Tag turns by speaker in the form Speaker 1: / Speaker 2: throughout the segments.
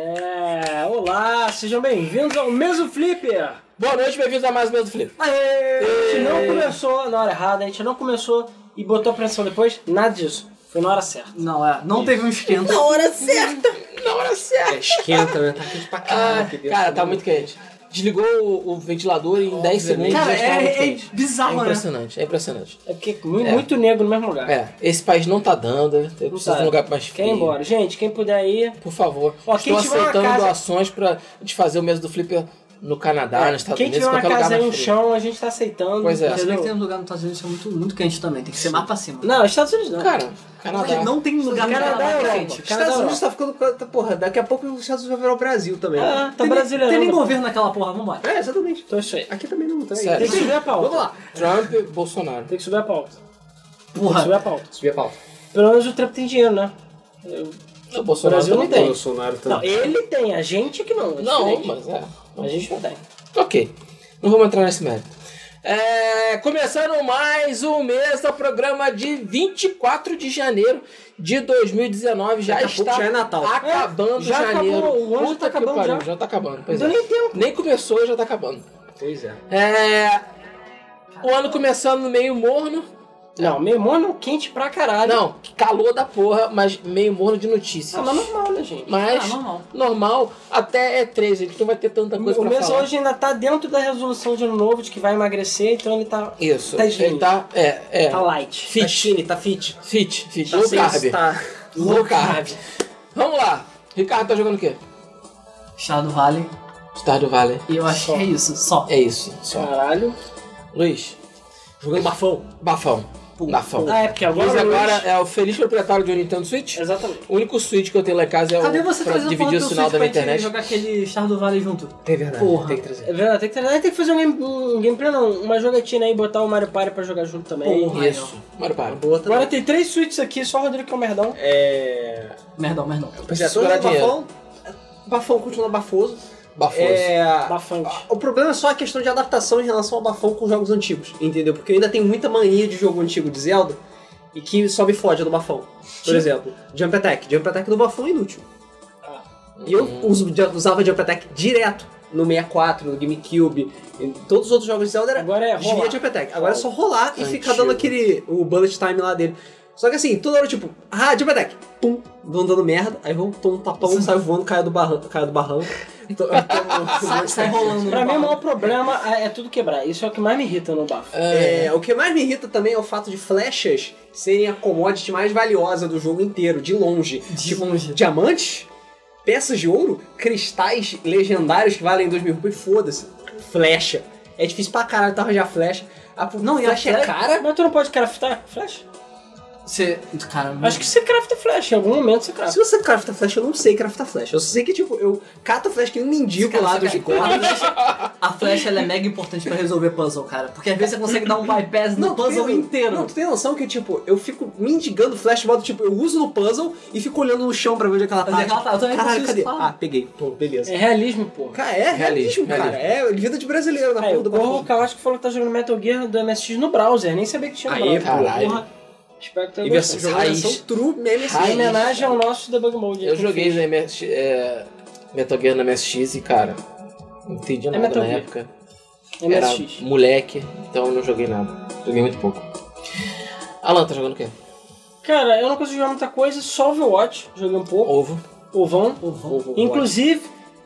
Speaker 1: É, olá, sejam bem-vindos ao Mesmo Flipper!
Speaker 2: Boa noite, bem-vindos a mais um Medo Flip.
Speaker 1: Ah, Aê! A gente não começou na hora errada, a gente não começou e botou a pressão depois, nada disso. Foi na hora certa.
Speaker 3: Não, é. Não teve um esquenta.
Speaker 4: Na hora certa!
Speaker 2: Na hora certa.
Speaker 1: Esquenta, né? Tá quente pra
Speaker 2: Ah,
Speaker 1: caralho.
Speaker 2: cara, tá muito quente. Desligou o, o ventilador em 10
Speaker 1: né?
Speaker 2: segundos.
Speaker 3: Cara,
Speaker 2: já estava muito
Speaker 3: é, é
Speaker 2: quente. É
Speaker 3: bizarro, né?
Speaker 2: impressionante, é impressionante.
Speaker 1: É porque mu- muito negro no mesmo lugar.
Speaker 2: É, esse país não tá dando, eu
Speaker 1: Não
Speaker 2: preciso de
Speaker 1: tá.
Speaker 2: um lugar mais frio.
Speaker 1: Quer ir embora? Gente, quem puder ir,
Speaker 2: Por favor,
Speaker 1: Ó, quem
Speaker 2: estou
Speaker 1: tiver uma
Speaker 2: aceitando
Speaker 1: casa-
Speaker 2: doações pra desfazer o Medo do Flipper no Canadá, nos Estados
Speaker 1: É, quem tiver
Speaker 2: Unidos, em
Speaker 1: uma
Speaker 2: qualquer lugar
Speaker 1: casa aí,
Speaker 2: mais
Speaker 1: um
Speaker 2: frio.
Speaker 1: chão, a gente tá aceitando.
Speaker 2: Pois é.
Speaker 3: Mas
Speaker 1: entendeu?
Speaker 3: também que um- tem um lugar nos Estados Unidos que é muito, muito quente também. Tem que ser mais pra cima.
Speaker 1: Não, Estados Unidos não.
Speaker 2: Cara,
Speaker 3: Porque
Speaker 2: Canadá.
Speaker 3: não tem lugar no
Speaker 1: Canadá
Speaker 3: Canadá
Speaker 1: é
Speaker 3: que é
Speaker 1: Europa.
Speaker 3: quente.
Speaker 1: Cara da
Speaker 5: Estados Unidos tá ficando. tá- Porra, daqui a pouco os Estados Unidos vai virar o Brasil também.
Speaker 1: Ah, tá
Speaker 3: Tem nem-
Speaker 1: brasileirão.
Speaker 3: Tem nem
Speaker 1: né?
Speaker 3: governo naquela porra, vambora.
Speaker 5: É, exatamente.
Speaker 1: Então é isso aí.
Speaker 5: Aqui também não tem.
Speaker 2: Sério.
Speaker 1: Tem que subir a pauta.
Speaker 5: Vamos lá.
Speaker 2: Trump e Bolsonaro.
Speaker 1: Tem que subir a pauta. Tem que subir
Speaker 3: Porra.
Speaker 1: a pauta.
Speaker 5: Subir a pauta.
Speaker 1: Pelo menos o Trump tem dinheiro, né? Eu-
Speaker 2: Não, Bolsonaro
Speaker 1: Brasil
Speaker 2: também
Speaker 1: não tem.
Speaker 5: Bolsonaro
Speaker 1: Não,
Speaker 5: também.
Speaker 1: ele tem, a gente que não. é
Speaker 2: Não,
Speaker 1: diferente.
Speaker 2: mas é.
Speaker 1: A gente não tem.
Speaker 2: Ok, não vamos entrar nesse mérito. É, começando mais um mês do programa de 24 de janeiro de 2019. Já
Speaker 3: Daqui a
Speaker 2: está
Speaker 3: pouco já é Natal.
Speaker 2: acabando
Speaker 1: É, já
Speaker 2: janeiro.
Speaker 1: acabou, o ano tá
Speaker 2: Puta que
Speaker 1: acabando
Speaker 2: pariu,
Speaker 1: já.
Speaker 2: já. tá acabando. Pois
Speaker 1: Não
Speaker 2: é.
Speaker 1: deu Então nem tempo.
Speaker 2: Nem começou e já tá acabando.
Speaker 5: Pois é.
Speaker 2: É, o ano começando no meio morno.
Speaker 1: Não, meu irmão não quente pra caralho.
Speaker 2: É. Não, calor da porra, mas meio morno de notícias.
Speaker 1: Ah, mas normal, né, gente?
Speaker 2: Mas
Speaker 3: Ah, normal.
Speaker 2: normal, até é 13, a gente não vai ter tanta coisa
Speaker 1: O
Speaker 2: pra
Speaker 1: mês
Speaker 2: falar.
Speaker 1: hoje ainda tá dentro da resolução de ano novo de que vai emagrecer, então ele tá,
Speaker 2: Isso,
Speaker 1: Tá
Speaker 2: ele
Speaker 1: slim.
Speaker 2: tá. É, é.
Speaker 1: tá light.
Speaker 2: Fit.
Speaker 5: Tá Chile, tá fit.
Speaker 2: Fit, fit.
Speaker 5: Tá
Speaker 2: low
Speaker 5: sem-
Speaker 2: carb.
Speaker 5: Tá...
Speaker 2: Low carb. Vamos lá. Ricardo tá jogando o quê?
Speaker 3: Estado do Vale.
Speaker 2: Stardew Valley.
Speaker 3: E eu acho
Speaker 1: Só.
Speaker 3: que é isso. Só.
Speaker 2: É isso. Só.
Speaker 1: Caralho.
Speaker 2: Luiz,
Speaker 5: Jogando bafão.
Speaker 2: bafão. Bafão.
Speaker 1: Ah, é porque agora.
Speaker 2: Luiz agora
Speaker 1: Luiz-
Speaker 2: é o feliz proprietário de um Nintendo Switch.
Speaker 1: Exatamente.
Speaker 2: O único Switch que eu tenho lá em casa é
Speaker 3: Cadê
Speaker 2: o
Speaker 3: você
Speaker 2: pra
Speaker 3: trazendo porra
Speaker 2: dividir
Speaker 3: do
Speaker 2: o sinal da minha
Speaker 3: Switch pra gente
Speaker 2: internet.
Speaker 3: jogar aquele Estado do Vale junto?
Speaker 5: É verdade.
Speaker 3: Porra.
Speaker 5: Tem que trazer.
Speaker 1: É verdade, tem que, tra- tem que fazer um, game- um gameplay, não, uma jogatina aí, botar o Mario Party pra jogar junto também.
Speaker 3: Porra. Ai,
Speaker 2: Isso. Mário Paro.
Speaker 5: Boa também.
Speaker 1: Agora tem três suítes aqui, só o Rodrigo que é um merdão.
Speaker 5: É.
Speaker 3: Merdão, merdão.
Speaker 5: Pois é, tô
Speaker 2: Segurar
Speaker 5: jogando
Speaker 2: dinheiro.
Speaker 5: bafão. Bafão continua bafoso.
Speaker 2: Bafoso.
Speaker 5: É.
Speaker 1: Bafante.
Speaker 5: O problema é só a questão de adaptação em relação ao bafão com jogos antigos, entendeu? Porque eu ainda tenho muita mania de jogo antigo de Zelda e que só me fode no bafão. Por exemplo, Jump Attack. Jump Attack no bafão é inútil.
Speaker 1: Ah.
Speaker 5: E eu uso- usava Jump Attack direto no 64, no GameCube, em todos os outros jogos de Zelda era
Speaker 1: Agora é rolar.
Speaker 5: desvia Jump Attack. Agora é só rolar e
Speaker 2: Antigo.
Speaker 5: ficar dando aquele o bullet time lá dele. Só que assim, toda hora tipo, ah, Jump Attack, pum, vão dando merda, aí vão, tomo um tapão, saio voando, caio do barranco, caio do barranco. To- eu tomo-
Speaker 3: Sai, sai rolando no
Speaker 1: Pra mim, o
Speaker 3: barro.
Speaker 1: maior problema é, é tudo quebrar. Isso é o que mais me irrita no bafo.
Speaker 2: É.
Speaker 5: É, o que mais me irrita também é o fato de flechas serem a commodity mais valiosa do jogo inteiro, de longe.
Speaker 3: De
Speaker 5: Tipo,
Speaker 3: longe.
Speaker 5: diamantes, peças de ouro, cristais legendários que valem 2 mil rupias, foda-se. Flecha. É difícil pra caralho tu arranjar flecha. A p-
Speaker 3: Não, e a
Speaker 5: flecha é
Speaker 3: flecha-
Speaker 5: cara.
Speaker 1: Mas tu não pode craftar flash?
Speaker 3: Você. Cara,
Speaker 1: Acho que você crafta flash, em algum momento você crafta.
Speaker 5: Se você crafta flecha, eu não sei craftar flecha. Eu só sei que, tipo, eu cato a flecha que nem um mendigo
Speaker 3: Cara,
Speaker 5: lá
Speaker 3: só
Speaker 5: dos
Speaker 3: que
Speaker 5: cordas.
Speaker 3: A flecha, a flecha, ela é mega importante pra resolver puzzle, cara. Porque às vezes você consegue dar um bypass no
Speaker 5: tu
Speaker 3: puzzle
Speaker 5: tem-
Speaker 3: inteiro.
Speaker 5: Não, tu tem noção que, tipo, eu fico mendigando flash modo, tipo, eu uso no puzzle e fico olhando no chão pra ver onde é que ela tá.
Speaker 3: Onde é que ela tá? Eu também
Speaker 5: Caralho,
Speaker 3: faço isso,
Speaker 5: cadê?
Speaker 3: fala.
Speaker 5: Ah, peguei. Pô, beleza.
Speaker 1: É realismo, porra.
Speaker 5: Cara, é
Speaker 2: Realismo,
Speaker 5: realismo, cara. É vida de brasileiro na
Speaker 1: Aí,
Speaker 5: porra do
Speaker 1: o Corvo
Speaker 5: bagulho.
Speaker 1: Kawasaki falou que tá jogando Metal Gear do MSX no browser, nem sabia que tinha no
Speaker 5: Aí,
Speaker 1: browser.
Speaker 2: caralho.
Speaker 1: Porra, espero que tenha
Speaker 5: E
Speaker 1: gostado.
Speaker 5: versão jogo
Speaker 2: Raiz.
Speaker 5: versão true meme
Speaker 1: Em
Speaker 5: assim.
Speaker 2: Raiz.
Speaker 1: homenagem ao nosso debug mode.
Speaker 2: Eu
Speaker 1: que
Speaker 2: joguei
Speaker 1: fiz.
Speaker 2: no MSX, é, Metal Gear no MSX e, cara, não entendi nada
Speaker 1: Metal
Speaker 2: na
Speaker 1: Gear.
Speaker 2: época. Era
Speaker 1: MSX.
Speaker 2: moleque, então eu não joguei nada. Joguei muito pouco. Alan, tá jogando o quê?
Speaker 1: Cara, eu não consigo jogar muita coisa, só Overwatch, joguei um pouco.
Speaker 2: Ovo.
Speaker 1: Ovão.
Speaker 5: Ovo,
Speaker 1: Inclusive,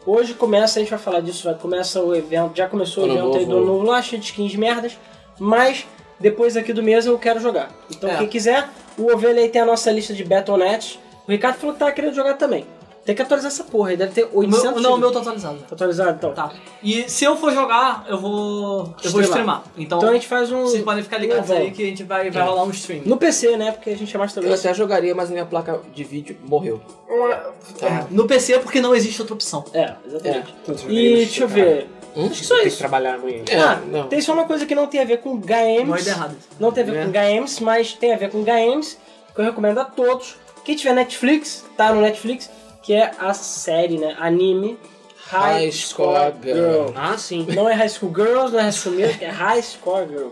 Speaker 1: hoje começa, a gente vai falar disso, vai, começa o evento, já começou o
Speaker 2: Ano
Speaker 1: evento aí do
Speaker 2: novo.
Speaker 1: ano novo lá, cheio de skins de merdas, mas depois aqui do mês eu quero jogar. Então
Speaker 3: É.
Speaker 1: quem quiser, o Ovelha aí tem a nossa lista de Battle.net, o Ricardo falou que tava querendo jogar também. Tem que atualizar essa porra, aí deve ter
Speaker 3: O meu-
Speaker 1: 800...
Speaker 3: não, o meu
Speaker 1: tá
Speaker 3: tá atualizado.
Speaker 1: atualizado, então.
Speaker 3: Tá. E se eu for jogar, eu vou. Eu vou
Speaker 1: Streamar.
Speaker 3: streamar. Então,
Speaker 1: Então a gente faz um...
Speaker 3: vocês podem ficar ligados
Speaker 1: um
Speaker 3: aí
Speaker 1: evento.
Speaker 3: que a gente vai, vai rolar um stream.
Speaker 1: No PC, né, porque a gente é mais
Speaker 2: Eu
Speaker 1: também.
Speaker 2: até jogaria, mas a minha placa de vídeo morreu. Tá.
Speaker 3: No PC porque não existe outra opção.
Speaker 1: É, exatamente.
Speaker 5: É.
Speaker 1: E deixa eu ver...
Speaker 2: Hum?
Speaker 1: Acho que só
Speaker 5: Tem que
Speaker 1: isso.
Speaker 5: trabalhar amanhã.
Speaker 2: É,
Speaker 1: ah,
Speaker 2: não.
Speaker 1: tem só uma coisa que não tem a ver com games.
Speaker 3: Uma ideia errada.
Speaker 1: Não tem a ver
Speaker 5: Né?
Speaker 1: com games, mas tem a ver com games, que eu recomendo a todos. Quem tiver Netflix, tá no Netflix, que é a série, né? Anime High,
Speaker 2: High
Speaker 1: School,
Speaker 2: Score
Speaker 1: Girl.
Speaker 2: Girl.
Speaker 5: Ah, sim.
Speaker 1: Não é High School Girls, não é High School Music, é High Score Girl.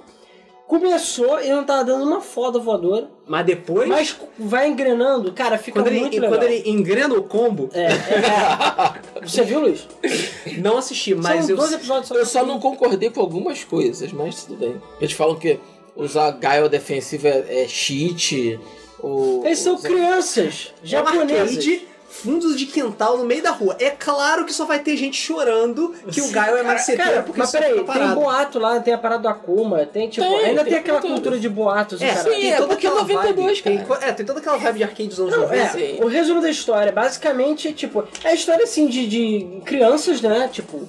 Speaker 1: Começou e não tava dando uma foda voadora,
Speaker 5: Mas depois,
Speaker 1: mas vai engrenando, cara, fica
Speaker 5: quando, ele,
Speaker 1: muito
Speaker 5: e
Speaker 1: legal.
Speaker 5: quando ele engrena o combo,
Speaker 1: É, é, Você viu, Luiz?
Speaker 5: Não assisti, mas
Speaker 1: São
Speaker 5: eu.
Speaker 1: dois episódios só.
Speaker 2: Eu só não concordei com algumas coisas, mas tudo bem. Eles falam que usar Gaia defensiva é, é cheat. Ou,
Speaker 1: Eles são
Speaker 2: usar-
Speaker 1: crianças
Speaker 5: É um
Speaker 1: japonesas.
Speaker 5: arcade, fundos de quintal no meio da rua. É claro que só vai ter gente chorando que o Gaio é
Speaker 1: Cara,
Speaker 5: maceteiro porque
Speaker 1: mas
Speaker 5: isso é
Speaker 1: peraí, tem
Speaker 5: parado.
Speaker 1: boato lá, tem a parada do Akuma, tem tipo,
Speaker 2: Tem,
Speaker 1: ainda
Speaker 2: tem
Speaker 1: tem, aquela
Speaker 2: tudo.
Speaker 1: cultura de boatos,
Speaker 5: É,
Speaker 1: cara.
Speaker 2: Sim,
Speaker 5: tem
Speaker 2: é
Speaker 5: toda
Speaker 2: porque é
Speaker 5: aquela
Speaker 2: 92,
Speaker 5: vibe. tem
Speaker 2: cara.
Speaker 5: co- é, tem toda aquela vibe de arcade dos anos
Speaker 1: Não,
Speaker 5: 90.
Speaker 1: é,
Speaker 2: Sim.
Speaker 1: o resumo da história, basicamente, tipo, é a história assim de, de crianças, né? Tipo,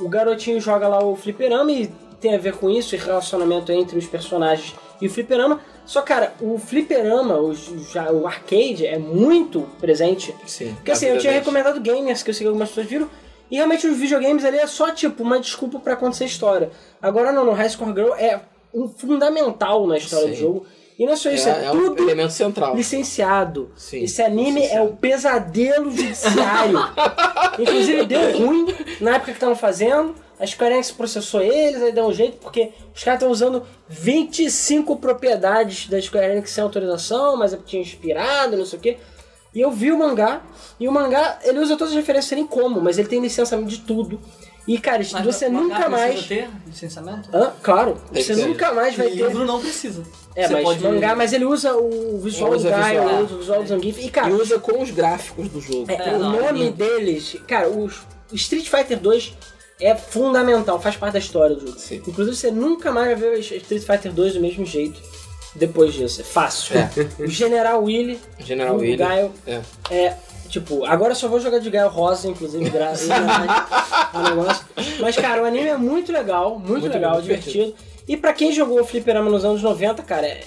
Speaker 1: o garotinho joga lá o fliperama e tem a ver com isso, e relacionamento entre os personagens e o fliperama. Só, cara, o fliperama, o, já- o arcade, é muito presente.
Speaker 2: Sim.
Speaker 1: Porque assim, eu
Speaker 2: na
Speaker 1: tinha
Speaker 2: verdade.
Speaker 1: recomendado gamers, que eu sei que algumas pessoas viram, e realmente os videogames ali é só, tipo, uma desculpa pra acontecer história. Agora não, no High Score Girl é um fundamental na história do
Speaker 2: Sim.
Speaker 1: jogo. E não é só isso, é,
Speaker 2: É, é um
Speaker 1: tudo
Speaker 2: elemento central.
Speaker 1: licenciado.
Speaker 2: Sim.
Speaker 1: Esse anime
Speaker 2: Licenciado.
Speaker 1: é o pesadelo judiciário. Inclusive deu ruim na época que estavam fazendo. A Square Enix processou eles, aí deu um jeito, porque os caras estão usando 25 propriedades da Square Enix sem autorização, mas é porque tinha inspirado, não sei o quê. E eu vi o mangá, e o mangá, ele usa todas as referências serem como, mas ele tem licenciamento de tudo. E, cara,
Speaker 3: Mas
Speaker 1: você
Speaker 3: o
Speaker 1: nunca
Speaker 3: macaco
Speaker 1: mais...
Speaker 3: precisa ter licenciamento?
Speaker 1: Hã? Claro,
Speaker 2: Tem
Speaker 1: você
Speaker 2: que ter.
Speaker 1: nunca mais vai ter...
Speaker 3: livro não precisa.
Speaker 1: É,
Speaker 3: Você
Speaker 1: mas
Speaker 3: pode-
Speaker 1: mangá, mas ele usa o visual do
Speaker 2: Usa
Speaker 1: Gaio,
Speaker 2: visual.
Speaker 1: usa o visual do Zangief. E,
Speaker 2: E
Speaker 1: cara,
Speaker 2: usa com os gráficos do jogo.
Speaker 1: é,
Speaker 3: É,
Speaker 1: o
Speaker 3: não,
Speaker 1: nome deles... Cara, o Street Fighter 2 é fundamental, faz parte da história do jogo.
Speaker 2: Sim.
Speaker 1: Inclusive, você nunca mais vai ver o Street Fighter 2 do mesmo jeito depois disso. É fácil. O General Willy,
Speaker 2: General
Speaker 1: o
Speaker 2: William.
Speaker 1: Gaio,
Speaker 2: É.
Speaker 1: é... Tipo, agora eu só vou jogar de Gaio Rosa, inclusive, graças ao negócio. Mas, cara, o anime é muito legal, muito,
Speaker 2: Muito
Speaker 1: legal,
Speaker 2: bom,
Speaker 1: divertido. E pra quem jogou o Fliperama nos anos 90, cara, é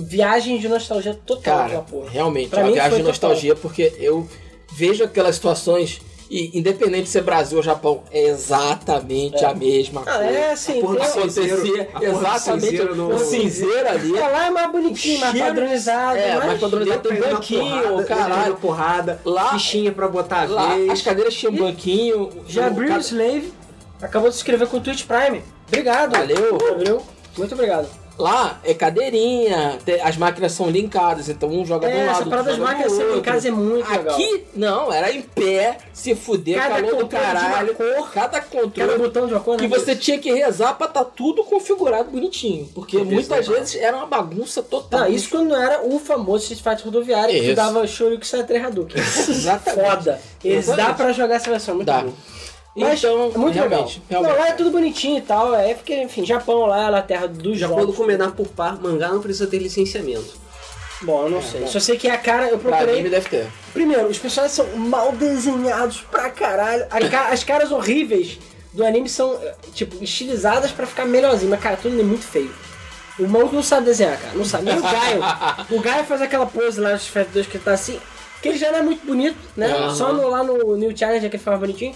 Speaker 1: viagem de nostalgia total aquela
Speaker 2: Cara,
Speaker 1: porra.
Speaker 2: realmente,
Speaker 1: Pra
Speaker 2: é uma
Speaker 1: mim
Speaker 2: viagem
Speaker 1: foi
Speaker 2: de
Speaker 1: total.
Speaker 2: nostalgia, porque eu vejo aquelas situações, e independente de ser Brasil ou Japão, é exatamente a mesma
Speaker 1: Ah,
Speaker 2: coisa.
Speaker 1: é assim,
Speaker 5: porra
Speaker 1: tem-
Speaker 5: do sol-
Speaker 2: Acontecia
Speaker 5: A porra do
Speaker 2: exatamente
Speaker 5: cinzeiro no-
Speaker 2: o cinzeiro ali.
Speaker 1: é lá é mais bonitinho, mais
Speaker 2: Cheiro-
Speaker 1: padronizado.
Speaker 2: É,
Speaker 1: mais-
Speaker 2: mais padronizado. Tem
Speaker 5: Ele na porrada,
Speaker 2: banquinho,
Speaker 5: ele na
Speaker 2: caralho.
Speaker 5: porrada,
Speaker 2: Lá-
Speaker 5: fichinha pra botar a
Speaker 2: Lá,
Speaker 5: vez.
Speaker 2: as cadeiras tinham um banquinho.
Speaker 1: Já abriu o
Speaker 2: cara-
Speaker 1: Slave, acabou de se inscrever com o Twitch Prime. Obrigado.
Speaker 5: Ah,
Speaker 2: Valeu.
Speaker 1: Gabriel. Muito obrigado.
Speaker 2: Lá é cadeirinha, te- as máquinas são linkadas, então um joga de um
Speaker 1: é,
Speaker 2: lado.
Speaker 1: essa parada das
Speaker 2: outro joga do
Speaker 1: máquinas sempre em
Speaker 2: outro.
Speaker 1: casa é muito legal.
Speaker 2: Aqui, não, era em pé, se fuder,
Speaker 1: Cada
Speaker 2: calor do
Speaker 1: controle de uma
Speaker 2: caralho.
Speaker 1: cor.
Speaker 2: cada controle.
Speaker 1: Cada botão de uma cor, né?
Speaker 2: que você tinha que rezar pra tá tudo configurado bonitinho. Porque
Speaker 5: Beleza,
Speaker 2: muitas
Speaker 5: né?
Speaker 2: vezes era uma bagunça total.
Speaker 1: Não, Tá, isso quando não era o famoso Street Fighter rodoviário que
Speaker 2: Isso.
Speaker 1: tu dava Shoryuken e saia 3 Hadouken.
Speaker 2: Exatamente.
Speaker 1: Foda. Eles dá
Speaker 2: Exatamente.
Speaker 1: pra jogar essa versão, é muito
Speaker 2: Dá.
Speaker 1: bom. Mas
Speaker 2: Então,
Speaker 1: é muito
Speaker 2: realmente,
Speaker 1: legal.
Speaker 2: realmente.
Speaker 1: Não, lá é tudo bonitinho e tal. É porque, enfim, Japão lá ela é a terra dos
Speaker 5: Já
Speaker 1: jogos.
Speaker 5: quando combinar por par, mangá não precisa ter licenciamento.
Speaker 1: Bom, eu não sei. Só sei que a cara, eu
Speaker 2: É, tá. Pra mim
Speaker 1: procurei.
Speaker 2: deve ter.
Speaker 1: Primeiro, os personagens são mal desenhados pra caralho. A ca- As caras horríveis do anime são, eh, tipo, estilizadas pra ficar melhorzinho. Mas, cara, tudo é muito feio. O maluco não sabe desenhar, cara. Não sabe. Nem o Gaio. o Gaio faz aquela pose lá no Street Fighter 2 que ele tá assim. Que ele já não é muito bonito, né?
Speaker 5: Aham.
Speaker 1: Só no- lá no New Challenge que ele ficava bonitinho.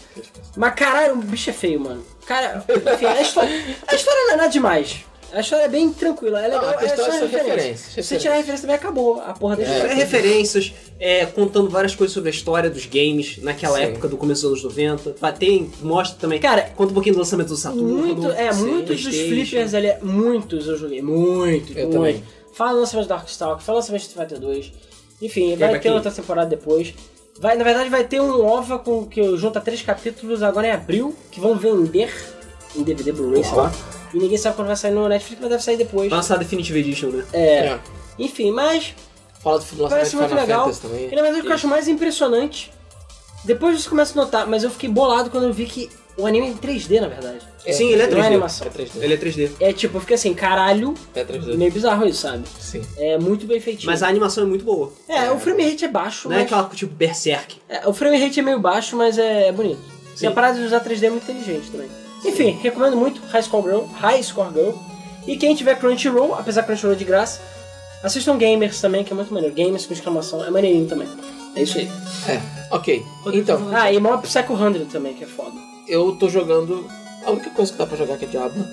Speaker 1: Mas caralho, o bicho é feio, mano. Cara, enfim, a história, a história não é nada demais. A história é bem tranquila. É legal,
Speaker 2: Não, a
Speaker 1: é só
Speaker 2: história são
Speaker 1: referência.
Speaker 2: referências,
Speaker 1: Se você
Speaker 2: referências.
Speaker 1: tirar a referência também, acabou a porra da
Speaker 5: É,
Speaker 1: história.
Speaker 5: referências, é, contando várias coisas sobre a história dos games naquela
Speaker 2: Sim.
Speaker 5: época do começo dos anos 90. Tá, Tem, mostra também.
Speaker 1: Cara,
Speaker 5: conta um pouquinho do lançamento do Saturno.
Speaker 1: Muito, é,
Speaker 5: Sim,
Speaker 1: muitos dos
Speaker 5: PlayStation.
Speaker 1: flippers ali, muitos eu joguei, muito,
Speaker 2: Eu
Speaker 1: muito.
Speaker 2: também.
Speaker 1: Fala do lançamento do Darkstalk, fala do lançamento do Street Fighter 2, enfim,
Speaker 5: pra
Speaker 1: vai ter
Speaker 5: quem-
Speaker 1: outra temporada depois. Vai, na verdade vai ter um OVA com, que junta três capítulos agora em abril, que vão vender em DVD, Blu-ray, sei lá. E ninguém sabe quando vai sair no Netflix, mas deve sair depois.
Speaker 2: Ah.
Speaker 5: Vai lançar a Definitive Edition, né?
Speaker 1: É. Enfim, mas
Speaker 2: Fala do filme lançamento
Speaker 1: parece
Speaker 2: de
Speaker 1: muito
Speaker 2: Final
Speaker 1: legal.
Speaker 2: Fantasy também.
Speaker 1: E na verdade o que eu acho mais impressionante, depois você começa a notar, mas eu fiquei bolado quando eu vi que o anime é em 3D, na verdade.
Speaker 5: Sim, ele é
Speaker 1: Não é
Speaker 5: 3D.
Speaker 1: animação.
Speaker 2: É 3D.
Speaker 5: Ele é 3D.
Speaker 1: É tipo, eu fiquei assim, caralho,
Speaker 2: É 3D.
Speaker 1: meio bizarro isso, sabe?
Speaker 2: Sim.
Speaker 1: É muito bem feitinho.
Speaker 5: Mas a animação é muito boa.
Speaker 1: É, o frame rate é baixo,
Speaker 5: Não é
Speaker 1: mas...
Speaker 5: aquela tipo Berserk.
Speaker 1: É, o frame rate é meio baixo, mas é bonito.
Speaker 5: Sim.
Speaker 1: E a parada de usar 3D é muito inteligente também. Enfim, recomendo muito High Score Girl. High Score Girl. E quem tiver Crunchyroll, apesar que Crunchyroll é de graça, assistam Gamers também, que é muito maneiro. Gamers com exclamação, é maneirinho também. É isso aí.
Speaker 2: É. Ok. Então,
Speaker 1: Ah, e Mob Psycho 100 também, que é foda.
Speaker 2: eu tô jogando. A única coisa que dá pra jogar que é Diablo.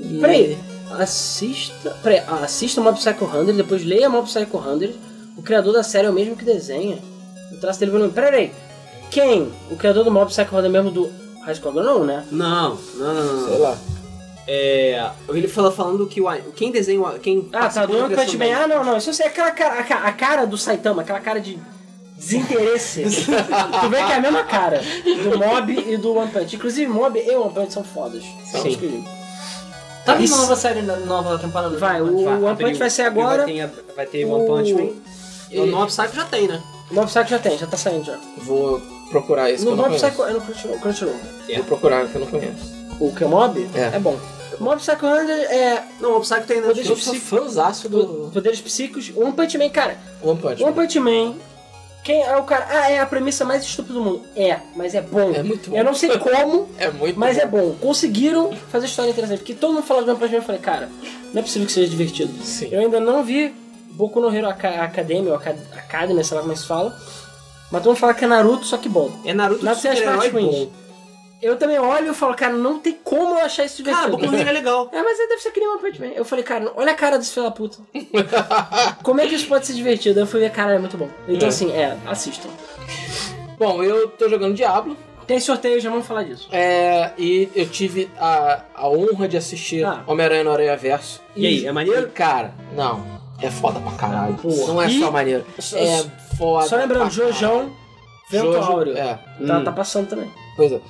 Speaker 2: E...
Speaker 1: Peraí, assista... Peraí, ah, assista Mob Psycho 100, depois leia Mob Psycho 100. O criador da série é o mesmo que desenha. O traço dele... Peraí, peraí. Quem? O criador do Mob Psycho 100 é mesmo do High School Girl? Não, né?
Speaker 5: Não, não, não, não.
Speaker 2: Sei lá.
Speaker 5: É, ele fala falando que o, quem desenha, o- quem
Speaker 1: Ah, tá.
Speaker 5: participou da
Speaker 1: Dono
Speaker 5: criação
Speaker 1: Punch Man.
Speaker 5: da-
Speaker 1: Ah, não, não. Isso é aquela cara, a, ca- a cara do Saitama. Aquela cara de Desinteresse. tu vê que é a mesma cara do Mob e do One Punch. Inclusive, Mob e One Punch são fodas. São
Speaker 5: Sim.
Speaker 1: os que-
Speaker 3: Tá vindo
Speaker 1: Isso.
Speaker 3: nova série, da- nova temporada. do
Speaker 1: Vai,
Speaker 3: One Punch
Speaker 1: o
Speaker 3: Man.
Speaker 1: One Punch vai ser agora.
Speaker 5: Vai ter, a- vai ter One Punch Man.
Speaker 3: E O No Psycho já tem, né?
Speaker 1: O Mob Psycho já tem, já tá saindo já.
Speaker 2: Vou procurar esse. que
Speaker 1: No
Speaker 2: eu não
Speaker 1: Mob
Speaker 2: conheço.
Speaker 1: Psycho é no Crunchyroll. Crunchyroll.
Speaker 2: Vou procurar, que eu não conheço.
Speaker 1: O que é Mob?
Speaker 2: É.
Speaker 1: bom. Mob Psycho 100 é
Speaker 5: Não, o Psycho tem né?
Speaker 2: Eu
Speaker 5: Netflix.
Speaker 2: sou fãzaço do
Speaker 1: poderes psíquicos. One Punch Man, cara,
Speaker 2: One Punch Man.
Speaker 1: One Punch Man. Quem é o cara? Ah, é a premissa mais estúpida do mundo. É, mas é bom.
Speaker 2: É muito bom.
Speaker 1: Eu não sei como,
Speaker 2: É muito
Speaker 1: mas
Speaker 2: bom.
Speaker 1: é bom. Conseguiram fazer a história interessante. Porque todo mundo fala de One Punch Man, eu falei, cara, não é possível que seja divertido.
Speaker 2: Sim.
Speaker 1: Eu ainda não vi Boku no Hero Aca- Academy, ou Aca- Academy, sei lá como é que se fala. Mas todo mundo fala que é Naruto, só que bom.
Speaker 5: É Naruto
Speaker 1: Não
Speaker 5: de
Speaker 1: tem as
Speaker 5: super-herói
Speaker 1: partes ruins.
Speaker 5: bom.
Speaker 1: Eu também olho e falo, cara, não tem como eu achar isso
Speaker 3: Cara,
Speaker 5: Ah,
Speaker 1: divertido.
Speaker 3: Boku no Hero é legal.
Speaker 1: É, mas aí deve ser que nem uma Punch Man. Eu falei, cara, olha a cara desse filho da puta. Como é que isso pode ser divertido? Eu fui ver, cara, é muito bom. Então,
Speaker 2: É.
Speaker 1: assim, é, assistam.
Speaker 2: Bom, eu tô jogando Diablo.
Speaker 1: Tem sorteio, já vamos falar disso.
Speaker 2: é, e eu tive a, a honra de assistir
Speaker 1: Ah.
Speaker 2: Homem-Aranha no Aranha Verso.
Speaker 5: E aí, é maneiro?
Speaker 2: E, cara, não. É foda pra caralho.
Speaker 1: Porra.
Speaker 2: Não é
Speaker 1: E-
Speaker 2: só maneiro. É foda.
Speaker 1: Só lembrando,
Speaker 2: pra
Speaker 1: Jojão,
Speaker 2: caralho.
Speaker 1: Vento
Speaker 2: Jojo,
Speaker 1: Áureo.
Speaker 2: É,
Speaker 1: Tá,
Speaker 5: Hum.
Speaker 1: tá passando também.
Speaker 2: pois é.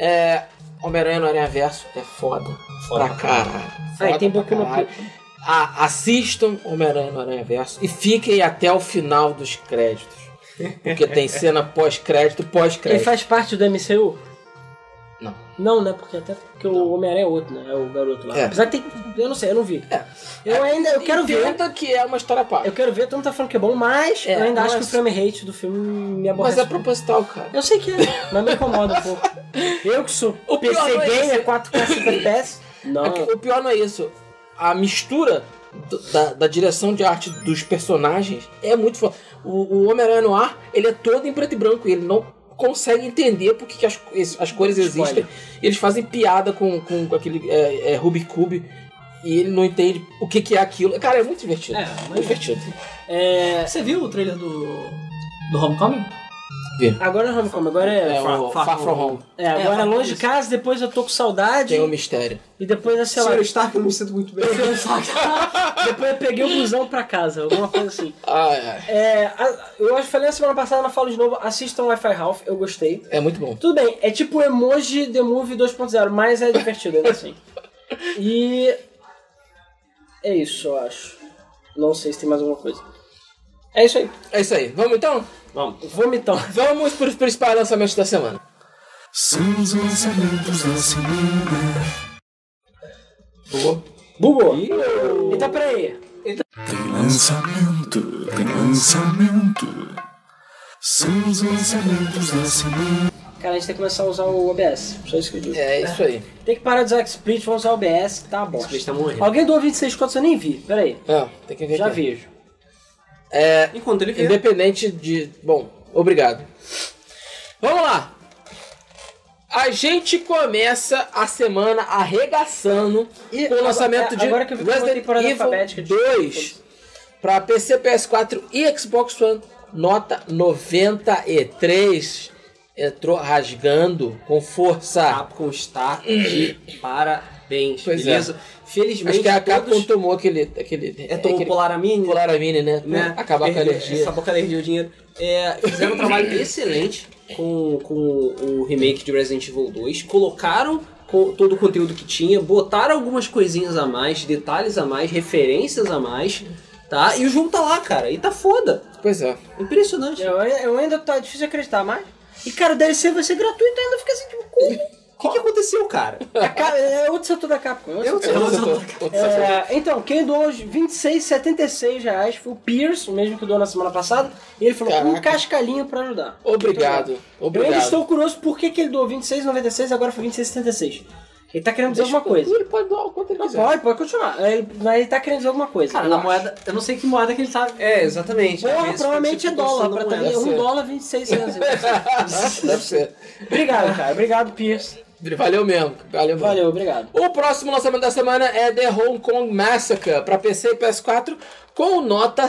Speaker 2: É, Homem-Aranha no Aranha Verso é foda.
Speaker 5: Foda
Speaker 2: pra
Speaker 5: pra
Speaker 2: caralho.
Speaker 1: Aí
Speaker 2: Foda
Speaker 1: É, tem
Speaker 2: pra
Speaker 1: Boku no
Speaker 2: caralho. Ah, assistam Homem-Aranha no Aranha Verso e fiquem até o final dos créditos. Porque tem cena pós-crédito,
Speaker 1: Ele
Speaker 2: pós-crédito.
Speaker 1: faz parte do MCU?
Speaker 2: Não.
Speaker 1: Não, né? Porque até porque o Homem-Aranha é outro, né? É o garoto lá.
Speaker 2: É.
Speaker 1: Apesar que tem. Eu não sei, eu não vi.
Speaker 2: É.
Speaker 1: Eu ainda. Eu quero ver.
Speaker 2: Entenda que é uma história à parte.
Speaker 1: Eu quero ver, todo mundo tá falando que é bom, mas
Speaker 2: É,
Speaker 1: eu ainda
Speaker 2: não
Speaker 1: acho
Speaker 2: é
Speaker 1: que o
Speaker 2: só-
Speaker 1: frame rate do filme me aborrece.
Speaker 2: Mas é
Speaker 1: muito.
Speaker 2: proposital, cara.
Speaker 1: Eu sei que é, mas me incomoda um pouco. Eu que sou
Speaker 2: O
Speaker 1: PC
Speaker 2: pior não é
Speaker 1: gamer,
Speaker 2: esse.
Speaker 1: 4K 50 FPS. Não.
Speaker 2: É que O pior não é isso. A mistura do- da, da direção de arte dos personagens é muito foda. O, o Homem-Aranha no ar, ele é todo em preto e branco. e Ele não consegue entender porque que as, co- es- as cores
Speaker 1: Spoiler.
Speaker 2: existem. Eles fazem piada com, com, com aquele é, é, Rubik Cube. E ele não entende o que, que é aquilo. Cara, é muito divertido.
Speaker 1: É,
Speaker 2: muito
Speaker 1: mas-
Speaker 2: divertido.
Speaker 1: É,
Speaker 3: Você viu o trailer do. do Homecoming?
Speaker 1: agora é Homecoming, agora
Speaker 2: É,
Speaker 1: é.
Speaker 2: o Far,
Speaker 5: Far- Far
Speaker 2: From
Speaker 5: From
Speaker 2: Home.
Speaker 1: É, agora é
Speaker 3: é,
Speaker 1: longe de
Speaker 3: isso.
Speaker 1: casa, depois eu tô com saudade.
Speaker 2: Tem um mistério.
Speaker 1: E depois é, sei lá,
Speaker 5: Senhor Stark, Tá, eu não me sinto muito bem.
Speaker 1: depois eu peguei o busão pra casa, alguma coisa assim.
Speaker 2: Ah, é.
Speaker 1: É, a- eu acho que falei na semana passada, mas falo de novo, assistam Wi-Fi Ralph, eu gostei.
Speaker 2: É muito bom.
Speaker 1: Tudo bem, é tipo o emoji The Movie 2.0, mas é divertido ainda assim. E. É isso, eu acho. Não sei se tem mais alguma coisa. É isso aí.
Speaker 2: É isso aí. Vamos então?
Speaker 5: Vamos.
Speaker 1: Vomitão.
Speaker 2: Vamos para os principais lançamentos da semana.
Speaker 4: São os lançamentos da semana.
Speaker 2: Boa.
Speaker 1: Bugou. Então peraí.
Speaker 4: Tem lançamento, tem lançamento. São os lançamentos da semana.
Speaker 1: Cara, a gente tem que começar a usar o OBS. Só isso que eu digo.
Speaker 2: É isso aí.
Speaker 1: Tem que parar de usar XSplit, vamos usar o OBS, que tá bom.
Speaker 5: Split tá morrendo.
Speaker 1: Alguém doou 26 contos, eu nem vi. Peraí.
Speaker 2: É, tem que ver
Speaker 1: Já
Speaker 2: aqui.
Speaker 1: vejo.
Speaker 5: Enquanto ele vê.
Speaker 2: Independente de. Bom, obrigado. Vamos lá! A gente começa a semana arregaçando
Speaker 1: E
Speaker 2: com o
Speaker 1: agora-
Speaker 2: lançamento
Speaker 1: é,
Speaker 2: de
Speaker 1: agora que eu vi que é uma
Speaker 2: Resident
Speaker 1: temporada
Speaker 2: Evil
Speaker 1: alfabética de-
Speaker 2: 2 para PC, PS4 e Xbox One, nota 93. Entrou rasgando com força.
Speaker 5: Capcom está de parabéns,
Speaker 2: Pois é.
Speaker 5: beleza? Felizmente,
Speaker 2: Acho que é a Capcom tá-
Speaker 5: todos...
Speaker 2: tomou aquele. aquele
Speaker 5: É tomou
Speaker 2: aquele
Speaker 5: Polaramine,
Speaker 2: Polaramine, né?
Speaker 5: né?
Speaker 2: Acabar com a
Speaker 5: Perdeu-
Speaker 2: energia.
Speaker 5: Acabou com a energia e o dinheiro. É, fizeram um trabalho excelente com, com o remake de Resident Evil 2. Colocaram co- todo o conteúdo que tinha, botaram algumas coisinhas a mais, detalhes a mais, referências a mais, tá? E o jogo tá lá, cara. E tá foda.
Speaker 2: Pois é.
Speaker 5: Impressionante.
Speaker 1: Eu, eu ainda tá difícil de acreditar, mas. E cara, o DLC vai ser gratuito ainda fica assim, tipo, como?
Speaker 5: O que, que aconteceu, cara?
Speaker 1: A Cap- É outro setor da Capcom. é outro setor.
Speaker 5: Eu sei.
Speaker 2: Outro setor, outro setor.
Speaker 1: É, então, quem doou os 26,76 reais foi o Pierce, o mesmo que doou na semana passada, e ele falou um
Speaker 2: Caraca.
Speaker 1: cascalinho pra ajudar.
Speaker 2: Obrigado.
Speaker 1: Eu ainda
Speaker 2: Obrigado.
Speaker 1: estou curioso por que, que ele doou 26,96 e agora foi 26,76. Ele tá querendo dizer alguma coisa.
Speaker 2: Ele pode doar o quanto ele
Speaker 1: Não,
Speaker 2: quiser.
Speaker 1: pode, pode continuar. Ele, mas ele tá querendo dizer alguma coisa.
Speaker 3: Cara,
Speaker 1: Eu
Speaker 3: na
Speaker 1: acho.
Speaker 3: moeda. Eu não sei que moeda que ele tá.
Speaker 5: É, exatamente. Às
Speaker 1: Porra,
Speaker 5: vezes
Speaker 1: provavelmente é
Speaker 5: pode ser
Speaker 1: dólar.
Speaker 5: flutuação
Speaker 1: Pra
Speaker 5: da
Speaker 1: também,
Speaker 5: moeda.
Speaker 2: moeda,
Speaker 1: um
Speaker 2: sim.
Speaker 1: dólar 26 reais.
Speaker 2: Ah, Deve ser.
Speaker 1: obrigado, cara. Obrigado, Pierce.
Speaker 2: Valeu mesmo. Valeu mesmo.
Speaker 1: Valeu, obrigado.
Speaker 2: O próximo lançamento da semana é The Hong Kong Massacre para PC e PS4 com nota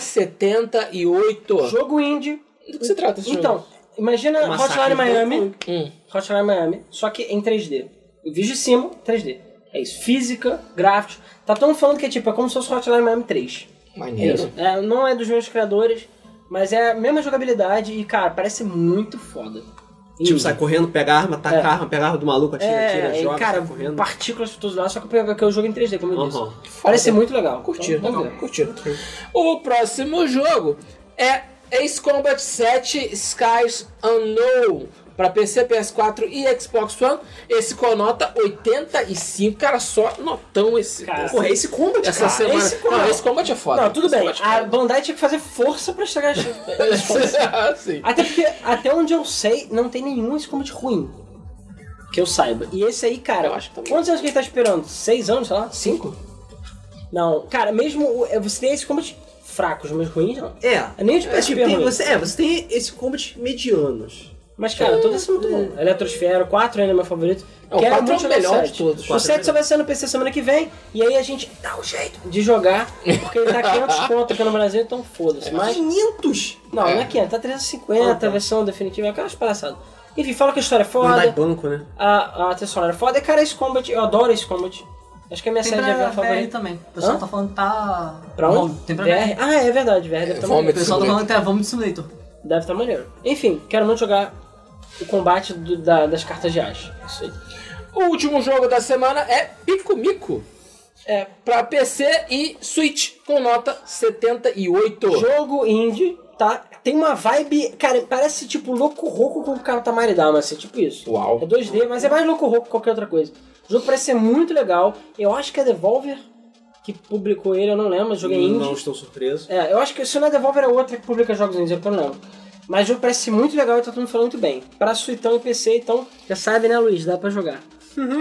Speaker 2: 78.
Speaker 1: Jogo indie.
Speaker 2: Do que se trata esse
Speaker 1: Então, imagina
Speaker 5: Massacre
Speaker 1: Hotline
Speaker 5: do
Speaker 1: Miami.
Speaker 2: jogo? Hum.
Speaker 1: Hotline Miami, só que em 3D. O vídeo de cima, 3D. É isso. Física, gráficos. Tá todo mundo falando que é tipo, é como se fosse Hotline Miami 3. É isso.
Speaker 2: Maneiro.
Speaker 1: É, não é dos meus criadores. Mas é a mesma jogabilidade e, cara, parece muito foda.
Speaker 5: Tipo, sai correndo, pega a arma, taca
Speaker 1: É.
Speaker 5: a arma, pega a arma do maluco, atira,
Speaker 1: é,
Speaker 5: atira,
Speaker 1: e,
Speaker 5: joga,
Speaker 1: cara,
Speaker 5: sai correndo.
Speaker 1: partículas por todos os lados, só que eu pego aqui o jogo em 3D, como eu disse.
Speaker 5: Aham.
Speaker 1: Parece muito legal.
Speaker 2: Curtiram,
Speaker 1: Então, vamos ver.
Speaker 2: legal, curtiram. né? O próximo jogo é Ace Combat 7 Skies Unknown. Pra PC, PS4 e Xbox One. Esse com a nota 85. Cara, só notão esse.
Speaker 1: Cara,
Speaker 2: essa-
Speaker 5: Porra, esse combat,
Speaker 2: essa
Speaker 5: cara.
Speaker 2: semana.
Speaker 5: Esse
Speaker 2: não,
Speaker 5: combat.
Speaker 2: Ace Combat é foda.
Speaker 1: Não, tudo
Speaker 2: Ace
Speaker 1: bem. Ah,
Speaker 2: Combat
Speaker 1: A
Speaker 2: é foda.
Speaker 1: Bandai tinha que fazer força pra chegar. às-
Speaker 2: Sim.
Speaker 1: até porque, até onde eu sei, não tem nenhum esse combat ruim. Que eu saiba. E esse aí, cara,
Speaker 2: Eu acho que tá bom.
Speaker 1: quantos anos que ele tá esperando? Seis anos, sei lá? Cinco? Não, cara, mesmo o- é, você tem esse combat fracos, mas ruins não.
Speaker 5: É.
Speaker 1: Nem o de
Speaker 5: É,
Speaker 1: PSP
Speaker 5: tipo,
Speaker 1: é
Speaker 5: tem,
Speaker 1: ruim.
Speaker 5: você, é, você tem esse combat medianos.
Speaker 1: Mas, cara, todo esse é muito bom. Eletrosfera, 4 ainda é meu favorito.
Speaker 2: É, o
Speaker 1: Quero
Speaker 2: 4 é o
Speaker 1: muito jogar
Speaker 2: melhor de
Speaker 1: 7.
Speaker 2: todos.
Speaker 1: O
Speaker 5: 4 é
Speaker 1: 7 só vai ser no PC semana que vem. E aí a gente dá um jeito de jogar. Porque ele tá 500 conto aqui no Brasil, então foda-se. Mas,
Speaker 5: 500!
Speaker 1: não,
Speaker 2: É.
Speaker 1: não é 500, tá 350, a versão definitiva, aquelas palhaçadas. Enfim, fala que a história é
Speaker 5: Não dá
Speaker 1: foda,
Speaker 5: banco, né?
Speaker 1: a, a trilha sonora é foda. E, cara, esse combat, eu adoro esse combat. Acho que é a minha
Speaker 3: Tem
Speaker 1: série de
Speaker 3: pra
Speaker 1: avião
Speaker 3: VR
Speaker 1: favorita.
Speaker 3: também. O pessoal
Speaker 1: Hã?
Speaker 3: tá falando que tá.
Speaker 1: Pra onde?
Speaker 3: Tem pra
Speaker 1: VR?
Speaker 3: VR.
Speaker 1: Ah, é verdade, VR deve estar
Speaker 2: Vômito.
Speaker 3: O pessoal tá falando que tá Vomit Simulator.
Speaker 1: Deve estar maneiro. Enfim, quero muito jogar o combate do- da- das cartas de Ash. Isso aí.
Speaker 2: O último jogo da semana é Pico Mico.
Speaker 1: É,
Speaker 2: Pra PC e Switch. Com nota 78.
Speaker 1: Jogo indie, tá? Tem uma vibe, cara, parece tipo louco roco com o cara Tamaridama, assim, tipo isso.
Speaker 2: Uau.
Speaker 1: É 2D, mas é mais louco roco que qualquer outra coisa. O jogo parece ser muito legal. Eu acho que é Devolver que publicou ele, eu não lembro, mas o jogo é indie.
Speaker 5: Não estou surpreso.
Speaker 1: É, eu acho que se não é Devolver é outra que publica jogos indies, eu não lembro. Mas o jogo parece muito legal e tá todo mundo falando muito bem. Pra Suitão e PC, então, já sabe, né, Luiz? Dá pra jogar.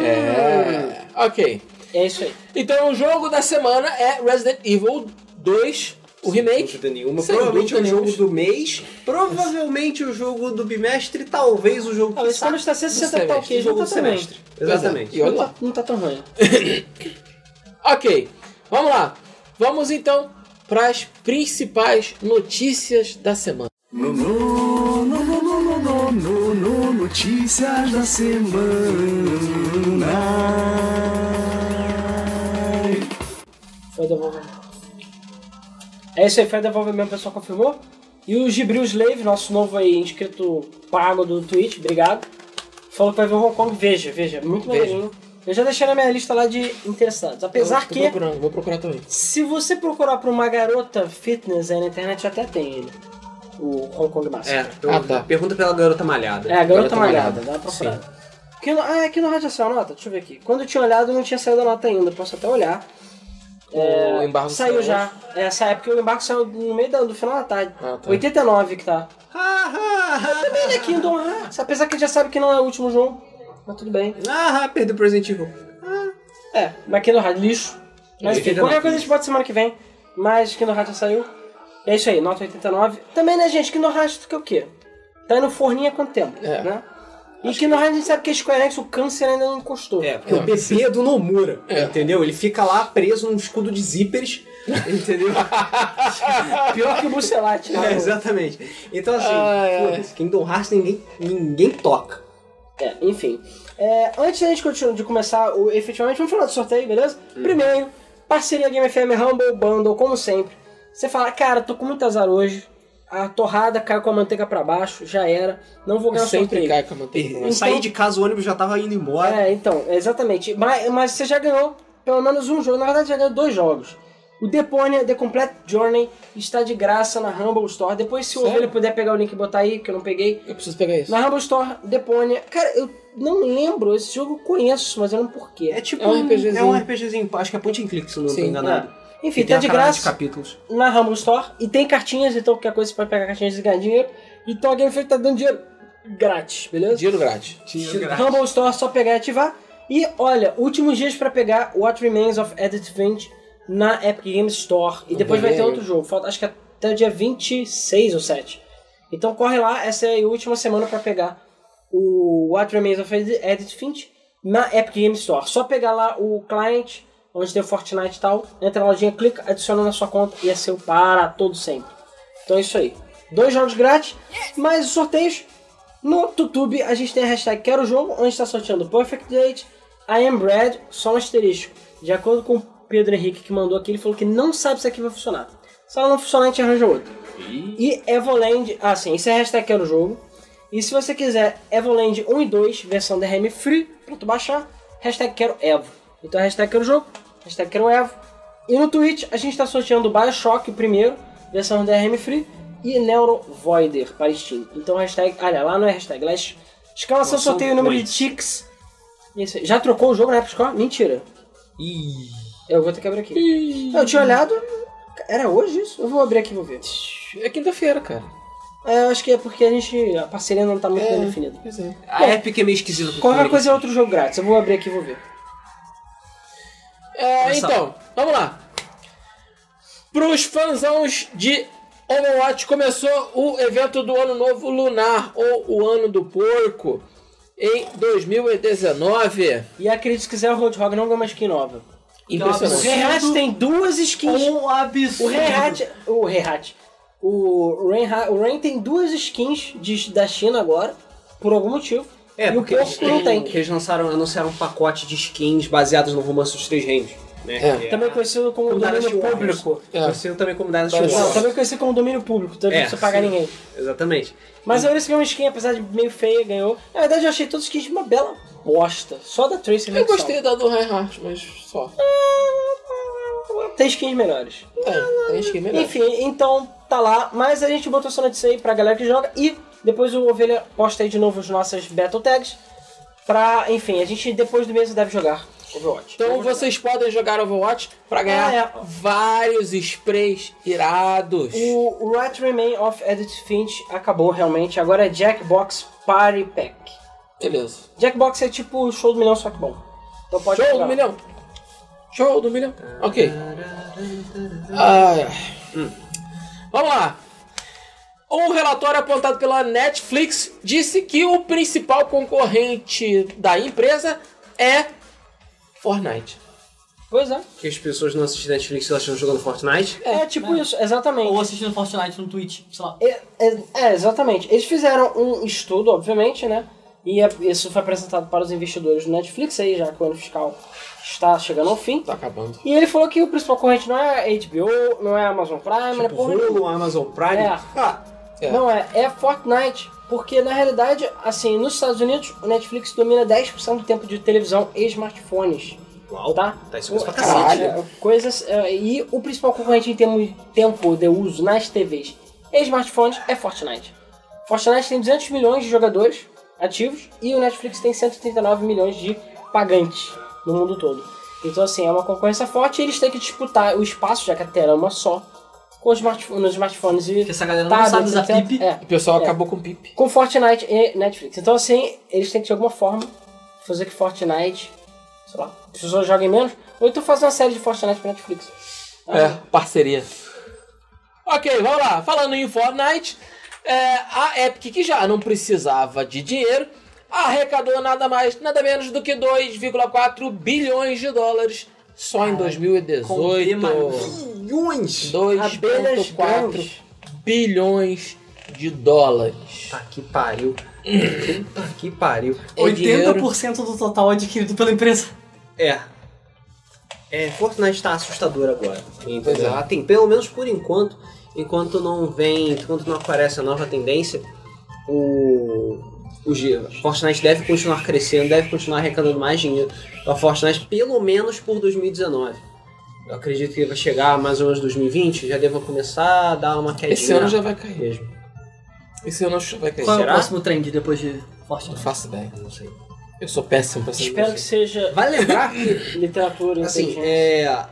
Speaker 2: É. Ok.
Speaker 1: É isso aí.
Speaker 2: Então o jogo da semana é Resident Evil 2, o
Speaker 5: Sem
Speaker 2: remake.
Speaker 5: dúvida nenhuma.
Speaker 2: Sem
Speaker 5: provavelmente
Speaker 2: dúvida
Speaker 5: o jogo
Speaker 2: nenhuma.
Speaker 5: do mês. Provavelmente o jogo do bimestre. Talvez o jogo
Speaker 1: Ah, esse quando está 60 tá ok,
Speaker 5: o
Speaker 1: já
Speaker 5: jogo
Speaker 1: tá
Speaker 5: do semestre. Exatamente.
Speaker 2: é. E olha lá.
Speaker 1: Não tá tão ruim.
Speaker 2: Ok, vamos lá. Vamos então para as principais notícias da semana.
Speaker 4: No, no, no, no, no, no, no, no, no, notícias da semana.
Speaker 1: Foi devolver. É isso aí, foi devolver mesmo, o pessoal confirmou. E o Gibril Slave, nosso novo aí inscrito pago do Twitch, obrigado. Falou que vai ver o Hong Kong. Veja, veja, é muito
Speaker 2: Veja.
Speaker 1: maneirinho. Eu já deixei na minha lista lá de interessados. Apesar
Speaker 2: Eu tô
Speaker 1: que,
Speaker 2: procurando, vou procurar também.
Speaker 1: se você procurar por uma garota fitness aí na internet, até tem ele. O Hong Kong Master.
Speaker 5: É, então,
Speaker 2: Ah, tá.
Speaker 5: pergunta pela garota malhada.
Speaker 1: É, a garota
Speaker 2: Garota
Speaker 1: malhada,
Speaker 2: Malhada.
Speaker 1: dá uma procurada. Aqui no, ah, aqui no Rádio Social, nota, deixa eu ver aqui. Quando eu tinha olhado, não tinha saído a nota ainda, posso até olhar.
Speaker 2: o embargo
Speaker 1: É, Saiu
Speaker 2: saiu
Speaker 1: já. É, Essa época o embarque saiu no meio da- do final da tarde.
Speaker 2: né? Ah, tá.
Speaker 1: 89 que tá.
Speaker 5: Ah,
Speaker 1: Ele é Kingdom Hearts, apesar que ele já sabe que não é o último jogo. Mas tudo bem.
Speaker 5: ah, perdeu o Resident Evil.
Speaker 1: É, mas Kingdom Hearts, lixo. Mas enfim,
Speaker 5: 89.
Speaker 1: qualquer coisa a gente bota semana que vem. Mas Kingdom Hearts já saiu. É isso aí, nota 89. Também, né, gente? Kingdom Hearts que é o quê? Tá aí no forninho há quanto tempo,
Speaker 2: É.
Speaker 1: né? E Kingdom Hearts a gente sabe que a Square Enix, o câncer ainda não encostou.
Speaker 5: É, porque o bebê é do Nomura,
Speaker 2: É.
Speaker 5: entendeu? Ele fica lá preso num escudo de zíperes, entendeu?
Speaker 1: Pior que o Bucelate, né?
Speaker 5: É, exatamente. Então, assim,
Speaker 2: Ai, ai.
Speaker 5: foda-se, Kingdom Hearts ninguém, ninguém toca.
Speaker 1: É, enfim. É, antes da gente continuar de começar, o, efetivamente, vamos falar do sorteio, beleza?
Speaker 2: Uhum.
Speaker 1: Primeiro, parceria Game FM Humble Bundle, como sempre. Você fala, cara, tô com muito azar hoje. A torrada caiu com a manteiga pra baixo, já era. Não vou ganhar o
Speaker 2: É Sempre
Speaker 1: sorteio.
Speaker 2: cai com a manteiga.
Speaker 5: Eu
Speaker 2: Mas-
Speaker 5: saí de casa, o ônibus já tava indo embora.
Speaker 1: É, então, exatamente. Mas, mas você já ganhou pelo menos um jogo. Na verdade, já ganhou dois jogos. O Deponia, The Complete Journey, está de graça na Humble Store. Depois, se o
Speaker 2: Sério?
Speaker 1: Ovelha puder pegar o link e botar aí, que eu não peguei,
Speaker 2: Eu preciso pegar isso.
Speaker 1: Na Humble Store, Deponia. Cara, eu não lembro. Esse jogo eu conheço, mas eu não porquê.
Speaker 5: É tipo
Speaker 2: É um RPGzinho.
Speaker 5: É um RPGzinho, acho que é point and click, se não
Speaker 2: Sim,
Speaker 5: estou enganado.
Speaker 1: Enfim,
Speaker 5: E tem
Speaker 1: tá
Speaker 5: uma
Speaker 1: de
Speaker 5: caralho
Speaker 1: graça
Speaker 5: De capítulos.
Speaker 1: na Humble Store. E tem cartinhas, então qualquer coisa você pode pegar cartinhas e ganhar dinheiro. Então a Game Freak tá dando dinheiro grátis, beleza?
Speaker 2: Dinheiro grátis.
Speaker 1: é Humble Store, só pegar e ativar. E olha, últimos dias pra pegar What Remains of Edith Finch na Epic Games Store. E depois vai ter
Speaker 2: Valeu.
Speaker 1: outro jogo. Falta, acho que até o dia 26 ou 7. Então corre lá, essa é a última semana pra pegar o What Remains of Ed- Edith Finch na Epic Games Store. Só pegar lá o client, onde tem o Fortnite e tal, entra na lojinha, clica, adiciona na sua conta e é seu para todo sempre. Então é isso aí. Dois jogos grátis, mais os sorteios no YouTube a gente tem a hashtag Quero Jogo, onde está sorteando Perfect Date, I Am Bread, só um asterisco. De acordo com o Pedro Henrique que mandou aqui, ele falou que não sabe se aqui vai funcionar. Se ela não funcionar, a gente arranja outro. E Evoland, ah sim, isso é hashtag que era o jogo. E se você quiser Evoland 1 e 2, versão DRM Free, pra tu baixar, hashtag quero Evo. Então hashtag quero jogo, hashtag quero Evo. E no Twitch a gente tá sorteando o Bioshock o primeiro, versão DRM Free, e Neuro Voider para Steam. Então hashtag, olha lá não é hashtag, lá é es- escalação,
Speaker 6: Nossa,
Speaker 1: sorteio, número de
Speaker 6: dois.
Speaker 1: ticks. Isso aí. Já trocou o jogo na App Store? Mentira. Eu vou ter que abrir aqui. Eu tinha olhado, era hoje isso? Eu vou abrir aqui e vou ver.
Speaker 2: É quinta-feira, cara.
Speaker 1: É, eu acho que é porque a gente. A parceria não tá muito bem definida.
Speaker 2: Pois é.
Speaker 3: A Epic é meio esquisita.
Speaker 1: Qualquer coisa é outro jogo grátis. Eu vou abrir aqui e vou ver.
Speaker 2: É,
Speaker 3: Nossa.
Speaker 2: então, vamos lá. Pros fãzãos de Overwatch, começou o evento do Ano Novo Lunar, ou o Ano do Porco, em 2019.
Speaker 1: E acredito se quiser o Roadhog não ganha uma skin nova. O
Speaker 2: Impressionante.
Speaker 3: absurdo.
Speaker 1: Rehat tem duas skins.
Speaker 3: Um
Speaker 1: O
Speaker 3: absurdo.
Speaker 1: Rehat. O Rehat. O Ren, o Ren tem duas skins de- da China agora, por algum motivo.
Speaker 5: É,
Speaker 1: e o
Speaker 5: porque eles,
Speaker 1: Porco não tem.
Speaker 5: porque eles lançaram, anunciaram um pacote de skins baseados no romance dos três reinos. Né?
Speaker 2: É.
Speaker 5: Que
Speaker 1: Também conhecido como
Speaker 5: Dynasty
Speaker 1: domínio
Speaker 5: Warriors.
Speaker 1: público.
Speaker 2: É.
Speaker 5: Você também como Dynasty
Speaker 2: Não,
Speaker 1: Não,
Speaker 5: Warriors.
Speaker 1: também conhecido como domínio público, então
Speaker 5: É,
Speaker 1: não precisa pagar
Speaker 5: sim.
Speaker 1: ninguém.
Speaker 5: Exatamente.
Speaker 1: Mas a Eunice ganhou uma skin, apesar de meio feia, ganhou. Na verdade, eu achei todos os skins uma bela bosta. Só da Tracy
Speaker 2: Eu
Speaker 1: Maxwell.
Speaker 2: gostei da do Reinhardt, mas só.
Speaker 1: Tem skins melhores.
Speaker 2: Tem, tem skin melhor.
Speaker 1: Enfim, então tá lá. Mas a gente botou essa notícia aí pra galera que joga. E depois o Ovelha posta aí de novo as nossas Battle Tags. Pra, enfim, a gente depois do mês deve jogar Overwatch.
Speaker 2: Então vocês podem jogar Overwatch pra ganhar
Speaker 1: Ah, é.
Speaker 2: vários sprays irados.
Speaker 1: O Right Remain of Edith Finch acabou realmente. Agora é Jackbox Party Pack.
Speaker 2: Beleza.
Speaker 1: Jackbox é tipo show do milhão, só que bom. Então pode
Speaker 2: Show
Speaker 1: jogar.
Speaker 2: do milhão. Show do milhão. Ok. Ai, ai. Vamos lá. Um relatório apontado pela Netflix disse que o principal concorrente da empresa é Fortnite.
Speaker 1: Pois é.
Speaker 5: Que as pessoas não assistem Netflix elas estão jogando Fortnite.
Speaker 1: É,
Speaker 2: né?
Speaker 1: tipo isso, exatamente.
Speaker 3: Ou assistindo Fortnite no Twitch, sei lá.
Speaker 1: É, é- é, exatamente. Eles fizeram um estudo, obviamente, né? E é- isso foi apresentado para os investidores do Netflix aí, já que o ano fiscal está chegando ao fim.
Speaker 2: Tá acabando.
Speaker 1: E ele falou que o principal corrente não é HBO, não é Amazon Prime, não é porra nenhuma.
Speaker 5: Tipo, Hulu, Amazon Prime.
Speaker 1: É.
Speaker 5: Ah,
Speaker 2: É.
Speaker 1: Não é, é Fortnite. Porque na realidade, assim, nos Estados Unidos, o Netflix domina 10% do tempo de televisão e smartphones.
Speaker 5: uau.
Speaker 1: Tá.
Speaker 5: Tá isso mesmo pra
Speaker 2: Caralho.
Speaker 5: cacete.
Speaker 3: né?
Speaker 1: É, coisas. é, e o principal concorrente em termos de tempo de uso nas TVs e smartphones é Fortnite. Fortnite tem 200 milhões de jogadores ativos e o Netflix tem 139 milhões de pagantes no mundo todo. Então, assim, é uma concorrência forte e eles têm que disputar o espaço, já que a tela é uma só, com os smartphones, nos smartphones e.
Speaker 3: Porque essa galera não sabe
Speaker 1: tablets,
Speaker 3: usar
Speaker 1: etc.
Speaker 3: pipi.
Speaker 1: É,
Speaker 2: O pessoal
Speaker 1: É.
Speaker 2: acabou com o Pip.
Speaker 1: com Fortnite e Netflix. Então, assim, eles têm que de alguma forma fazer que Fortnite, sei lá, as pessoas joguem menos, ou então fazer uma série de Fortnite pra Netflix. Ah,
Speaker 2: É, parceria. Ok, vamos lá. Falando em Fortnite, é, a Epic, que já não precisava de dinheiro, arrecadou nada mais, nada menos do que 2,4 bilhões de dólares só em 2018.
Speaker 5: Milhões.
Speaker 2: 2,4 bilhões de dólares.
Speaker 5: Tá que pariu. Puta que pariu.
Speaker 2: É dinheiro.
Speaker 3: 80% do total adquirido pela empresa.
Speaker 5: É. É, Fortnite tá assustador agora.
Speaker 2: Pois é.
Speaker 5: Entendeu? Ela tem, pelo menos por enquanto, enquanto não vem, enquanto não aparece a nova tendência, o. O G- Fortnite deve continuar crescendo, deve continuar arrecadando mais dinheiro. A Fortnite, pelo menos por 2019. Eu acredito que vai chegar mais ou menos 2020, já deva começar a dar uma quedinha.
Speaker 2: Esse ano já vai cair.
Speaker 5: mesmo.
Speaker 2: Esse ano já vai cair.
Speaker 3: Qual é o
Speaker 5: Será?
Speaker 3: próximo trend depois de
Speaker 2: Não
Speaker 3: Fortnite?
Speaker 2: faço ideia, não sei. Eu sou péssimo pra essas
Speaker 1: Espero que
Speaker 2: coisas.
Speaker 1: seja
Speaker 5: Vai lembrar que,
Speaker 1: literatura,
Speaker 5: assim,
Speaker 1: inteligência,
Speaker 5: é,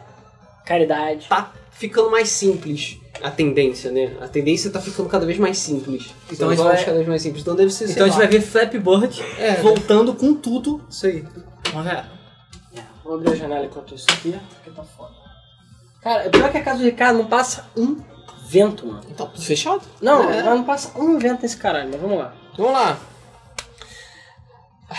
Speaker 1: caridade.
Speaker 5: tá ficando mais simples a tendência, né? A tendência tá ficando cada vez mais simples.
Speaker 3: Então
Speaker 5: Então
Speaker 3: a gente
Speaker 5: vai
Speaker 3: vai-
Speaker 5: cada vez mais simples. Então deve ser. sei
Speaker 3: Então a gente
Speaker 5: lá.
Speaker 3: vai ver Flappy Bird
Speaker 5: É,
Speaker 3: voltando com tudo.
Speaker 5: isso aí.
Speaker 3: Vamos ver.
Speaker 1: Vou abrir a janela enquanto isso aqui, porque tá foda. Cara, o pior é que a casa do Ricardo não passa um vento, mano.
Speaker 2: Tá tudo fechado? Então,
Speaker 1: Não, mas não passa um vento nesse caralho, mas vamos lá.
Speaker 2: Vamos lá.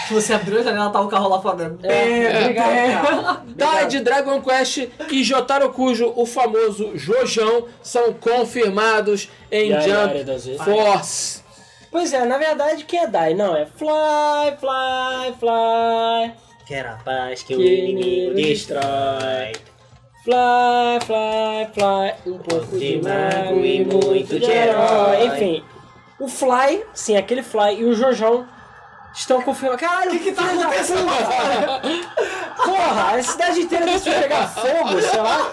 Speaker 3: Se você abriu a janela, tá o carro lá fora.
Speaker 1: É, obrigado, cara.
Speaker 2: Dai de Dragon Quest e Jotaro Cujo, o famoso Jojão, são confirmados em
Speaker 1: E aí, área
Speaker 2: Jump
Speaker 1: das vezes?
Speaker 2: Force.
Speaker 1: Pois é, na verdade, quem é Dai? Não, é Fly, Fly, Fly.
Speaker 5: Que era a paz que,
Speaker 1: Que o inimigo destrói. Fly, fly, fly, um pouco de mago e muito de herói. Enfim, o Fly, sim, aquele Fly e o Jojão estão confirmando. Caralho, o que, que tá acontecendo? Porra, a cidade inteira deixou pegar fogo, sei lá.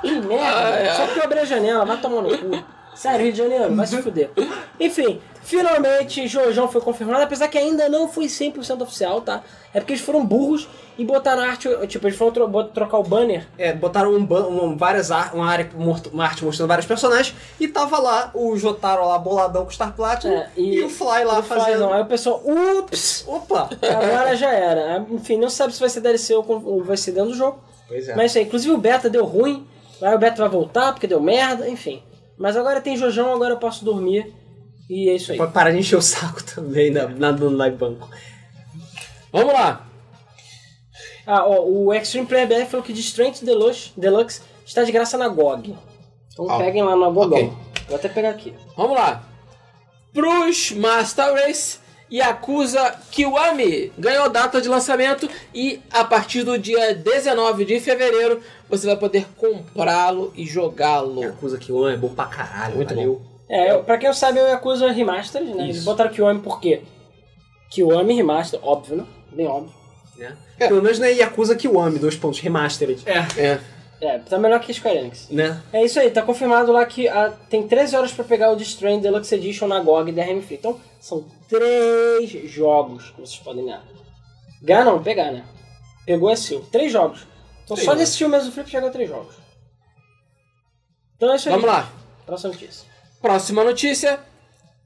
Speaker 1: Que merda, só que eu abri a janela, vai tomar no cu. Sério, Rio de Janeiro, vai se fuder. Enfim, finalmente Jojão foi confirmado, apesar que ainda não foi 100% oficial, tá? É porque eles foram burros e botaram a arte, tipo, eles foram tro- bot- trocar o banner
Speaker 5: É, botaram um, ban- um- várias ar, uma, área, morto- uma arte mostrando vários personagens e tava lá o Jotaro lá boladão com o Star Platinum
Speaker 1: É,
Speaker 5: e,
Speaker 1: e-
Speaker 5: o Fly lá
Speaker 1: Fly,
Speaker 5: fazendo.
Speaker 1: não. é- Aí o pessoal, ups,
Speaker 5: Opa!
Speaker 1: agora já era. Enfim, não sabe se vai ser DLC ou com- ou vai ser dentro do jogo.
Speaker 5: Pois é.
Speaker 1: Mas isso aí, inclusive o beta deu ruim, aí o beta vai voltar porque deu merda, enfim. Mas agora tem Jojão, agora eu posso dormir. E é isso aí.
Speaker 5: Pra parar de encher o saco também na, na, no Live Banco.
Speaker 2: Vamos lá.
Speaker 1: Ah, ó, o Extreme Player BR falou que de Strength Deluxe, Deluxe está de graça na GOG. Então
Speaker 2: Ah,
Speaker 1: peguem lá na GOG.
Speaker 2: ok.
Speaker 1: Vou até pegar aqui.
Speaker 2: Vamos lá. Pros Master Race Yakuza Kiwami ganhou data de lançamento e a partir do dia 19 de fevereiro você vai poder comprá-lo e jogá-lo.
Speaker 5: Yakuza Kiwan é bom pra caralho,
Speaker 2: Muito
Speaker 5: valeu.
Speaker 1: É, eu- pra quem não sabe, é o Yakuza Remastered, né? Eles
Speaker 5: Isso.
Speaker 1: botaram Kiwami por quê? Kiwami Remaster, óbvio, né? Bem óbvio.
Speaker 5: Né? Pelo menos não é Yakuza Kiwami, dois pontos, remastered.
Speaker 2: É.
Speaker 1: É, tá melhor que Square Enix.
Speaker 5: Né?
Speaker 1: É isso aí, tá confirmado lá que ah, tem 13 horas pra pegar o The Strain Deluxe Edition na GOG da RM Free. Então, são três jogos que vocês podem ganhar. Ganhar não, pegar, né? Pegou é seu. Três jogos. Então,
Speaker 2: Três
Speaker 1: só
Speaker 2: jogos.
Speaker 1: nesse filme mesmo Flip chegou a três jogos. Então é isso aí.
Speaker 2: Vamos lá.
Speaker 1: Próxima notícia.
Speaker 2: Próxima notícia.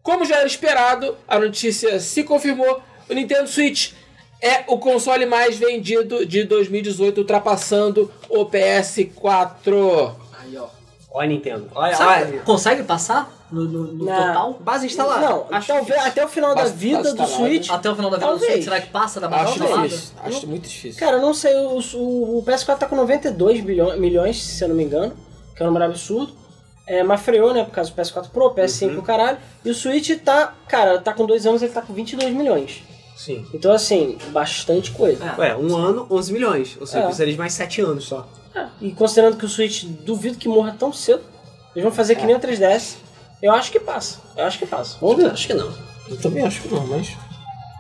Speaker 2: Como já era esperado, a notícia se confirmou. O Nintendo Switch é o console mais vendido de 2018, ultrapassando o PS4.
Speaker 3: Aí, ó.
Speaker 5: Ó, Nintendo. Olha,
Speaker 3: Sabe,
Speaker 5: olha.
Speaker 3: consegue passar no, no- no
Speaker 1: Na-
Speaker 3: total?
Speaker 5: É, Base instalada.
Speaker 1: Não, talvez, até o final
Speaker 2: Basta-
Speaker 1: da vida
Speaker 2: basta
Speaker 1: do
Speaker 2: lá, né?
Speaker 1: Switch.
Speaker 3: Até o final da vida do
Speaker 1: Talvez.
Speaker 3: Switch, será que passa da base
Speaker 2: Acho
Speaker 3: instalada?
Speaker 2: difícil. Acho muito difícil.
Speaker 1: Cara, eu não sei, o, o- o PS4 tá com 92 bilhões, milhões, se eu não me engano, que é um número absurdo. É, mas freou, né, por causa do PS4 Pro, PS5 o caralho. E o Switch tá, cara, tá com dois anos, ele tá com 22 milhões.
Speaker 5: Sim.
Speaker 1: Então, assim, bastante coisa.
Speaker 3: É.
Speaker 5: Ué, um ano, 11 milhões. Ou seja,
Speaker 1: É.
Speaker 5: precisaria de mais 7 anos só.
Speaker 1: Ah, E considerando que o Switch, duvido que morra tão cedo, eles vão fazer que nem o 3DS. Eu acho que passa, eu acho que passa. Vamos ver.
Speaker 5: Acho que não.
Speaker 2: Eu também acho que não, mas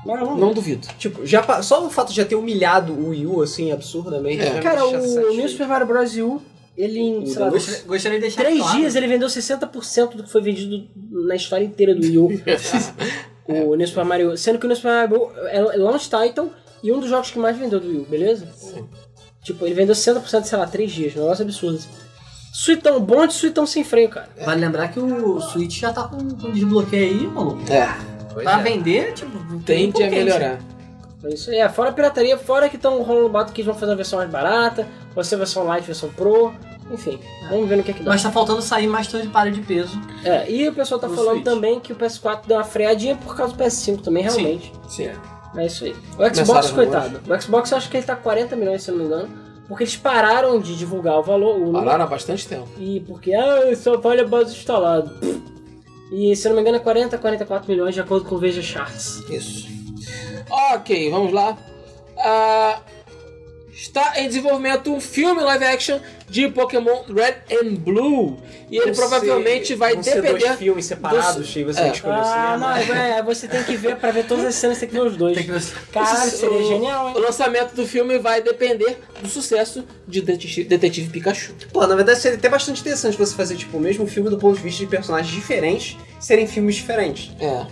Speaker 1: Mas vamos ver.
Speaker 2: não duvido.
Speaker 5: Tipo, já pa- só o fato de já ter humilhado o Wii U, assim, absurdamente.
Speaker 2: É.
Speaker 5: já me
Speaker 1: Cara,
Speaker 5: deixa
Speaker 1: o
Speaker 5: satisfeito.
Speaker 1: New Super Mario Bros. U, ele em, sei lá,
Speaker 5: Deluxe?
Speaker 3: Gostaria- Gostaria de deixar
Speaker 1: Três
Speaker 3: claro.
Speaker 1: dias ele vendeu 60% do que foi vendido na história inteira do Wii U.
Speaker 2: É.
Speaker 1: o
Speaker 3: É,
Speaker 1: New Super Mario. Sendo que o New Super Mario é launch title e um dos jogos que mais vendeu do Wii U, beleza? Tipo, ele vendeu 60%, sei lá, três dias. Um negócio absurdo. Suitão bom de suitão sem freio, cara.
Speaker 3: Vale lembrar que o Switch já tá com com desbloqueio aí, maluco.
Speaker 2: É,
Speaker 5: Pois
Speaker 3: Pra
Speaker 5: é.
Speaker 3: vender, tipo, tem
Speaker 2: tende a
Speaker 3: pouquinho,
Speaker 2: melhorar.
Speaker 1: É Isso aí, é, fora a pirataria, fora que estão rolando bato que eles vão fazer a versão mais barata, vai ser a versão light, versão pro, enfim, vamos ver no que é que dá.
Speaker 3: Mas tá faltando sair mais torre de para de peso.
Speaker 1: É, e o pessoal tá
Speaker 3: No
Speaker 1: falando
Speaker 3: Switch.
Speaker 1: também que o PS4 deu uma freadinha por causa do PS5 também,
Speaker 3: Sim.
Speaker 1: realmente.
Speaker 2: Sim.
Speaker 1: É isso aí. O Xbox,
Speaker 2: Começaram
Speaker 1: coitado. O Xbox eu acho que ele tá 40 milhões, se eu não me engano. Porque eles pararam de divulgar o valor. O número.
Speaker 2: Pararam há bastante tempo.
Speaker 1: E porque, ah, só vale a base instalada. E se eu não me engano é 40, 44 milhões de acordo com o Veja Charts.
Speaker 2: Isso. Ok, vamos lá. Ah, está em desenvolvimento um filme live action de Pokémon Red and Blue. E ele
Speaker 5: Vão
Speaker 2: provavelmente
Speaker 5: ser-
Speaker 2: vai
Speaker 5: vão ser dois
Speaker 2: depender.
Speaker 5: filmes separados assim, e você tem
Speaker 2: É.
Speaker 5: que escolher o
Speaker 3: assim,
Speaker 1: Ah,
Speaker 5: cinema.
Speaker 1: não, é, você tem que ver, pra ver todas as cenas, tem que ver os dois.
Speaker 3: né? Tem que ver se-
Speaker 1: Caralho,
Speaker 2: Isso-
Speaker 1: seria
Speaker 2: o-
Speaker 1: genial, hein?
Speaker 2: O lançamento do filme vai depender do sucesso de Detetive, Detetive Pikachu.
Speaker 5: Pô, na verdade seria até bastante interessante você fazer, tipo, o mesmo filme do ponto de vista de personagens diferentes serem filmes diferentes.
Speaker 2: É,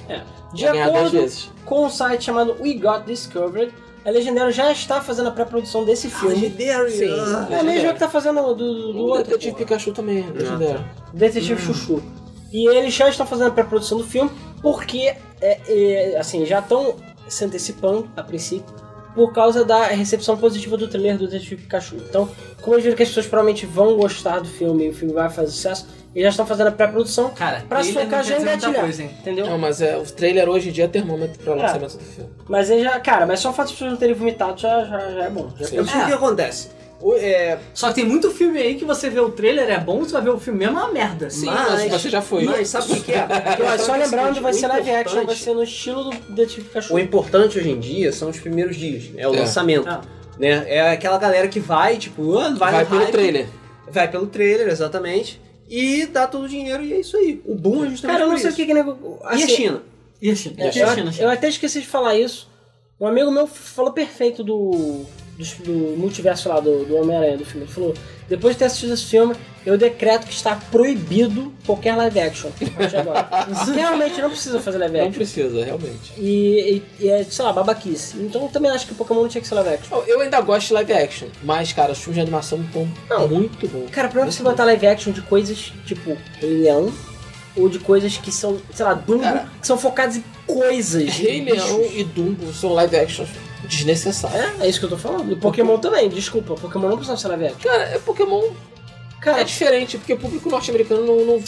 Speaker 1: De
Speaker 2: vai ganhar duas
Speaker 1: acordo
Speaker 2: vezes.
Speaker 1: com um site chamado We Got Discovered, a Legendário já está fazendo a pré-produção
Speaker 3: Ah,
Speaker 1: desse filme.
Speaker 5: Legendary!
Speaker 2: Sim.
Speaker 5: ah.
Speaker 1: É a mesma que tá fazendo do, do, do
Speaker 2: O
Speaker 1: outro. tipo,
Speaker 2: Detetive Pikachu também, é legendário.
Speaker 1: Detetive
Speaker 5: Hum.
Speaker 1: Chuchu. E eles já estão fazendo a pré-produção do filme porque, é, é, assim, já estão se antecipando a princípio por causa da recepção positiva do trailer do Detetive Pikachu. Então, como eles viram que as pessoas provavelmente vão gostar do filme e o filme vai fazer sucesso, eles já estão fazendo a pré-produção
Speaker 3: Cara,
Speaker 1: pra
Speaker 3: trailer
Speaker 1: socar já
Speaker 3: não quer dizer muita
Speaker 1: engatilhar,
Speaker 3: coisa, hein?
Speaker 1: entendeu?
Speaker 2: Não, mas é, o trailer hoje em dia é termômetro para o
Speaker 1: É.
Speaker 2: lançamento do filme.
Speaker 1: Mas ele já, cara, mas só o fato de as pessoas não terem vomitado já, já, já é bom. Já
Speaker 5: Eu sei o que acontece. O- é,
Speaker 3: Só que tem muito filme aí que você vê o trailer, é bom, você vai ver o filme mesmo, é uma merda.
Speaker 2: Sim,
Speaker 5: Mas-
Speaker 2: mas você já foi.
Speaker 5: mas sabe o que que é?
Speaker 1: Então, é só
Speaker 5: que é o
Speaker 1: lembrar onde
Speaker 5: seguinte,
Speaker 1: vai
Speaker 5: o
Speaker 1: ser live action, vai
Speaker 5: importante-
Speaker 1: ser no estilo do Detetive Pikachu.
Speaker 5: O importante hoje em dia são os primeiros dias, é o
Speaker 2: É.
Speaker 5: lançamento.
Speaker 1: Ah.
Speaker 5: Né? É aquela galera que vai, tipo, ah, vai,
Speaker 2: Vai
Speaker 5: no
Speaker 2: pelo
Speaker 5: hype,
Speaker 2: trailer.
Speaker 5: Vai pelo trailer, exatamente. E dá todo o dinheiro e é isso aí. O boom é justamente
Speaker 1: Cara, eu não
Speaker 5: por
Speaker 1: sei o
Speaker 5: isso.
Speaker 1: que que... nego-
Speaker 5: E a
Speaker 1: assim,
Speaker 5: China?
Speaker 3: E a China?
Speaker 1: É,
Speaker 3: E a China,
Speaker 1: eu,
Speaker 3: a
Speaker 1: eu
Speaker 3: China?
Speaker 1: até esqueci de falar isso. Um amigo meu falou perfeito do, do, do multiverso lá do, do Homem-Aranha do filme. Ele falou: depois de ter assistido esse filme, eu decreto que está proibido qualquer live action. a partir de agora. Realmente não precisa fazer live
Speaker 2: Não
Speaker 1: action.
Speaker 2: precisa, realmente.
Speaker 1: E, e- e é, sei lá, babaquice. Então eu também acho que o Pokémon não tinha que ser live action.
Speaker 2: Eu- Eu ainda gosto de live action, mas, cara, os filmes de animação estão muito bons.
Speaker 1: Cara, pra você botar live action de coisas tipo Rei Leão ou de coisas que são, sei lá, Dumbo,
Speaker 2: Cara.
Speaker 1: que são focadas em coisas.
Speaker 2: Rei
Speaker 1: em
Speaker 2: Leão
Speaker 1: bichos.
Speaker 2: e Dumbo são live action desnecessários.
Speaker 1: É, é isso que eu tô falando. E Pokémon também, desculpa. Pokémon não precisa ser live action.
Speaker 2: Cara, é Pokémon é
Speaker 1: Cara,
Speaker 2: diferente, porque o público norte-americano não, não,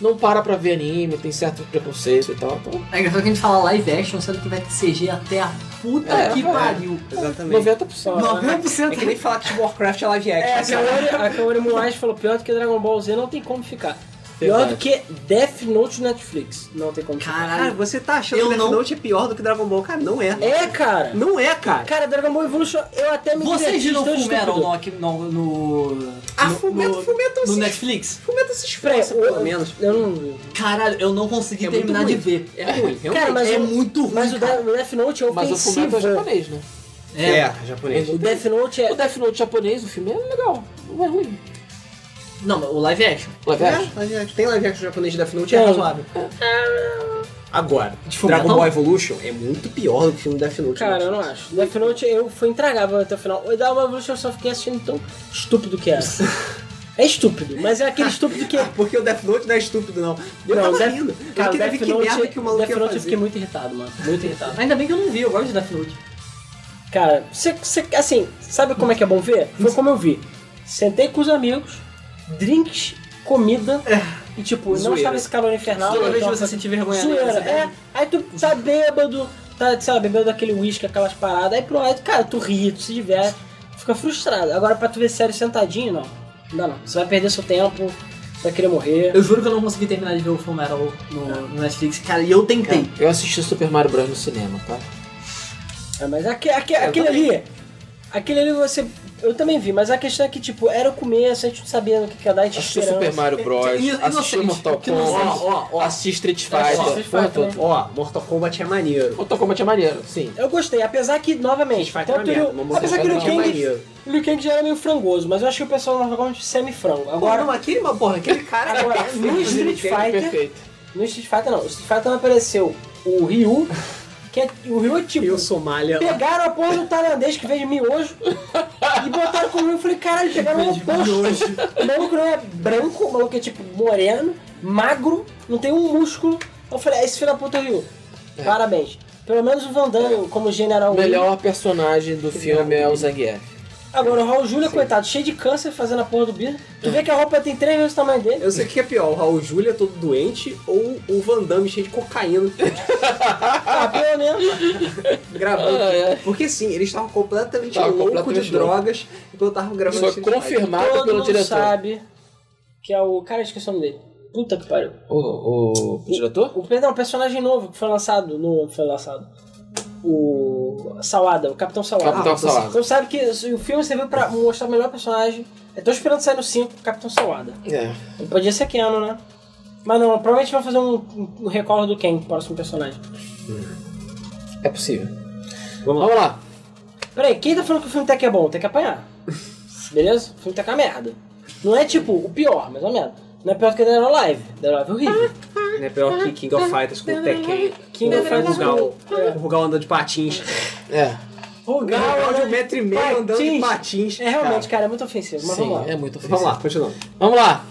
Speaker 2: não para pra ver anime, tem certo preconceito e tal. Então,
Speaker 3: É engraçado que a gente fala live action, sendo que vai ter CG até a puta
Speaker 2: É,
Speaker 3: que
Speaker 2: é.
Speaker 3: pariu.
Speaker 5: Exatamente.
Speaker 2: 90%.
Speaker 1: Não.
Speaker 3: 90%
Speaker 5: É que nem falar que tipo, Warcraft é live
Speaker 1: a
Speaker 5: action. sabe?
Speaker 1: Kaori, a Kaori Moraes falou pior do que Dragon Ball Z, não tem como ficar. Pior
Speaker 2: Verdade.
Speaker 1: do que Death Note Netflix, não tem como ficar.
Speaker 5: Cara,
Speaker 3: Caralho.
Speaker 5: você tá achando
Speaker 3: Eu
Speaker 5: que Death
Speaker 3: não-
Speaker 5: Note é pior do que Dragon Ball? Cara, não é.
Speaker 1: É, cara.
Speaker 5: Não é, cara.
Speaker 1: Cara, Dragon Ball Evolution, eu até me
Speaker 3: Vocês
Speaker 1: diverti,
Speaker 3: viram
Speaker 1: tão
Speaker 3: Fumero
Speaker 1: estúpido.
Speaker 3: no, aqui- no, no,
Speaker 5: Ah,
Speaker 3: no-
Speaker 5: Fullmetal-
Speaker 3: no-
Speaker 5: Fullmetal
Speaker 3: no
Speaker 5: se-
Speaker 3: Netflix?
Speaker 5: Fumeta se
Speaker 1: Peraí,
Speaker 5: esforça,
Speaker 1: eu-
Speaker 5: pelo menos.
Speaker 1: Eu não vi.
Speaker 3: Caralho, eu não consegui
Speaker 5: É muito
Speaker 3: terminar de
Speaker 5: ruim.
Speaker 3: ver. É ruim.
Speaker 1: Cara, mas
Speaker 3: é
Speaker 1: o-
Speaker 3: muito ruim.
Speaker 1: Mas o
Speaker 3: cara.
Speaker 1: Death- o Death Note é
Speaker 2: Mas o filme
Speaker 1: ofensivo.
Speaker 2: é japonês, né?
Speaker 3: É.
Speaker 5: japonês.
Speaker 1: O Death Note é...
Speaker 2: O Death Note japonês, o filme é legal, não é ruim.
Speaker 3: Não, mas o live action.
Speaker 2: Live action?
Speaker 5: É, live action. Tem live action japonês de Death Note, é,
Speaker 1: Tem. É.
Speaker 5: razoável. Agora,
Speaker 3: De Fullmetal?
Speaker 5: Dragon Ball Evolution é muito pior do que o filme Death Note.
Speaker 1: Cara,
Speaker 5: né?
Speaker 1: eu não acho. Death Note eu fui intragável até o final. O Dragon Ball Evolution eu só fiquei assistindo tão estúpido que era. É estúpido, mas é aquele estúpido que...
Speaker 5: Ah, porque o Death Note não é estúpido, não. Eu
Speaker 1: não,
Speaker 5: tava
Speaker 1: Death-
Speaker 5: rindo.
Speaker 1: Cara,
Speaker 5: eu queria ver
Speaker 1: Death
Speaker 5: que merda
Speaker 1: Note,
Speaker 5: que o maluco
Speaker 1: Death
Speaker 5: ia
Speaker 1: Note é
Speaker 5: fazer.
Speaker 1: eu fiquei muito irritado, mano. Muito irritado.
Speaker 3: Ainda bem que eu não vi, eu gosto de Death Note.
Speaker 1: Cara, você, você- assim, sabe como é que é bom ver? Foi como eu vi. Sentei com os amigos, drinks, comida, e tipo, não
Speaker 5: É. Zoeira.
Speaker 1: estava esse calor infernal.
Speaker 3: Toda vez
Speaker 1: então,
Speaker 3: que você sentir
Speaker 5: né,
Speaker 3: vergonha né?
Speaker 1: Zoeira,
Speaker 3: alheia,
Speaker 1: é. Aí tu tá bêbado, tá, sei lá, bebendo aquele uísque, aquelas paradas, aí pro lado, cara, tu ri, tu se diverte, fica frustrado. Agora pra tu ver sério sentadinho, não. Não dá não. Você vai perder seu tempo, você vai querer morrer.
Speaker 3: Eu juro que eu não consegui terminar de ver o Fullmetal
Speaker 1: É.
Speaker 3: no, no Netflix, cara, e eu tentei.
Speaker 2: É. Eu assisti Super Mario Bros. no cinema, tá?
Speaker 1: É, mas aque, aque, aquele ali. Aquele ali você. Eu também vi, mas a questão é que, tipo, era o começo, a gente não sabia no que que ia dar, a gente
Speaker 2: Assisti
Speaker 1: esperando.
Speaker 2: Super Mario Bros.
Speaker 3: E-
Speaker 2: Assisti
Speaker 3: inocente,
Speaker 2: Mortal
Speaker 3: que inocente.
Speaker 2: Kombat.
Speaker 5: Ó, ó, ó.
Speaker 2: Assisti É Street
Speaker 1: Assisti
Speaker 2: Fighter.
Speaker 1: Street
Speaker 2: porra
Speaker 1: Fighter.
Speaker 2: toda.
Speaker 5: Ó, Mortal Kombat é maneiro.
Speaker 2: Mortal Kombat é maneiro, sim.
Speaker 1: Eu gostei, apesar que, novamente,
Speaker 5: Street Fighter
Speaker 1: tanto
Speaker 5: é uma merda,
Speaker 1: Liu-
Speaker 5: mas Mortal
Speaker 1: apesar que o Liu
Speaker 2: Kombat é
Speaker 1: Kang,
Speaker 5: maneiro.
Speaker 1: o Liu Kang já era meio frangoso, mas eu achei o pessoal do Mortal Kombat semi-frango.
Speaker 5: Agora,
Speaker 1: Agora,
Speaker 5: não, aquele, mas, porra, aquele cara é
Speaker 1: agora,
Speaker 5: perfeito,
Speaker 1: no
Speaker 5: ele
Speaker 1: Street
Speaker 5: tem-
Speaker 1: Fighter,
Speaker 2: Perfeito.
Speaker 1: no Street Fighter não, no Street Fighter não apareceu o Ryu, que é, o Ryu é tipo,
Speaker 5: Eu sou malha.
Speaker 1: pegaram a porra do tailandês que veio de miojo e botaram com o Ryu, eu falei, caralho, pegaram o oposto. O maluco não é branco, o maluco é tipo moreno, magro, não tem um músculo. Eu falei, ah, esse filho da puta é o Ryu, parabéns. Pelo menos o Van Damme, como general
Speaker 2: O
Speaker 1: Ryu,
Speaker 2: melhor personagem do filme
Speaker 1: um
Speaker 2: é o Zangief.
Speaker 1: Agora, o Raul Júlia, coitado, cheio de câncer fazendo a porra do bicho. Tu vê que a roupa tem três vezes o tamanho dele.
Speaker 5: Eu sei o que é pior, o Raul Júlia todo doente ou o Van Damme cheio de cocaína
Speaker 1: Ah, pelo menos.
Speaker 5: gravando.
Speaker 2: Ah, é.
Speaker 5: Porque sim, eles estavam completamente
Speaker 2: Tava
Speaker 5: loucos
Speaker 2: completamente
Speaker 5: de
Speaker 2: louco.
Speaker 5: drogas enquanto estavam gravando.
Speaker 2: Foi
Speaker 5: Street Fighter.
Speaker 2: é confirmado
Speaker 1: Todo
Speaker 2: pelo
Speaker 1: mundo
Speaker 2: diretor.
Speaker 1: sabe que é o... Cara, eu esqueci o nome dele. Puta que pariu.
Speaker 2: O, o diretor?
Speaker 1: O, perdão, o personagem novo que foi lançado no... Foi lançado. O... Salada, o Capitão Salada.
Speaker 2: Capitão
Speaker 1: Ah, você-
Speaker 2: Salada.
Speaker 1: Então sabe que o filme serviu pra mostrar o melhor personagem. Eu tô esperando sair no 5, Capitão Salada.
Speaker 2: É.
Speaker 1: Ele podia ser Keanu, né? Mas não, provavelmente vai fazer um, um, um recall do Ken, próximo personagem.
Speaker 2: É possível.
Speaker 5: Vamos lá.
Speaker 2: Vamos lá.
Speaker 1: Peraí, quem tá falando que o filme Tech é bom? Tem que apanhar. Beleza? O filme Tech é uma merda. Não é tipo o pior, mas é uma merda. Não é pior do que Dead or Alive. Dead or Alive é
Speaker 2: Ah.
Speaker 1: horrível.
Speaker 5: Não é pior que King of Fighters com o Tekken.
Speaker 1: King of
Speaker 5: com o
Speaker 1: Fighters
Speaker 5: Rugal.
Speaker 1: com- é.
Speaker 5: O Rugal andando de patins.
Speaker 2: É.
Speaker 1: Rugal
Speaker 5: de um metro e meio andando de patins.
Speaker 1: É realmente, cara, é muito ofensivo. Mas
Speaker 2: Sim,
Speaker 1: vamos lá.
Speaker 2: é muito ofensivo.
Speaker 5: Vamos lá, continuando.
Speaker 2: Vamos lá.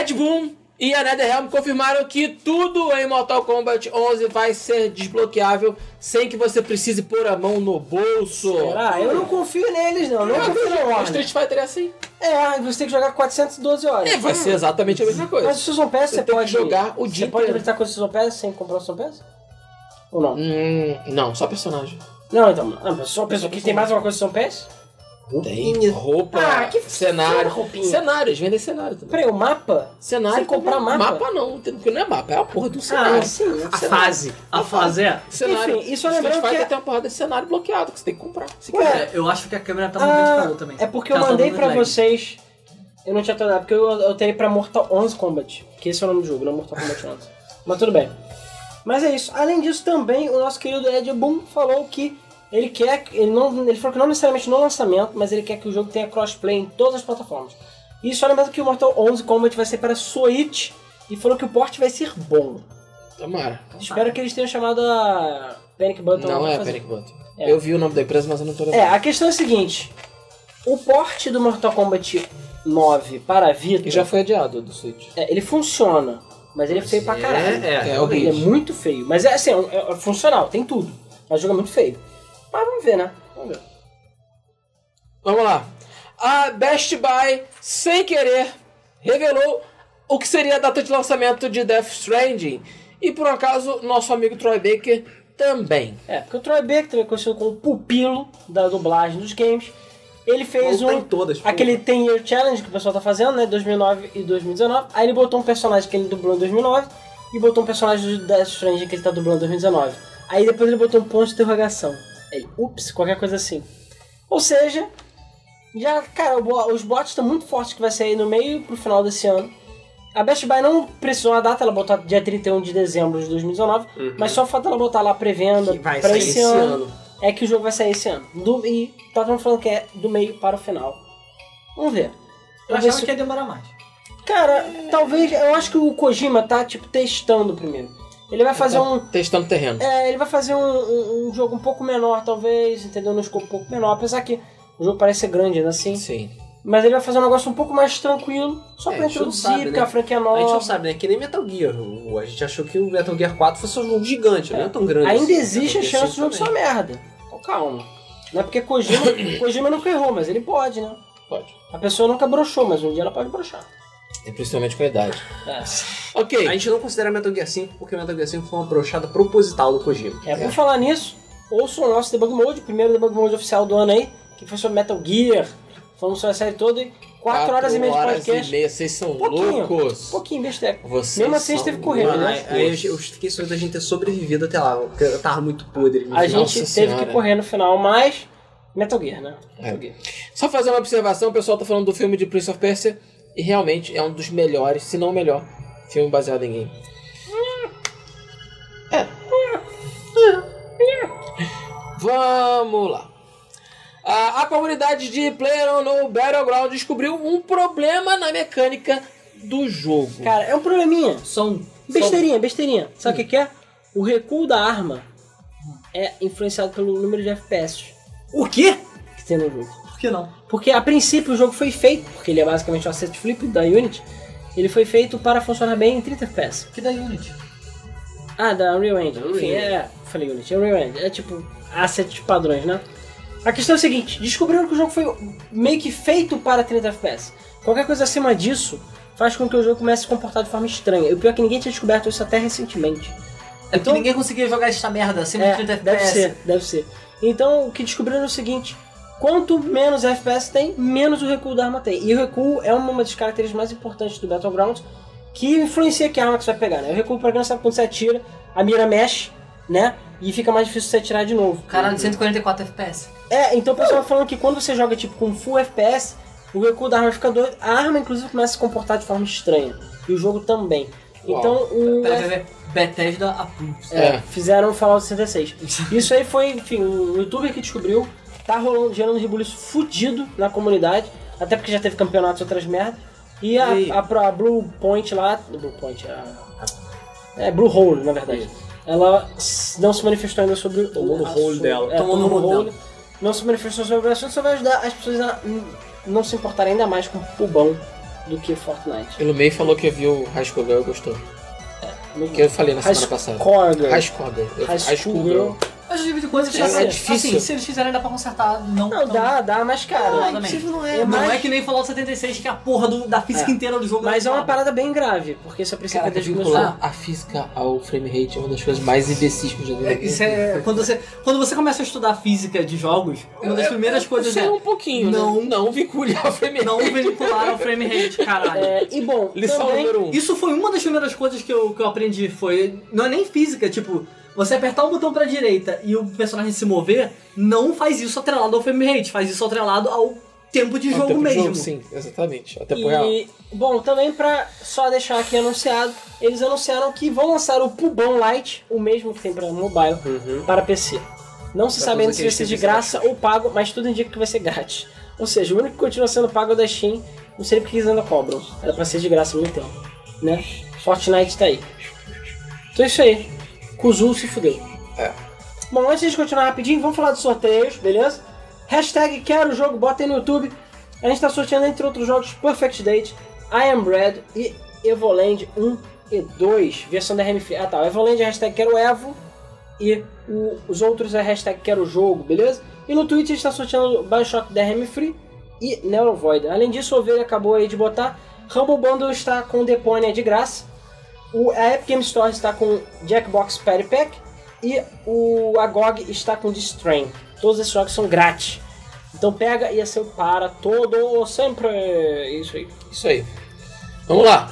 Speaker 2: Ed Boon e a NetherRealm confirmaram que tudo em Mortal Kombat 11 vai ser desbloqueável sem que você precise pôr a mão no bolso.
Speaker 1: Será? Eu não confio neles, não.
Speaker 2: É,
Speaker 1: Não confio na
Speaker 2: O
Speaker 1: Warner.
Speaker 2: Street Fighter é assim.
Speaker 1: É, você tem que jogar 412 horas.
Speaker 2: É, vai ser exatamente a mesma
Speaker 1: Mas o
Speaker 2: coisa.
Speaker 1: Season Pass você
Speaker 2: tem que
Speaker 1: pode...
Speaker 2: jogar o dia
Speaker 1: Você pode
Speaker 2: inteiro.
Speaker 1: habilitar com o Season Pass sem comprar o Season Pass? Ou não?
Speaker 2: Hum, não, só personagem.
Speaker 1: Não, então. Ah, mas só a pessoa que tem mais uma coisa do Season Pass?
Speaker 2: Tem
Speaker 5: roupinha.
Speaker 2: roupa,
Speaker 1: Ah, que
Speaker 2: cenário.
Speaker 1: roupinha.
Speaker 2: Cenário, eles vendem cenário também.
Speaker 1: Peraí, o mapa?
Speaker 2: Cenário.
Speaker 1: Você comprar
Speaker 2: também.
Speaker 1: mapa?
Speaker 2: Mapa não, tem- porque não é mapa, é a porra do cenário.
Speaker 1: Ah, sim.
Speaker 5: A fase. A fase é.
Speaker 2: Cenário.
Speaker 1: Ah, Enfim, isso eu
Speaker 2: Street
Speaker 1: lembrando que
Speaker 2: Fighter
Speaker 1: é-
Speaker 2: tem uma porrada de cenário bloqueado que você tem que comprar. Se
Speaker 1: Ué,
Speaker 2: quiser.
Speaker 3: É, eu acho que a câmera tá no vídeo
Speaker 1: Ah,
Speaker 3: parou também.
Speaker 1: é porque eu
Speaker 3: Ela tá
Speaker 1: mandei
Speaker 3: no
Speaker 1: pra
Speaker 3: lag.
Speaker 1: vocês. Eu não tinha atualizado, porque eu alterei pra Mortal 11 Kombat. Que esse é o nome do jogo, não Mortal Kombat 11. Mas tudo bem. Mas é isso. Além disso, também o nosso querido Ed Boon falou que ele quer. Ele, não, ele falou que não necessariamente no lançamento, mas ele quer que o jogo tenha crossplay em todas as plataformas. E só lembrando que o Mortal 11 Kombat vai ser para Switch e falou que o port vai ser bom.
Speaker 2: Tomara.
Speaker 3: Ah.
Speaker 1: Espero que eles tenham chamado a Panic Button lá
Speaker 2: Não
Speaker 1: pra
Speaker 2: é
Speaker 1: fazer.
Speaker 2: Panic Button.
Speaker 1: É.
Speaker 2: Eu vi o nome da empresa, mas eu não tô
Speaker 1: É,
Speaker 2: lembrando.
Speaker 1: a questão é a seguinte: o porte do Mortal Kombat 9 para a Vita,
Speaker 2: E já foi adiado do Switch.
Speaker 1: é, ele funciona, mas ele é feio pra caralho.
Speaker 5: É,
Speaker 2: É,
Speaker 5: é.
Speaker 1: ele é
Speaker 2: horrível.
Speaker 1: muito feio, mas é assim, é, é funcional, tem tudo. Mas o jogo é muito feio. Mas vamos ver, né? Vamos ver.
Speaker 2: Vamos lá. A Best Buy, sem querer, revelou o que seria a data de lançamento de Death Stranding. E por um acaso, nosso amigo Troy Baker também.
Speaker 1: É, porque o Troy Baker, também conhecido como o pupilo da dublagem dos games, ele fez
Speaker 5: Ou tá
Speaker 1: um.
Speaker 5: em todas, pô.
Speaker 1: Aquele 10 Year Challenge que o pessoal tá fazendo, né? 2009 e 2019. Aí ele botou um personagem que ele dublou em 2009 e botou um personagem do Death Stranding que ele tá dublando em 2019. Aí depois ele botou um ponto de interrogação. Aí, ups, qualquer coisa assim. Ou seja, já, cara, o bo- os bots estão muito fortes que vai sair no meio pro final desse ano. A Best Buy não precisou uma data, ela botou dia 31 de dezembro de 2019, mas só falta ela botar lá pré-venda
Speaker 5: Que vai
Speaker 1: pra
Speaker 5: sair
Speaker 1: esse,
Speaker 5: esse
Speaker 1: ano,
Speaker 5: ano.
Speaker 1: É que o jogo vai sair esse ano. Do- e tá todo mundo falando que é do meio para o final. Vamos ver.
Speaker 3: Eu
Speaker 1: Vamos ver
Speaker 3: achava
Speaker 1: se-
Speaker 3: que ia demorar mais.
Speaker 1: Cara, talvez. Eu acho que o Kojima tá, tipo, testando primeiro. Ele vai
Speaker 3: É.
Speaker 1: fazer um.
Speaker 2: Testando terreno.
Speaker 1: É, ele vai fazer um, um- um jogo um pouco menor, talvez, entendeu? Num escopo um pouco menor, apesar que o jogo parece ser grande ainda assim.
Speaker 2: Sim.
Speaker 1: Mas ele vai fazer um negócio um pouco mais tranquilo, só
Speaker 5: É,
Speaker 1: pra
Speaker 5: a gente não
Speaker 1: introduzir,
Speaker 5: sabe,
Speaker 1: porque
Speaker 5: né?
Speaker 1: a franquia é
Speaker 5: A gente não
Speaker 1: nova.
Speaker 5: sabe, né? Que nem Metal Gear. O- A gente achou que o Metal Gear 4 fosse um jogo gigante, não é tão grande.
Speaker 1: Ainda
Speaker 5: assim.
Speaker 1: existe a
Speaker 5: Metal Gear
Speaker 1: chance do
Speaker 5: 5
Speaker 1: jogo ser uma
Speaker 5: também.
Speaker 1: merda. Então calma. Não é porque Kojima, Kojima nunca errou, mas ele pode, né?
Speaker 2: Pode.
Speaker 1: A pessoa nunca broxou, mas um dia ela pode broxar.
Speaker 2: E principalmente com a idade.
Speaker 1: É.
Speaker 2: Ok.
Speaker 5: A gente não considera Metal Gear 5 porque Metal Gear 5 foi uma brochada proposital do Kojima.
Speaker 1: É, por falar nisso, ouçam o nosso Debug Mode, o primeiro Debug Mode oficial do ano aí, que foi sobre Metal Gear. Falamos sobre a série toda e 4 horas e meia de
Speaker 2: Quatro
Speaker 1: podcast.
Speaker 2: horas e meia, vocês são
Speaker 1: Pouquinho.
Speaker 2: loucos.
Speaker 1: Pouquinho, besteira.
Speaker 2: Vocês
Speaker 1: Mesmo assim, a gente
Speaker 2: são
Speaker 1: teve que correr,
Speaker 2: loucos.
Speaker 1: né?
Speaker 5: Aí, aí eu eu fiquei sorrindo da gente ter sobrevivido até lá, porque eu tava muito podre.
Speaker 1: A
Speaker 5: mesmo.
Speaker 1: gente
Speaker 2: Nossa
Speaker 1: teve que
Speaker 2: Senhora. É.
Speaker 1: correr no final, mas. Metal Gear, né? Metal Gear.
Speaker 2: Só fazer uma observação, o pessoal tá falando do filme de Prince of Persia e realmente é um dos melhores, se não o melhor, filme baseado em game. É. Vamos lá. A, a comunidade de Player no Battleground descobriu um problema na mecânica do jogo.
Speaker 1: Cara, é um probleminha.
Speaker 3: Só um.
Speaker 1: Besteirinha, besteirinha. Sabe o que, que é? O recuo da arma é influenciado pelo número de FPS
Speaker 3: O quê?
Speaker 1: que tem no jogo.
Speaker 3: Por que não?
Speaker 1: Porque a princípio o jogo foi feito, porque ele é basicamente um asset flip da Unity, ele foi feito para funcionar bem em 30 FPS.
Speaker 3: Que da
Speaker 1: É
Speaker 3: Unity. É
Speaker 1: Ah, da Unreal Engine.
Speaker 5: Unreal.
Speaker 1: Enfim, é. Falei Unity, Unreal Engine. É tipo asset padrões, né? A questão é a seguinte: descobriram que o jogo foi meio que feito para 30 FPS. Qualquer coisa acima disso faz com que o jogo comece a se comportar de forma estranha. E o pior é que ninguém tinha descoberto isso até recentemente.
Speaker 3: É
Speaker 1: Então-
Speaker 3: porque ninguém conseguia jogar esta merda acima de 30
Speaker 1: É, deve
Speaker 3: FPS.
Speaker 1: ser, deve ser. Então, o que descobriram é o seguinte: quanto menos FPS tem, menos o recuo da arma tem. E o recuo é uma das características mais importantes do Battlegrounds, que influencia que arma que você vai pegar, né? O recuo, pra quem não sabe, quando você atira, a mira mexe, né? E fica mais difícil você atirar de novo.
Speaker 3: Caralho, 144 FPS.
Speaker 1: É, então o pessoal falando que quando você joga tipo com full FPS, o recuo da arma fica doido. A arma, inclusive, começa a se comportar de forma estranha. E o jogo também.
Speaker 2: Uau.
Speaker 1: Então o.
Speaker 3: Pera, pera, pera. Bethesda approves.
Speaker 1: É,
Speaker 2: É.
Speaker 1: fizeram o Fallout 66. Isso aí foi, enfim, um youtuber que descobriu. Tá rolando, gerando um rebuliço fudido na comunidade. Até porque já teve campeonatos e outras merdas. E a,
Speaker 5: E-
Speaker 1: a, pro- a Blue Point lá. Blue Point, a, é Blue Hole, na verdade. Ela s- não se manifestou ainda sobre
Speaker 5: Tomou no
Speaker 1: o
Speaker 5: role
Speaker 1: assunto.
Speaker 5: dela.
Speaker 1: É,
Speaker 3: Tomou no role dela.
Speaker 1: Não se manifestou sobre o assunto, só vai ajudar as pessoas a hum, não se importarem ainda mais com o pulbão do que Fortnite.
Speaker 2: Pelo meio falou que viu High School Girl e gostou.
Speaker 1: Muito
Speaker 2: Que eu falei na
Speaker 1: High
Speaker 2: semana passada.
Speaker 1: Score Girl.
Speaker 2: High School Girl. Eu-
Speaker 1: High School Girl.
Speaker 3: Mas tipo de vez em quando eles
Speaker 1: É,
Speaker 3: fazem-
Speaker 1: é
Speaker 2: difícil.
Speaker 3: Assim, se eles fizerem, dá pra consertar. Não,
Speaker 1: Não,
Speaker 3: tão-
Speaker 1: dá, dá, mas
Speaker 3: Não,
Speaker 1: cara.
Speaker 3: também.
Speaker 5: impossível não é.
Speaker 1: É
Speaker 3: Não
Speaker 1: mais-
Speaker 3: é que nem Fallout 76, que é a porra do- da física
Speaker 2: É.
Speaker 3: inteira do jogo.
Speaker 1: Mas é uma
Speaker 3: lançada.
Speaker 1: parada bem grave, porque isso é a princípio
Speaker 2: Caraca,
Speaker 1: desde que
Speaker 2: vincular a física ao frame rate é uma das coisas mais imbecis que eu já vi. na
Speaker 3: É,
Speaker 2: vida.
Speaker 3: Isso é, quando, você, quando você começa a estudar física de jogos, uma das primeiras coisas
Speaker 2: Só
Speaker 3: é
Speaker 2: um pouquinho, né?
Speaker 3: Não.
Speaker 2: Não vincule ao frame rate.
Speaker 3: não veicular o frame rate, caralho.
Speaker 1: É, e bom,
Speaker 2: Lição
Speaker 1: também,
Speaker 2: número um.
Speaker 3: Isso foi uma das primeiras coisas que eu, que eu aprendi. Foi. Não é nem física, tipo, você apertar um botão pra direita e o personagem se mover, não faz isso atrelado ao frame rate, faz isso atrelado ao tempo de
Speaker 2: Ao
Speaker 3: é jogo
Speaker 2: tempo de
Speaker 3: mesmo.
Speaker 2: sim, exatamente. Até apoiar.
Speaker 1: E, bom, também pra só deixar aqui anunciado, eles anunciaram que vão lançar o Pubão Lite, o mesmo que tem pra mobile, para PC. Não se
Speaker 5: Uhum. Pra
Speaker 1: sabendo se vai
Speaker 5: todos aqueles
Speaker 1: ser
Speaker 5: que
Speaker 1: de
Speaker 5: quiserem.
Speaker 1: graça ou pago, mas tudo indica que vai ser grátis. Ou seja, o único que continua sendo pago é o da Steam, não sei porque eles ainda cobram. Era pra ser de graça há muito tempo, né? Fortnite tá aí. Então é isso aí. Kuzul se fudeu.
Speaker 2: É.
Speaker 1: Bom, antes de continuar rapidinho, vamos falar dos sorteios, beleza? Hashtag quero o jogo, bota aí no YouTube. A gente tá sorteando, entre outros jogos, Perfect Date, I Am Bread e Evoland 1 e 2, versão da RMF. Ah tá, o Evoland é hashtag quero Evo e o- os outros é hashtag quero jogo, beleza? E no Twitch a gente tá sorteando Bioshock DRM Free e Neurovoid. Além disso, o Ovelha acabou aí de botar. Rumble Bundle está com Deponia de graça. O, a Epic Game Store está com Jackbox Party Pack. E o Agog está com Distrain. Todos esses jogos são grátis. Então pega e é seu para todo sempre. É Isso aí.
Speaker 2: Isso aí. Vamos lá.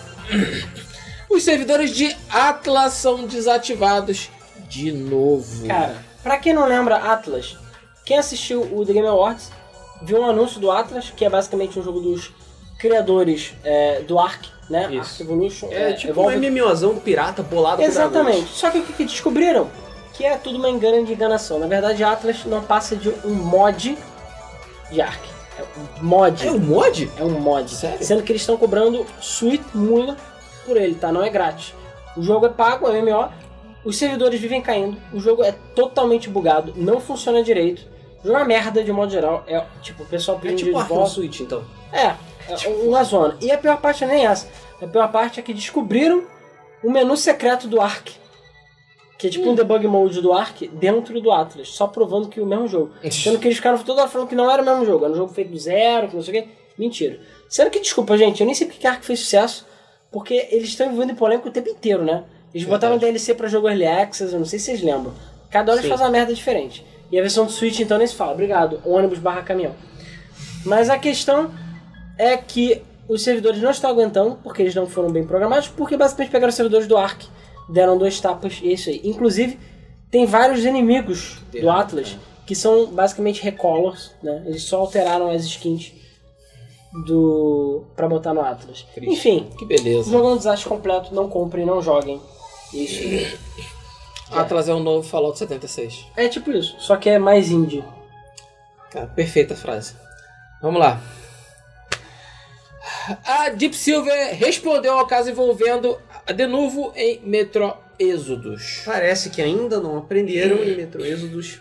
Speaker 2: Os servidores de Atlas são desativados de novo.
Speaker 1: Cara, pra quem não lembra Atlas, quem assistiu o The Game Awards viu um anúncio do Atlas, que é basicamente um jogo dos criadores é, do Ark, né? Ark
Speaker 5: Isso.
Speaker 1: Evolution.
Speaker 5: É tipo
Speaker 1: Evolved.
Speaker 5: um MMOzão pirata bolado
Speaker 1: Exatamente. Só que o que que descobriram? Que é tudo uma grande enganação. Na verdade, Atlas não passa de um mod de Ark. É um mod.
Speaker 5: com dragões. É um mod?
Speaker 1: É um mod.
Speaker 2: Sério?
Speaker 1: Sendo que eles estão cobrando suite mula por ele, tá? Não é grátis. O jogo é pago, é MMO. Os servidores vivem caindo. O jogo é totalmente bugado. Não funciona direito. O jogo é uma merda de modo geral. É tipo, o pessoal
Speaker 5: É
Speaker 1: pedindo
Speaker 5: tipo
Speaker 1: de
Speaker 5: Arkham
Speaker 1: volta.
Speaker 5: Switch, então.
Speaker 1: É, é uma zona. E a pior parte não é nem essa. A pior parte é que descobriram o menu secreto do Ark. Que é tipo um debug mode do Ark dentro do Atlas, só provando que é o mesmo jogo. Sendo que eles ficaram toda hora falando que não era o mesmo jogo, era um jogo feito do zero, que não sei o quê. Mentira. Sendo que, desculpa, gente, eu nem sei porque que Ark fez sucesso, porque eles estão envolvendo em polêmica o tempo inteiro, né? Eles botaram DLC pra jogo Early Access, eu não sei se vocês lembram. Cada hora eles fazem uma merda diferente. E a versão do Switch, então, nem se fala. Obrigado, ônibus barra caminhão. Mas a questão é que os servidores não estão aguentando, porque eles não foram bem programados, porque basicamente pegaram os servidores do Ark, deram duas tapas e é isso aí. Inclusive, tem vários inimigos do Atlas que são basicamente recolors, né? Eles só alteraram as skins do para botar no Atlas.
Speaker 2: Triste.
Speaker 1: Enfim,
Speaker 2: Que
Speaker 1: o
Speaker 2: beleza.
Speaker 1: jogo é um desastre completo, não comprem, não joguem. Isso.
Speaker 2: Atlas é o novo Fallout 76.
Speaker 1: É tipo isso, só que é mais indie.
Speaker 2: Cara, perfeita frase. Vamos lá. A Deep Silver respondeu ao caso envolvendo a Denuvo em Metro Êxodos.
Speaker 5: Parece que ainda não aprenderam e Metro Exodus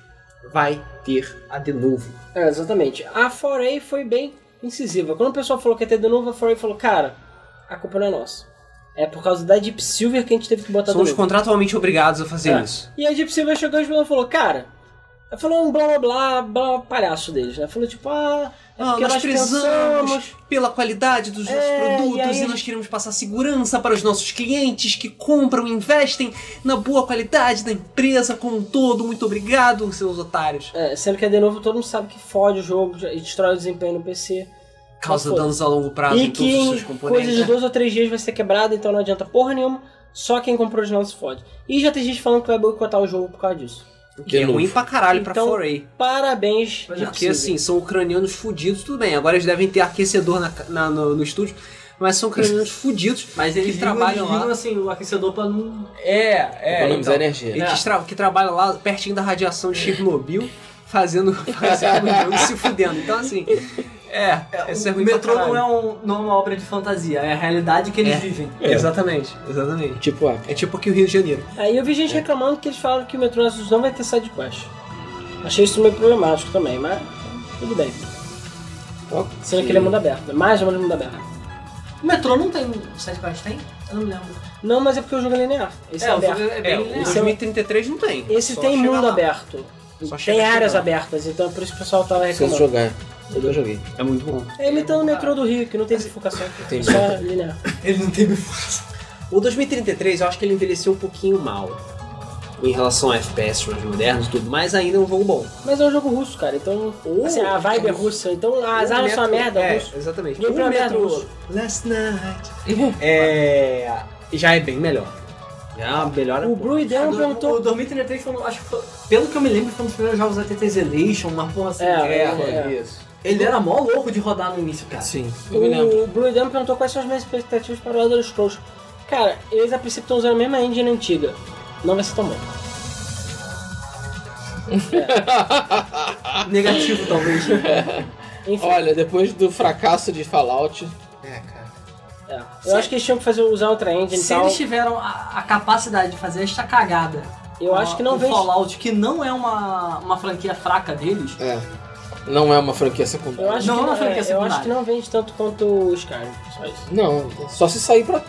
Speaker 5: vai ter a de novo.
Speaker 1: É, exatamente. A Foray foi bem incisiva. Quando o pessoal falou que ia ter de novo, a Foray falou, cara, a culpa não é nossa. É por causa da Deep Silver que a gente teve que botar de
Speaker 5: Somos
Speaker 1: novo.
Speaker 5: contratualmente obrigados a fazer
Speaker 1: É.
Speaker 5: isso.
Speaker 1: E a Deep Silver chegou e falou, cara... ela Falou um blá blá blá, blá palhaço deles, né? Falou tipo, ah, é
Speaker 5: Ah,
Speaker 1: porque
Speaker 5: nós
Speaker 1: nós
Speaker 5: prezamos
Speaker 1: pensamos...
Speaker 5: pela qualidade dos nossos
Speaker 1: É, e aí
Speaker 5: produtos e,
Speaker 1: a
Speaker 5: nós
Speaker 1: gente-
Speaker 5: queremos passar segurança para os nossos clientes que compram e investem na boa qualidade da empresa como um todo. Muito obrigado, seus otários.
Speaker 1: É, sendo que de novo todo mundo sabe que fode o jogo e destrói o desempenho no PC.
Speaker 5: Causa
Speaker 1: foda-se.
Speaker 5: danos a longo prazo
Speaker 1: e
Speaker 5: em
Speaker 1: que
Speaker 5: Ah, todos os seus
Speaker 1: em coisa de
Speaker 5: componentes.
Speaker 1: dois ou três dias vai ser quebrado, então não adianta porra nenhuma. Só quem comprou original se fode. E já tem gente falando que vai boicotar o jogo por causa disso.
Speaker 5: O que é ruim pra caralho pra
Speaker 1: Então,
Speaker 5: Foray.
Speaker 1: Parabéns,
Speaker 3: é
Speaker 6: é
Speaker 5: Mas
Speaker 1: Deep
Speaker 5: Porque
Speaker 1: Silver.
Speaker 5: assim, são ucranianos fudidos, tudo bem. Agora eles devem ter aquecedor na, na- no, no estúdio, mas são ucranianos fudidos.
Speaker 3: Mas
Speaker 5: que
Speaker 3: eles ligam-
Speaker 5: trabalham
Speaker 3: eles ligam,
Speaker 5: lá.
Speaker 3: assim o aquecedor pra não.
Speaker 5: É,
Speaker 3: então.
Speaker 2: Economizar energia.
Speaker 5: E que, tra- que trabalham lá pertinho da radiação de Chernobyl, fazendo, fazendo jogo e se fudendo. Então assim, é, isso é
Speaker 3: o
Speaker 5: ruim pra
Speaker 3: metrô não é,
Speaker 5: caralho.
Speaker 3: um, não é uma obra de fantasia, é a realidade que eles
Speaker 5: É.
Speaker 3: vivem.
Speaker 5: Exatamente, exatamente.
Speaker 2: Tipo, ah,
Speaker 5: É tipo aqui o Rio de Janeiro.
Speaker 1: assim, Aí eu vi
Speaker 6: É.
Speaker 1: gente reclamando que eles falaram que o metrô Azul não vai ter side quest. Achei isso meio problemático também, mas tudo bem. Sendo que ele é mundo aberto, é mais ou né? menos mundo aberto.
Speaker 3: O metrô não tem. Sete quais tem? Eu não me lembro.
Speaker 1: Não, mas é porque o jogo é linear. Esse é,
Speaker 3: o
Speaker 1: aberto.
Speaker 3: jogo é um bem
Speaker 6: É, o
Speaker 3: linear.
Speaker 1: Esse é o-
Speaker 6: 2033 não tem.
Speaker 1: Esse
Speaker 6: Só
Speaker 1: tem
Speaker 6: chega
Speaker 1: mundo
Speaker 6: lá.
Speaker 1: aberto.
Speaker 6: Só
Speaker 1: Tem
Speaker 6: chega
Speaker 1: áreas
Speaker 6: chegando.
Speaker 1: abertas, então é por isso que o pessoal tava
Speaker 2: Preciso
Speaker 1: reclamando.
Speaker 2: jogar. Eu não joguei.
Speaker 6: É muito bom.
Speaker 1: É imitando o metrô do Rio, que não tem bifurcação.
Speaker 2: Entendi.
Speaker 1: Só é linear.
Speaker 3: Ele não tem bifurcação.
Speaker 6: O 2033 eu acho que ele envelheceu um pouquinho mal. Em relação a FPS mais modernos e tudo, mas ainda é um jogo bom.
Speaker 1: Mas é um jogo russo, cara, então.
Speaker 6: Oh,
Speaker 1: assim, a vibe é russa, então as armas são uma merda
Speaker 6: É,
Speaker 1: russo.
Speaker 6: exatamente.
Speaker 1: Gameplay é
Speaker 6: O
Speaker 1: uma merda
Speaker 6: Metro
Speaker 1: russo.
Speaker 6: Last Night
Speaker 5: Uhum.
Speaker 6: é, já é bem melhor. Já melhora. um
Speaker 1: O Bru Ideal
Speaker 3: O- O
Speaker 1: perguntou.
Speaker 3: 2033 foi, um- acho que foi, pelo que eu me lembro, foi um dos primeiros jogos da TTS Elation, uma porra assim.
Speaker 1: É,
Speaker 6: isso.
Speaker 3: Ele era mó louco de rodar no início, cara.
Speaker 2: Sim, eu me lembro.
Speaker 1: O Blue Dam perguntou quais são as minhas expectativas para o Elder Scrolls. Cara, eles a princípio estão usando a mesma engine antiga. Não vai ser tão bom.
Speaker 3: Negativo, talvez.
Speaker 1: Enfim,
Speaker 2: Olha, depois do fracasso de Fallout,
Speaker 6: É, cara.
Speaker 1: é. eu acho que eles tinham que fazer, usar outra engine e
Speaker 3: Se
Speaker 1: tal.
Speaker 3: eles tiveram a, a capacidade de fazer esta cagada.
Speaker 1: Eu
Speaker 3: com
Speaker 1: acho
Speaker 3: a-
Speaker 1: que não
Speaker 3: com
Speaker 1: vem-
Speaker 3: Fallout, que não é uma, uma franquia fraca deles.
Speaker 2: é. Não é uma franquia
Speaker 1: Eu
Speaker 2: secundária.
Speaker 1: acho,
Speaker 3: Não,
Speaker 1: que,
Speaker 3: não
Speaker 1: não,
Speaker 3: foi
Speaker 1: é,
Speaker 3: que é
Speaker 1: eu acho
Speaker 3: secundário.
Speaker 1: que não vende tanto quanto o Skyrim. Só isso.
Speaker 2: Não, só se sair pra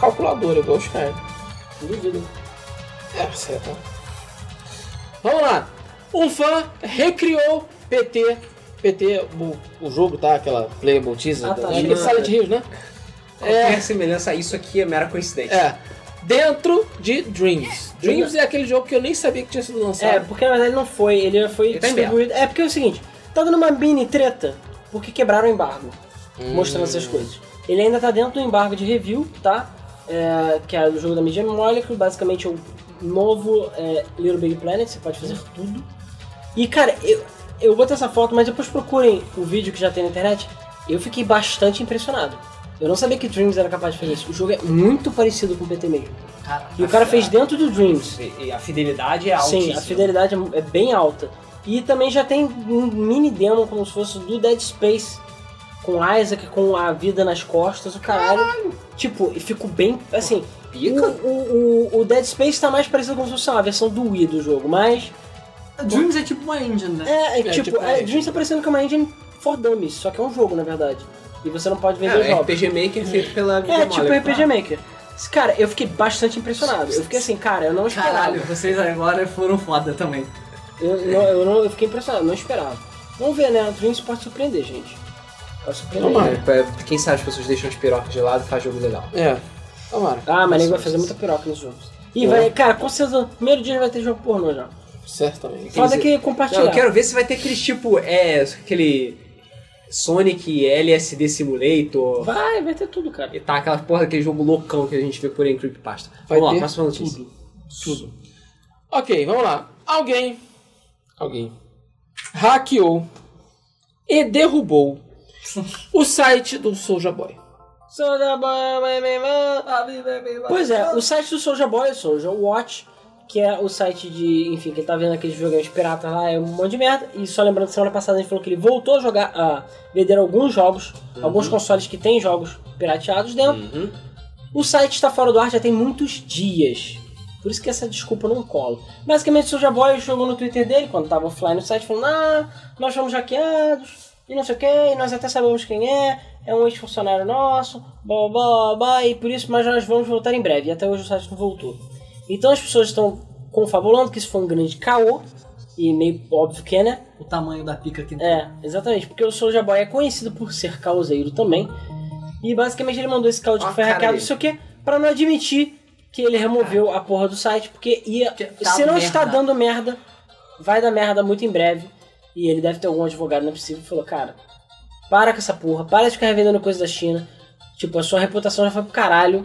Speaker 2: calculadora, igual os caras.
Speaker 1: Duvido.
Speaker 2: É, certo. Vamos lá. Um fã recriou PT. PT, o, o jogo, tá? Aquela playable teaser.
Speaker 1: Ah, tá.
Speaker 2: da- Acho que é Silent Hill, né?
Speaker 6: Qualquer semelhança a isso aqui é mera coincidência.
Speaker 2: É. Dentro de Dreams. Dreams é aquele jogo que eu nem sabia que tinha sido
Speaker 1: É,
Speaker 2: lançado.
Speaker 1: porque na verdade não foi. Ele foi
Speaker 6: Ele tá em
Speaker 1: distribuído. É porque é o seguinte: tá dando uma mini treta porque quebraram o embargo mostrando essas coisas. Ele ainda tá dentro do embargo de review, tá? É, que é o jogo da Media Molecule, basicamente é o novo é, Little Big Planet, você pode fazer tudo. E cara, eu, eu vou ter essa foto, mas depois procurem o vídeo que já tem na internet. Eu fiquei bastante impressionado. Eu não sabia que Dreams era capaz de fazer isso. O jogo é muito parecido com o PT mesmo.
Speaker 3: Cara,
Speaker 1: E o
Speaker 5: Ah.
Speaker 1: cara fez dentro do Dreams.
Speaker 6: E, e a fidelidade é
Speaker 1: Sim,
Speaker 6: altíssima.
Speaker 1: a fidelidade é mu- é bem alta. E também já tem um mini demo como se fosse do Dead Space. Com Isaac, com a vida nas costas, o caralho. Tipo, e fico bem. Assim.
Speaker 6: Pica?
Speaker 1: O, o, o- o Dead Space tá mais parecido com se fosse uma versão do Wii do jogo, mas.
Speaker 3: Dreams é tipo uma engine, né?
Speaker 1: É, é, tipo,
Speaker 2: tipo
Speaker 1: é,
Speaker 2: uma
Speaker 1: Dreams tá parecendo que é uma engine for dummies, só que é um jogo, na verdade. E você não pode vender
Speaker 6: É,
Speaker 1: jogos.
Speaker 6: RPG Maker feito pela tá?
Speaker 1: É,
Speaker 6: Media
Speaker 1: tipo
Speaker 6: Molecule.
Speaker 1: RPG Maker. Cara, eu fiquei bastante impressionado. Eu fiquei assim, cara, eu não esperava.
Speaker 3: Caralho, vocês agora foram foda também.
Speaker 1: Eu, não, eu, não, eu fiquei impressionado, não esperava. Vamos ver, né? O Dreams pode surpreender, gente. Pode surpreender.
Speaker 2: Tomara.
Speaker 6: É, Quem sabe as pessoas deixam as pirocas de lado e faz jogo legal.
Speaker 2: É. Tomara.
Speaker 1: Ah, mas nego vai fazer muita piroca nos jogos. E
Speaker 6: É.
Speaker 1: vai, cara, com certeza, no primeiro dia vai ter jogo pornô já.
Speaker 2: Certamente.
Speaker 1: Foda
Speaker 6: dizer-
Speaker 1: que
Speaker 6: Não,
Speaker 1: compartilhar.
Speaker 6: eu quero ver se vai ter aqueles tipo, é, aquele Sonic LSD Simulator.
Speaker 1: Vai, vai ter tudo, cara.
Speaker 6: E tá aquela porra daquele jogo loucão que a gente vê por aí em Creepypasta.
Speaker 2: Vai
Speaker 6: Vamos lá,
Speaker 2: ter
Speaker 6: próxima notícia.
Speaker 2: Tudo. Ok, vamos lá. Alguém. Alguém. Hackeou e derrubou o site do Soulja Boy.
Speaker 1: Soulja Boy, vai, vai, vai. Pois é, o site do Soulja Boy, Soulja Watch, que é o site de, enfim, que ele tá vendo aqueles videogames piratas lá, é um monte de merda. E só lembrando que semana passada a gente falou que ele voltou a jogar, a vender alguns jogos, alguns consoles que tem jogos pirateados dentro. O site está fora do ar já tem muitos dias. Por isso que essa desculpa não cola. Basicamente, o Soulja Boy jogou no Twitter dele, quando tava offline no site, falando: Ah, nós fomos hackeados, e não sei o que, e nós até sabemos quem é, é um ex-funcionário nosso, blá blá, blá blá, blá, e por isso, mas nós vamos voltar em breve. E até hoje o site não voltou. Então as pessoas estão confabulando que isso foi um grande caô, e meio óbvio que é, né?
Speaker 3: O tamanho da pica aqui.
Speaker 1: É, exatamente, porque o Soulja Boy é conhecido por ser causeiro também. E basicamente ele mandou esse caos de
Speaker 6: Ó
Speaker 1: que
Speaker 6: a
Speaker 1: foi
Speaker 6: cara
Speaker 1: hackeado, não
Speaker 6: dele.
Speaker 1: sei o que, pra não admitir que ele removeu a porra do site, porque ia.
Speaker 3: Que tá
Speaker 1: Se não está
Speaker 3: merda.
Speaker 1: dando merda, vai dar merda muito em breve. E ele deve ter algum advogado, não é possível, que falou, cara, para com essa porra, para de ficar revendendo coisa da China. Tipo, a sua reputação já foi pro caralho.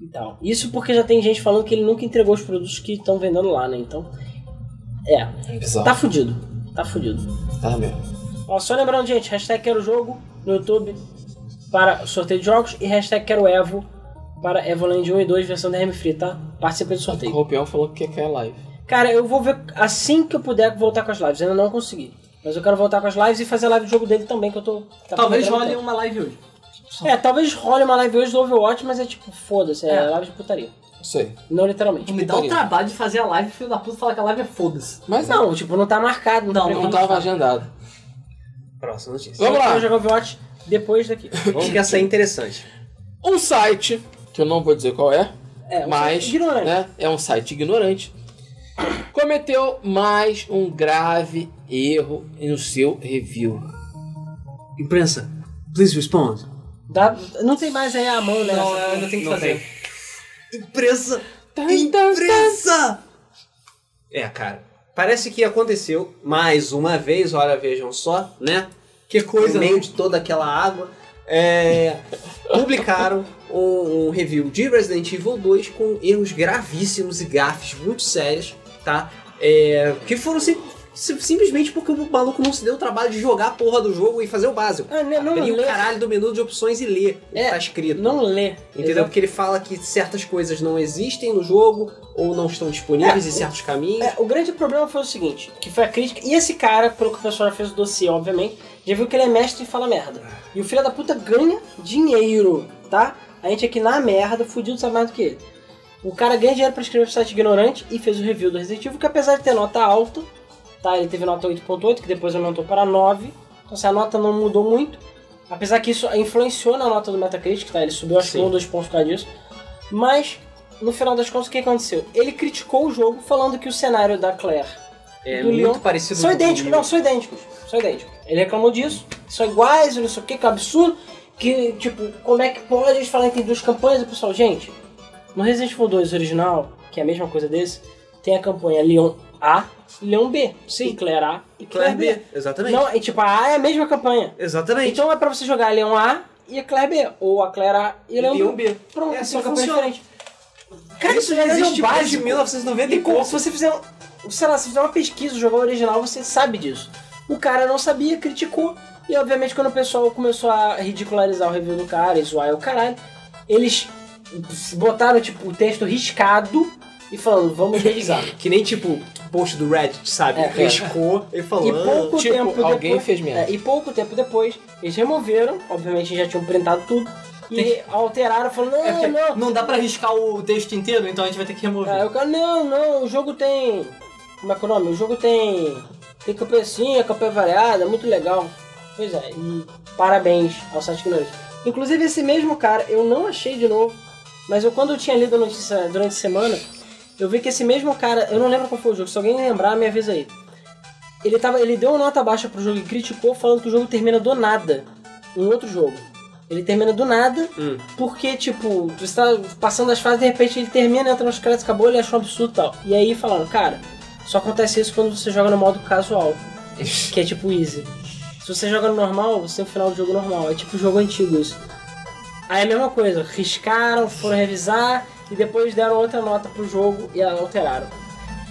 Speaker 1: E tal. Isso porque já tem gente falando que ele nunca entregou os produtos que estão vendendo lá, né? Então. É,
Speaker 2: Bizarro.
Speaker 1: tá fudido. Tá fudido.
Speaker 2: Tá mesmo.
Speaker 1: Ó, só lembrando, gente, hashtag quero jogo no YouTube para sorteio de jogos e hashtag quero Evo para Evoland 1 e 2 versão da Free, tá? Participa do
Speaker 2: O
Speaker 1: sorteio.
Speaker 2: Roupião falou que quer a live.
Speaker 1: Cara, eu vou ver assim que eu puder voltar com as lives, ainda não consegui. Mas eu quero voltar com as lives e fazer a live do jogo dele também, que eu tô... tá
Speaker 3: Talvez
Speaker 1: programando
Speaker 3: role
Speaker 1: tempo.
Speaker 3: uma live hoje.
Speaker 1: É, talvez role uma live hoje do Overwatch, mas é tipo, foda-se, é,
Speaker 3: É.
Speaker 1: live de putaria.
Speaker 2: Isso aí.
Speaker 1: Não literalmente.
Speaker 3: Me dá o trabalho de fazer a live, filho da puta, falar que a live é foda-se.
Speaker 2: Mas não,
Speaker 1: Não, tipo, não tá marcado. Não,
Speaker 2: não tava agendado.
Speaker 6: Próxima notícia.
Speaker 2: Vamos
Speaker 1: Eu
Speaker 2: lá.
Speaker 1: vou jogar Overwatch depois daqui.
Speaker 6: Vamos que essa é interessante.
Speaker 2: Um site que eu não vou dizer qual é,
Speaker 1: É, um
Speaker 2: mas
Speaker 1: site ignorante.
Speaker 2: né, é um site ignorante, cometeu mais um grave erro no seu review.
Speaker 5: Imprensa, please respond.
Speaker 1: Dá- não tem mais aí a mão né? nessa.
Speaker 3: Não, eu ainda tenho que fazer.
Speaker 5: Imprensa! Então, Imprensa! É, cara. Parece que aconteceu mais uma vez, olha, vejam só, né?
Speaker 3: Que coisa.
Speaker 5: no meio de toda aquela água, é, publicaram um, um review de Resident Evil 2 com erros gravíssimos e gafes muito sérios, tá? É, que foram sim- sim- simplesmente porque o maluco não se deu o trabalho de jogar a porra do jogo e fazer o básico.
Speaker 1: Ah, né, não,
Speaker 5: Abrir o
Speaker 1: lê.
Speaker 5: caralho do menu de opções e ler o
Speaker 1: É,
Speaker 5: que tá escrito.
Speaker 1: Não lê.
Speaker 5: Entendeu?
Speaker 1: Exato.
Speaker 5: Porque ele fala que certas coisas não existem no jogo ou não estão disponíveis
Speaker 1: É,
Speaker 5: em certos caminhos.
Speaker 1: É, o grande problema foi o seguinte, que foi a crítica. E esse cara, pelo que o pessoal fez o dossiê, obviamente, já viu que ele é mestre em falar merda. E o filho da puta ganha dinheiro, tá? A gente aqui na merda, fudido sabe mais do que ele. O cara ganha dinheiro pra escrever pro site ignorante e fez o review do Resident Evil, que apesar de ter nota alta, tá? Ele teve nota 8.8, que depois aumentou para 9. Então se a nota não mudou muito. Apesar que isso influenciou na nota do Metacritic, tá? Ele subiu acho que um ou dois pontos por causa disso. Mas, no final das contas, o que aconteceu? Ele criticou o jogo falando que o cenário da Claire
Speaker 5: É,
Speaker 1: do
Speaker 5: muito
Speaker 1: Leon.
Speaker 5: parecido
Speaker 1: são
Speaker 5: com o
Speaker 1: idênticos,
Speaker 5: Leon.
Speaker 1: não, são idênticos. São idênticos. Ele reclamou disso, são iguais, não sei o que, que é um absurdo. Que, tipo, como é que pode eles falarem que tem duas campanhas? E o pessoal, gente, no Resident Evil 2 original, que é a mesma coisa desse, tem a campanha Leon A e Leon B. Sim. E Claire A e Claire,
Speaker 5: Claire
Speaker 1: B.
Speaker 5: B, exatamente.
Speaker 1: é Não, e tipo, a A é a mesma campanha.
Speaker 5: Exatamente.
Speaker 1: Então é pra você jogar Leon A e a Claire B. Ou a Claire A e Leon,
Speaker 5: Leon
Speaker 1: B. Pronto,
Speaker 5: É assim
Speaker 1: são
Speaker 5: que
Speaker 1: campanhas
Speaker 5: funciona.
Speaker 1: diferentes. Cara, isso já existe
Speaker 5: mais
Speaker 1: básico.
Speaker 5: de 1990
Speaker 1: E como, se você fizer, um- sei lá, se fizer uma pesquisa, jogar o original, você sabe disso. O cara não sabia, criticou. E obviamente quando o pessoal começou a ridicularizar o review do cara e zoar o caralho, eles botaram tipo o texto riscado e falando, vamos revisar.
Speaker 5: Que nem tipo post do Reddit, sabe?
Speaker 1: É,
Speaker 5: Riscou e falou.
Speaker 1: E pouco
Speaker 2: tipo,
Speaker 1: tempo depois.
Speaker 2: alguém fez merda.
Speaker 1: é, e pouco tempo depois, eles removeram, obviamente já tinham printado tudo, e alteraram, falando, não,
Speaker 3: É porque
Speaker 1: não, É.
Speaker 3: não dá pra arriscar o texto inteiro, então a gente vai ter que remover.
Speaker 1: Aí o cara, Ah, não, não, o jogo tem. Como é que é o nome? O jogo tem. Tem campanha sim, é campanha variada, muito legal. Pois é, e parabéns ao site ignorante. Inclusive, esse mesmo cara, eu não achei de novo, mas eu quando eu tinha lido a notícia durante a semana, eu vi que esse mesmo cara, eu não lembro qual foi o jogo, se alguém lembrar, me avisa aí. Ele, tava, ele deu uma nota baixa pro jogo e criticou, falando que o jogo termina do nada. Um outro jogo. Ele termina do nada, porque, tipo, você tá passando as fases, de repente ele termina, entra nos créditos, acabou, ele achou um absurdo e tal. E aí falaram, cara, só acontece isso quando você joga no modo casual, que é tipo easy. Se você joga no normal, você tem o final do jogo normal. É tipo jogo antigo isso. Aí é a mesma coisa, riscaram, foram revisar e depois deram outra nota pro jogo e alteraram.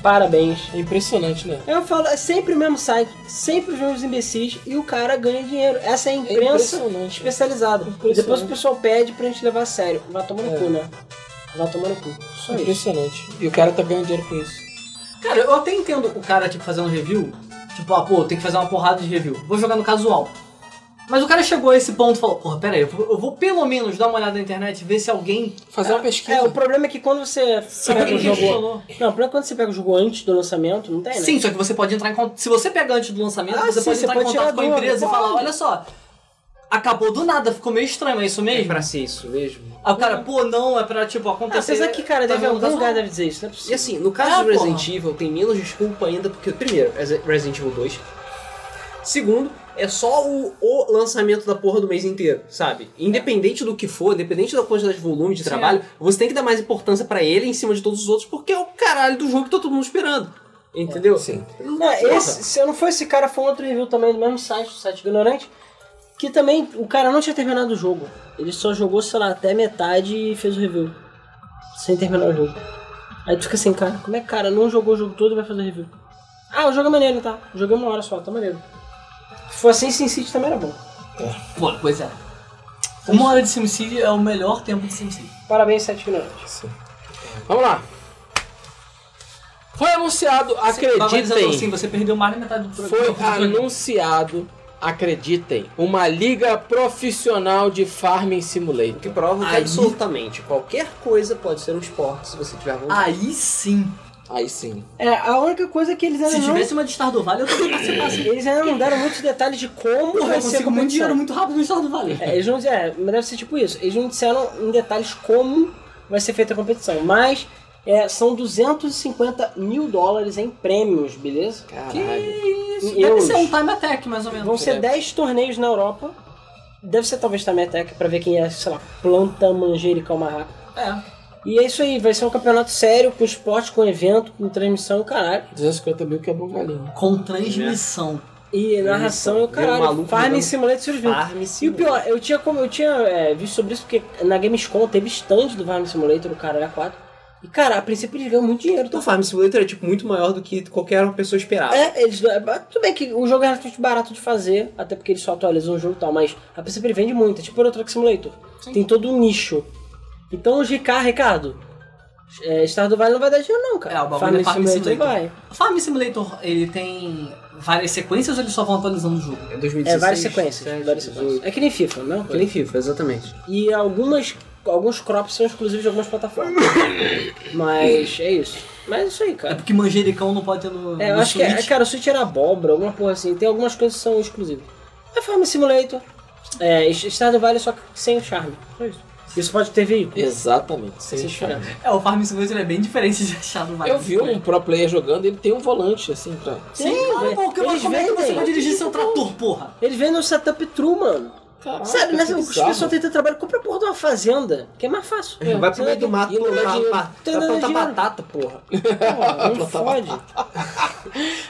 Speaker 1: Parabéns.
Speaker 2: É impressionante, né?
Speaker 1: Eu falo, é sempre o mesmo site, sempre os mesmos imbecis e o cara ganha dinheiro. Essa é a
Speaker 2: É
Speaker 1: imprensa
Speaker 2: impressionante.
Speaker 1: especializada.
Speaker 2: Impressionante.
Speaker 1: Depois o pessoal pede pra gente levar a sério. Vai tomar no
Speaker 2: É.
Speaker 1: cu, né? Vai tomar no cu. Só isso.
Speaker 2: Impressionante. E o cara tá ganhando dinheiro com isso.
Speaker 3: Cara, eu até entendo o cara, tipo, fazer um review. Tipo, ah, pô, tem que fazer uma porrada de review. Vou jogar no casual. Mas o cara chegou a esse ponto e falou, porra, pera aí, eu vou, eu vou pelo menos dar uma olhada na internet, ver se alguém...
Speaker 2: Fazer uma pesquisa.
Speaker 1: É, o problema é que quando você pega
Speaker 3: alguém
Speaker 1: o jogo.
Speaker 3: questionou.
Speaker 1: Não, o problema é quando você pega o jogo antes do lançamento, não tem, né?
Speaker 3: Sim, só que você pode entrar em contato. Se você pega antes do lançamento,
Speaker 1: Ah,
Speaker 3: você
Speaker 1: sim,
Speaker 3: pode
Speaker 1: você
Speaker 3: entrar
Speaker 1: pode
Speaker 3: em
Speaker 1: tirar
Speaker 3: contato com a
Speaker 1: dúvida,
Speaker 3: empresa e
Speaker 1: pode.
Speaker 3: falar: olha só, acabou do nada, ficou meio estranho, é isso
Speaker 5: É
Speaker 3: mesmo?
Speaker 5: pra ser isso mesmo.
Speaker 3: Aí o cara, pô, não, é pra tipo
Speaker 1: Ah,
Speaker 3: acontecer.
Speaker 1: apesar que, cara,
Speaker 3: tá
Speaker 1: deve
Speaker 3: vendo?
Speaker 1: algum
Speaker 3: Tá
Speaker 1: lugar
Speaker 3: zoando.
Speaker 1: deve dizer isso, não é possível.
Speaker 5: E assim, no caso
Speaker 3: Ah,
Speaker 5: de Resident
Speaker 3: porra.
Speaker 5: Evil, tem menos desculpa ainda, porque, primeiro, é Resident Evil 2. Segundo, é só o, o lançamento da porra do mês inteiro, sabe? Independente do que for, independente da quantidade de volume de trabalho, você tem que dar mais importância pra ele em cima de todos os outros, porque é o caralho do jogo que tá todo mundo esperando. Entendeu?
Speaker 2: Sim.
Speaker 1: Não, esse, se eu não for esse cara, foi um outro review também do mesmo site, do site Ignorante, que também o cara não tinha terminado o jogo. Ele só jogou, sei lá, até metade e fez o review. Sem terminar o jogo. Aí tu fica assim, cara, como é que o cara não jogou o jogo todo e vai fazer review? Ah, o jogo é maneiro, tá? Joguei uma hora só, tá maneiro. Se for assim, SimCity também era bom.
Speaker 3: Pô, pois é. Uma hora de SimCity é o melhor tempo de SimCity.
Speaker 1: Parabéns, site Ignorante.
Speaker 2: Sim. Vamos lá. Foi anunciado,
Speaker 3: Acreditem. Assim,
Speaker 2: acreditem.
Speaker 3: você perdeu mais da metade do
Speaker 2: Foi
Speaker 3: programa.
Speaker 2: anunciado, acreditem, uma liga profissional de Farming Simulator.
Speaker 5: O que prova que
Speaker 3: Aí-
Speaker 5: absolutamente qualquer coisa pode ser um esporte se você tiver vontade.
Speaker 3: Aí sim.
Speaker 2: Aí sim.
Speaker 1: É, a única coisa que eles ainda
Speaker 3: Se
Speaker 1: não.
Speaker 3: tivesse uma de Star do Vale, eu também participasse.
Speaker 1: Eles ainda não deram muitos detalhes de como
Speaker 3: Porra,
Speaker 1: vai
Speaker 3: eu
Speaker 1: ser a
Speaker 3: consigo muito dinheiro
Speaker 1: competição.
Speaker 3: muito rápido no Star do Vale.
Speaker 1: É, eles não disseram, mas deve ser tipo isso. Eles não disseram em detalhes como vai ser feita a competição, mas é, são 250 mil dólares em prêmios, beleza?
Speaker 2: Caralho.
Speaker 3: Isso,
Speaker 1: Em
Speaker 3: deve
Speaker 1: euros.
Speaker 3: ser um time attack, mais ou menos.
Speaker 1: Vão ser 10 torneios na Europa. Deve ser talvez também até pra ver quem é, sei lá, planta manjericão mais rápido.
Speaker 3: É.
Speaker 1: E é isso aí, vai ser um campeonato sério, com esporte, com evento, com transmissão, e o caralho.
Speaker 2: 250 mil que é bom galinha.
Speaker 3: Com transmissão.
Speaker 1: E narração e o
Speaker 5: Ver um
Speaker 1: caralho.
Speaker 5: maluco
Speaker 1: Farm em
Speaker 5: jogando
Speaker 1: Simulator Survival.
Speaker 5: Farm
Speaker 1: Ah, E o pior, eu tinha, como, eu tinha é, visto sobre isso, porque na Gamescom teve stand do Farm Simulator, o cara era 4. E cara, a princípio eles ganham muito dinheiro. tá
Speaker 5: Então, Farm Simulator é tipo muito maior do que qualquer pessoa esperava.
Speaker 1: É, eles. é, Tudo bem que o jogo é relativamente barato de fazer, até porque eles só atualizam o jogo e tal, mas a princípio ele vende muito, é tipo o Euro Truck Simulator. Tem todo um nicho. Então os Ricardo, Ricardo, é, Star do Vale não vai dar dinheiro, não, cara.
Speaker 3: É, o bagulho é Farm Simulator.
Speaker 1: vai.
Speaker 3: Farm Simulator, ele tem várias sequências ou eles só vão atualizando o jogo?
Speaker 5: É 2016.
Speaker 1: É, várias sequências. várias
Speaker 5: 18.
Speaker 1: sequências. É que nem FIFA, não?
Speaker 5: Que nem FIFA, exatamente.
Speaker 1: E algumas, alguns crops são exclusivos de algumas plataformas. Mas é isso. Mas é isso aí,
Speaker 3: É
Speaker 1: cara.
Speaker 3: porque manjericão não pode ter no.
Speaker 1: É, eu
Speaker 3: no
Speaker 1: acho que, é,
Speaker 3: Switch.
Speaker 1: cara, o Switch era abóbora, alguma porra assim. Tem algumas coisas que são exclusivas. É Farm Simulator. É, Stardew Valley só que sem o charme. Só isso. Isso pode ter
Speaker 5: É,
Speaker 1: veículo.
Speaker 2: Exatamente.
Speaker 1: Sem
Speaker 2: Sem
Speaker 1: charme.
Speaker 2: chance.
Speaker 3: É, o Farm Simulator é bem diferente de achar no Vale.
Speaker 2: Eu vi um pro player jogando, ele tem um volante assim pra.
Speaker 3: Sim, claro,
Speaker 1: velho.
Speaker 3: pô, porque mas
Speaker 1: Eles
Speaker 3: como é que você
Speaker 1: vendem.
Speaker 3: vai dirigir seu trator, porra?
Speaker 1: Eles vendem um setup true, mano.
Speaker 2: Caraca,
Speaker 1: Sério, né?
Speaker 2: que
Speaker 1: Os
Speaker 2: bizarro.
Speaker 1: pessoal tentam trabalho, compra a porra de uma fazenda, que é mais fácil.
Speaker 5: Vai pro meio do mato
Speaker 2: e não dá
Speaker 5: plantar
Speaker 2: dinheiro.
Speaker 5: ba-
Speaker 1: Não dá
Speaker 5: pra plantar
Speaker 1: dinheiro.
Speaker 5: batata, porra.
Speaker 1: Porra, não fode.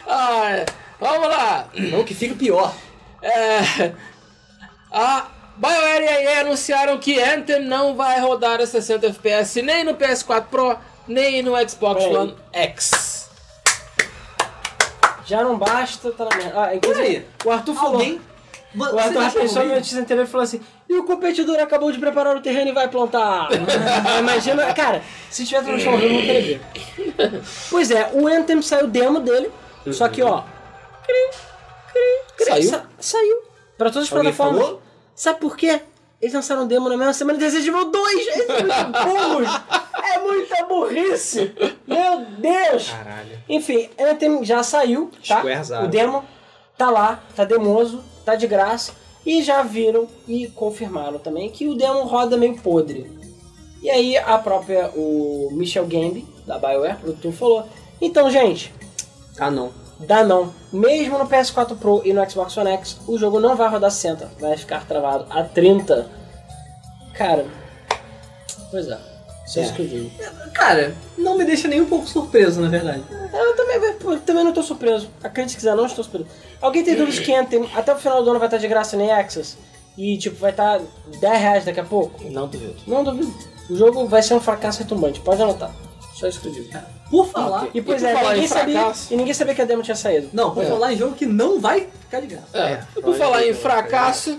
Speaker 2: Ah, é. Vamos lá!
Speaker 5: Não, que fica pior.
Speaker 2: É. A BioWare e a EA anunciaram que Anthem não vai rodar a 60 FPS nem no PS4 Pro, nem no Xbox
Speaker 1: Peraí.
Speaker 2: One X.
Speaker 1: Já não basta, tá na merda. Ah, inclusive,
Speaker 3: Peraí.
Speaker 1: o Arthur falou.
Speaker 3: Alguém.
Speaker 1: O
Speaker 3: Você
Speaker 1: Arthur
Speaker 3: deixa eu
Speaker 1: pensou na
Speaker 3: ouvir?
Speaker 1: notícia anterior e falou assim: e o competidor acabou de preparar o terreno e vai plantar. Imagina, cara, se tiver transformado, eu não queria ver. Pois é, o Anthem saiu demo dele, só que ó. Cri, cri, cri,
Speaker 2: Saiu?
Speaker 1: sa- saiu. Pra todas as
Speaker 5: Alguém
Speaker 1: plataformas.
Speaker 5: falou?
Speaker 1: Sabe por quê? Eles lançaram demo na mesma semana e Resident 2! Eles são muito burros! É muita burrice! Meu Deus!
Speaker 5: Caralho.
Speaker 1: Enfim, Anthem já saiu, tá?
Speaker 5: Squarezado.
Speaker 1: O demo tá lá, tá demoso, tá de graça. E já viram e confirmaram também que o demo roda meio podre. E aí a própria, o Michel Gambi, da BioWare, produtor, falou... Então, gente,
Speaker 5: Ah, não.
Speaker 1: Dá não. Mesmo no PS4 Pro e no Xbox One X, o jogo não vai rodar 60, vai ficar travado a 30. Cara, pois é. Só isso que eu digo.
Speaker 3: Cara, não me deixa nem um pouco surpreso, na verdade.
Speaker 1: Eu também, pô, também não tô surpreso. Acredite se quiser, não estou surpreso. Alguém tem dúvidas que Anthem até o final do ano vai estar de graça nem Access? E tipo, vai estar 10 reais daqui a pouco?
Speaker 2: Não duvido.
Speaker 1: Não duvido. O jogo vai ser um fracasso retumbante, pode anotar. Só isso que eu digo.
Speaker 3: Por falar.
Speaker 1: E pois
Speaker 2: por
Speaker 1: é,
Speaker 2: falar em
Speaker 1: ninguém sabia,
Speaker 2: fracasso-
Speaker 1: e ninguém sabia que a demo tinha saído.
Speaker 3: Não, por
Speaker 2: É.
Speaker 3: falar em jogo que não vai ficar de graça.
Speaker 2: É. E por falar em fracasso,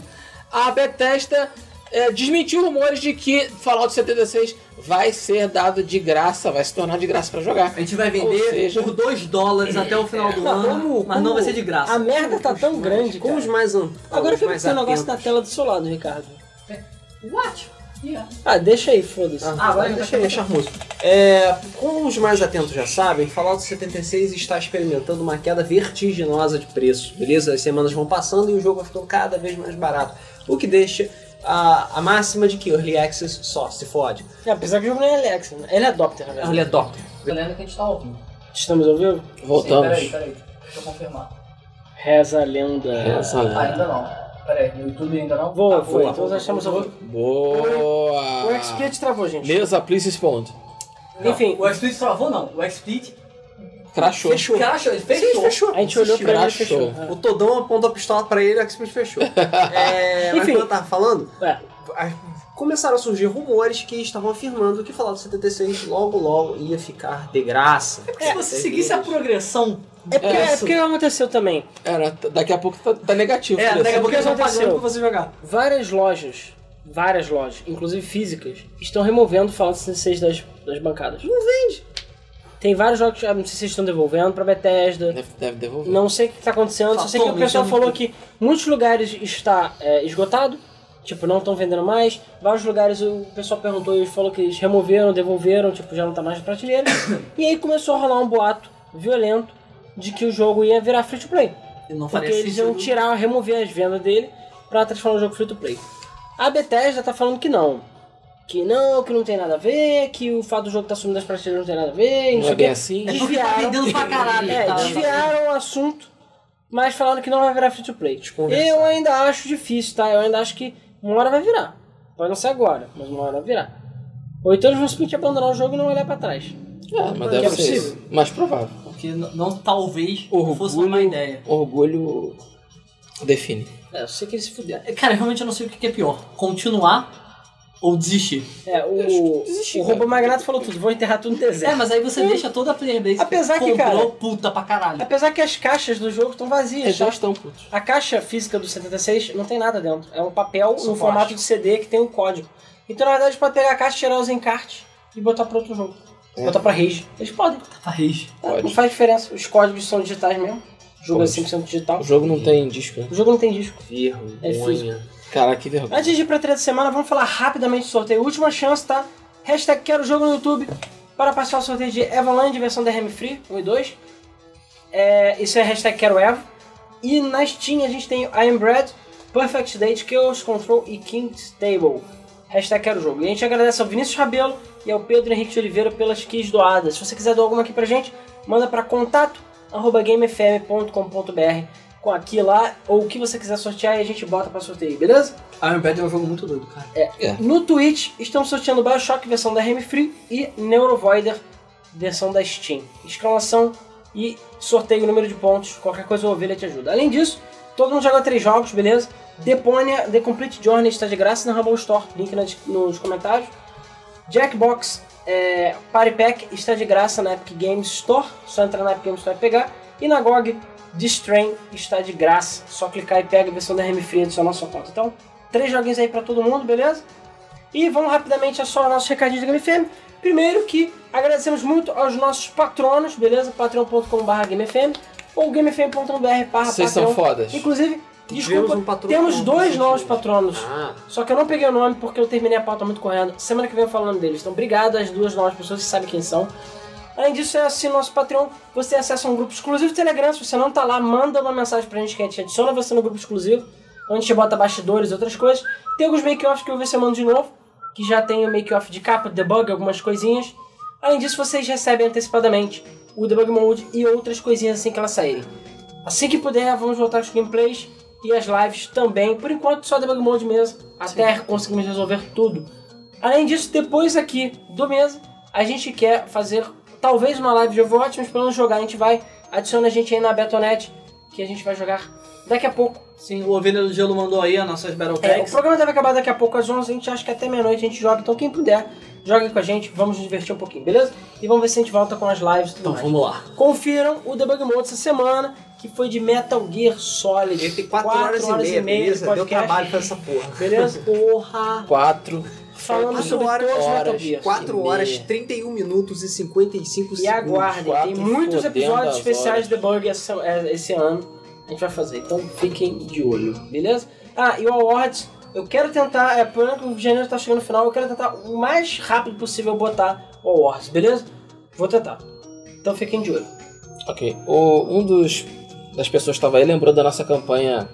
Speaker 2: a Bethesda é, desmentiu rumores de que Fallout 76 vai ser dado de graça, vai se tornar de graça pra jogar.
Speaker 3: A gente vai
Speaker 2: Ou
Speaker 3: vender
Speaker 2: seja-
Speaker 3: por 2 dólares até o final do ano, mas não vai ser de graça.
Speaker 1: A merda tá tão grande.
Speaker 5: Como
Speaker 1: cara.
Speaker 5: os mais amplos.
Speaker 1: Agora eu
Speaker 5: que
Speaker 1: quero ver o um negócio da tela do seu lado, Ricardo.
Speaker 3: What? Yeah.
Speaker 1: Ah, deixa aí, foda-se.
Speaker 5: Ah,
Speaker 3: agora
Speaker 5: agora
Speaker 3: ele
Speaker 5: deixa
Speaker 3: tá
Speaker 5: aí, é charmoso. É, como os mais atentos já sabem, Fallout 76 está experimentando uma queda vertiginosa de preço, beleza? As semanas vão passando e o jogo vai ficando cada vez mais barato, o que deixa a, a máxima de que Early Access só se fode.
Speaker 1: É, apesar que o jogo não é Alexa, né? ele é adopter, na verdade.
Speaker 5: Early Adopter.
Speaker 7: Galera que a gente tá ouvindo. Sim,
Speaker 1: Estamos ouvindo?
Speaker 2: Voltamos.
Speaker 7: Peraí, peraí. Deixa eu confirmar.
Speaker 1: Reza a lenda.
Speaker 2: É, Essa
Speaker 7: Ah,
Speaker 2: lenda.
Speaker 7: ainda não. Peraí, no YouTube ainda não?
Speaker 1: Boa,
Speaker 7: Ah,
Speaker 1: foi.
Speaker 7: boa.
Speaker 1: então nós achamos ao vivo.
Speaker 2: Boa!
Speaker 1: O XSplit travou, gente.
Speaker 2: Mesa, please respond.
Speaker 3: Não,
Speaker 1: Enfim.
Speaker 3: o XSplit travou, não. O XSplit.
Speaker 2: Crashou.
Speaker 5: Fechou.
Speaker 3: Caixa, ele fechou.
Speaker 1: A gente olhou pra ele e fechou.
Speaker 2: Crashou.
Speaker 5: O Todão apontou a pistola pra ele e o Xbox fechou. É, mas
Speaker 1: Enfim.
Speaker 5: como eu tava falando,
Speaker 1: É.
Speaker 5: a- começaram a surgir rumores que estavam afirmando que Fallout 76 logo logo ia ficar de graça.
Speaker 3: Se você seguisse a progressão.
Speaker 1: É porque,
Speaker 2: É,
Speaker 1: é porque aconteceu também.
Speaker 2: Era, t- daqui a pouco tá, tá negativo.
Speaker 3: É,
Speaker 2: Parece.
Speaker 3: daqui a pouco eles vão
Speaker 1: aconteceu?
Speaker 3: pagando pra você jogar.
Speaker 1: Várias lojas, várias lojas, inclusive físicas, estão removendo o Fallout 66 das, das bancadas. Não vende. Tem vários jogos que ah, não sei se vocês estão devolvendo pra Bethesda.
Speaker 2: assim. Deve, deve devolver.
Speaker 1: Não sei o que está tá acontecendo, só sei que o
Speaker 3: Fator,
Speaker 1: pessoal
Speaker 3: mexendo
Speaker 1: falou
Speaker 3: no cu.
Speaker 1: que muitos lugares está é, esgotado, Tipo, não estão vendendo mais. Vários lugares o pessoal perguntou e falou que eles removeram, devolveram, tipo, já não tá mais na prateleira. e aí começou a rolar um boato violento de que o jogo ia virar free to play.
Speaker 3: Eu não
Speaker 1: Porque
Speaker 3: faria
Speaker 1: eles iam
Speaker 3: sentido. É
Speaker 1: tirar, remover as vendas dele pra transformar o jogo free to play. A Bethesda tá falando que não. Que não, que não tem nada a ver, que o fato do jogo tá sumindo das prateleiras não tem nada a ver, e não
Speaker 2: Não
Speaker 1: sei
Speaker 2: é
Speaker 1: o quê.
Speaker 2: bem assim.
Speaker 3: É porque tá
Speaker 1: desviaram.
Speaker 3: vendendo pra caralho.
Speaker 1: É,
Speaker 3: tá?
Speaker 1: desviaram o assunto, mas falaram que não vai virar free to play. Eu ainda acho difícil, tá? Eu ainda acho que uma hora vai virar. Pode não ser agora, mas uma hora vai virar. Ou então eles vão simplesmente abandonar o jogo e não olhar pra trás.
Speaker 2: É, mas
Speaker 1: Que é
Speaker 2: deve ser
Speaker 1: possível.
Speaker 2: isso. Mais provável.
Speaker 3: Porque n- não, talvez
Speaker 2: Orgulho.
Speaker 3: fosse uma má ideia.
Speaker 2: Orgulho define.
Speaker 1: É, eu sei que eles se fuderam.
Speaker 3: Cara, eu realmente não sei o que que é pior. Continuar ou desistir.
Speaker 1: É,
Speaker 2: Eu acho
Speaker 1: o,
Speaker 2: que desisti,
Speaker 1: o
Speaker 2: cara.
Speaker 1: Robô Magnato falou tudo, vou enterrar tudo no
Speaker 3: É,
Speaker 1: deserto.
Speaker 3: mas aí você deixa toda a player base
Speaker 1: Apesar que,
Speaker 3: comprou
Speaker 1: cara- É.
Speaker 3: puta pra caralho.
Speaker 1: Apesar que as caixas do jogo estão
Speaker 2: Eles
Speaker 1: vazias,
Speaker 2: já
Speaker 1: tá?
Speaker 2: estão putos.
Speaker 1: A caixa física do 76 não tem nada dentro. É um papel
Speaker 3: Só
Speaker 1: no
Speaker 3: plástico.
Speaker 1: formato de CD que tem um código. Então, na verdade, eles podem pegar a caixa, tirar os encartes e botar pra outro jogo. Botar pra Rage. Eles podem.
Speaker 3: Tá pra rage.
Speaker 1: Não
Speaker 2: Pode.
Speaker 1: faz diferença. Os códigos são digitais mesmo. O jogo
Speaker 2: Pode.
Speaker 1: é 100% digital.
Speaker 2: O jogo não tem disco. né?
Speaker 1: O jogo não tem disco. É
Speaker 6: Vergonha.
Speaker 2: Cara, que vergonha.
Speaker 1: Antes de ir pra treta da semana, vamos falar rapidamente do sorteio. Última chance, tá? Hashtag quero jogo no YouTube para participar do sorteio de Evaland, versão DRM Free 1 e 2. É, isso é hashtag quero Evo. E na Steam a gente tem I Am Bread, Perfect Date, Chaos Control e King's Table. Hashtag quero jogo. E a gente agradece ao Vinícius Rabelo e ao Pedro Henrique de Oliveira pelas keys doadas. Se você quiser doar alguma aqui pra gente, manda para contato arroba gamefm.com.br com a key lá ou o que você quiser sortear e a gente bota pra sorteio, beleza?
Speaker 3: Iron Bad é um jogo muito doido, cara.
Speaker 1: No Twitch, estamos sorteando Bioshock versão da Remy Free e Neurovoider versão da Steam. Exclamação e sorteio número de pontos. Qualquer coisa, o Ovelha te ajuda. Além disso, todo mundo joga três jogos, beleza? Deponia, The Complete Journey está de graça na Humble Store. Link na dis- nos comentários. Jackbox é, Party Pack está de graça na Epic Games Store. Só entrar na Epic Games Store e pegar. E na GOG, This Train está de graça. Só clicar e pega a versão da Remy Free e adicionar na sua conta. Então, três joguinhos aí para todo mundo, beleza? E vamos rapidamente a só nossos recadinhos da Game FM. Primeiro que agradecemos muito aos nossos patronos, beleza? patreon.com.br GameFM ou gamefm.br barra
Speaker 2: Vocês são
Speaker 1: Patreon.
Speaker 2: fodas.
Speaker 1: Inclusive, desculpa,
Speaker 5: um patrono
Speaker 1: temos
Speaker 5: novo,
Speaker 1: dois
Speaker 5: gente.
Speaker 1: novos patronos.
Speaker 6: Ah,
Speaker 1: Só que eu não peguei o nome porque eu terminei a pauta muito correndo. Semana que vem eu falo o nome deles. Então, obrigado às duas novas pessoas que sabem quem são. Além disso, é assim nosso Patreon. Você tem acesso a um grupo exclusivo do Telegram. Se você não tá lá, manda uma mensagem pra gente que a gente adiciona você no grupo exclusivo. Onde a gente bota bastidores e outras coisas. Tem alguns make-offs que eu vou ver se eu mando de novo. Que já tem o make-off de capa, debug, algumas coisinhas. Além disso, vocês recebem antecipadamente o debug mode e outras coisinhas assim que elas saírem. Assim que puder, vamos voltar com os gameplays e as lives também. Por enquanto, só debug mode mesmo, até conseguirmos resolver tudo. Além disso, depois aqui do mês, a gente quer fazer talvez uma live de Overwatch, mas pelo menos jogar. A gente vai, adiciona a gente aí na Betonet, que a gente vai jogar daqui a pouco.
Speaker 3: Sim, o Ovelha do Gelo mandou aí as nossas Battle
Speaker 1: É, o
Speaker 3: Packs.
Speaker 1: programa deve acabar daqui a pouco às 11, a gente acha que até meia-noite a gente joga, então quem puder, joga aí com a gente, vamos nos divertir um pouquinho, beleza? E vamos ver se a gente volta com as lives e tudo
Speaker 3: Então
Speaker 1: mais.
Speaker 3: vamos lá.
Speaker 1: Confiram o debug mode essa semana, que foi de Metal Gear Solid.
Speaker 5: Ele tem 4
Speaker 1: Quatro
Speaker 5: horas, e meia,
Speaker 1: de
Speaker 5: beleza? Deu
Speaker 1: podcast,
Speaker 5: trabalho pra essa porra.
Speaker 1: Beleza?
Speaker 3: Porra!
Speaker 2: Quatro.
Speaker 1: Falando
Speaker 5: Quatro
Speaker 1: sobre
Speaker 5: horas,
Speaker 1: todos os Metal
Speaker 2: horas,
Speaker 1: Gear.
Speaker 5: 4
Speaker 2: meia.
Speaker 5: horas, 31 minutos e 55
Speaker 1: E
Speaker 5: segundos.
Speaker 1: aguardem, tem
Speaker 2: quatro
Speaker 1: muitos
Speaker 2: fodendo
Speaker 1: episódios
Speaker 2: as
Speaker 1: especiais
Speaker 2: horas.
Speaker 1: de debug essa- é, esse ano. A gente vai fazer, então fiquem de olho, beleza? Ah, e o Awards, eu quero tentar, é, por exemplo, o janeiro tá chegando no final, eu quero tentar o mais rápido possível botar o Awards, beleza? Vou tentar. Então fiquem de olho.
Speaker 2: Ok. O, um dos das pessoas que estava aí lembrou da nossa campanha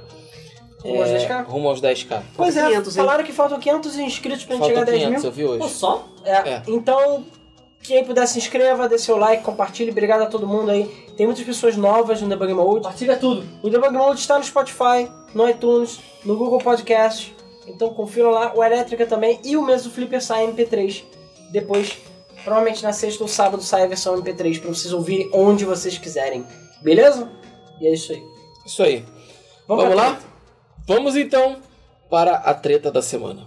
Speaker 1: Rumo aos
Speaker 2: é,
Speaker 1: 10K?
Speaker 2: rumo aos 10K.
Speaker 1: Pois é,
Speaker 5: 500, hein?
Speaker 1: falaram que faltam 500 inscritos pra gente
Speaker 2: Faltam
Speaker 1: chegar a 10 mil.
Speaker 2: 500, eu vi
Speaker 3: Pô,
Speaker 2: hoje.
Speaker 3: só?
Speaker 1: É,
Speaker 2: É.
Speaker 1: Então, quem puder se inscreva, dê seu like, compartilhe. Obrigado a todo mundo aí. Tem muitas pessoas novas no Debug Mode.
Speaker 3: Compartilha tudo.
Speaker 1: O Debug Mode está no Spotify, no iTunes, no Google Podcast. Então confiram lá. O Elétrica também. E o mesmo Flipper sai em MP3. Depois, provavelmente na sexta ou sábado sai a versão MP3 para vocês ouvirem onde vocês quiserem. Beleza? E é isso aí.
Speaker 2: Isso aí. Vamos,
Speaker 1: pra
Speaker 2: lá? Vamos então para a treta da semana.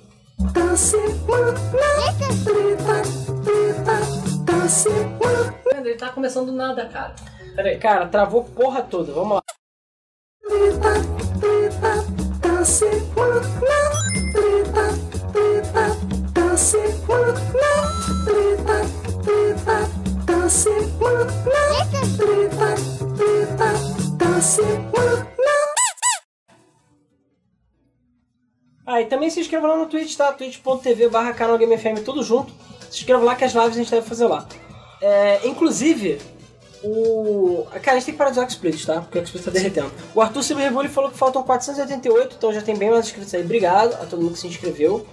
Speaker 4: Da semana, treta, treta, da semana.
Speaker 3: Leandro, Ele tá começando do nada, cara.
Speaker 1: Peraí, cara, travou porra toda. Vamos lá.
Speaker 4: Treta, treta da semana. Treta, treta da semana. Treta, treta da semana. Treta, treta da semana.
Speaker 1: Ah, e também se inscreva lá no Twitch, tá? twitch.tv barra canal GameFM, tudo junto. Se inscreva lá que as lives a gente deve fazer lá. É, inclusive, o... Cara, a gente tem que parar de usar o Xsplit, tá? Porque o Xsplit tá derretendo. O Arthur Silverbulli falou que faltam 488, então já tem bem mais inscritos aí. Obrigado a todo mundo que se inscreveu.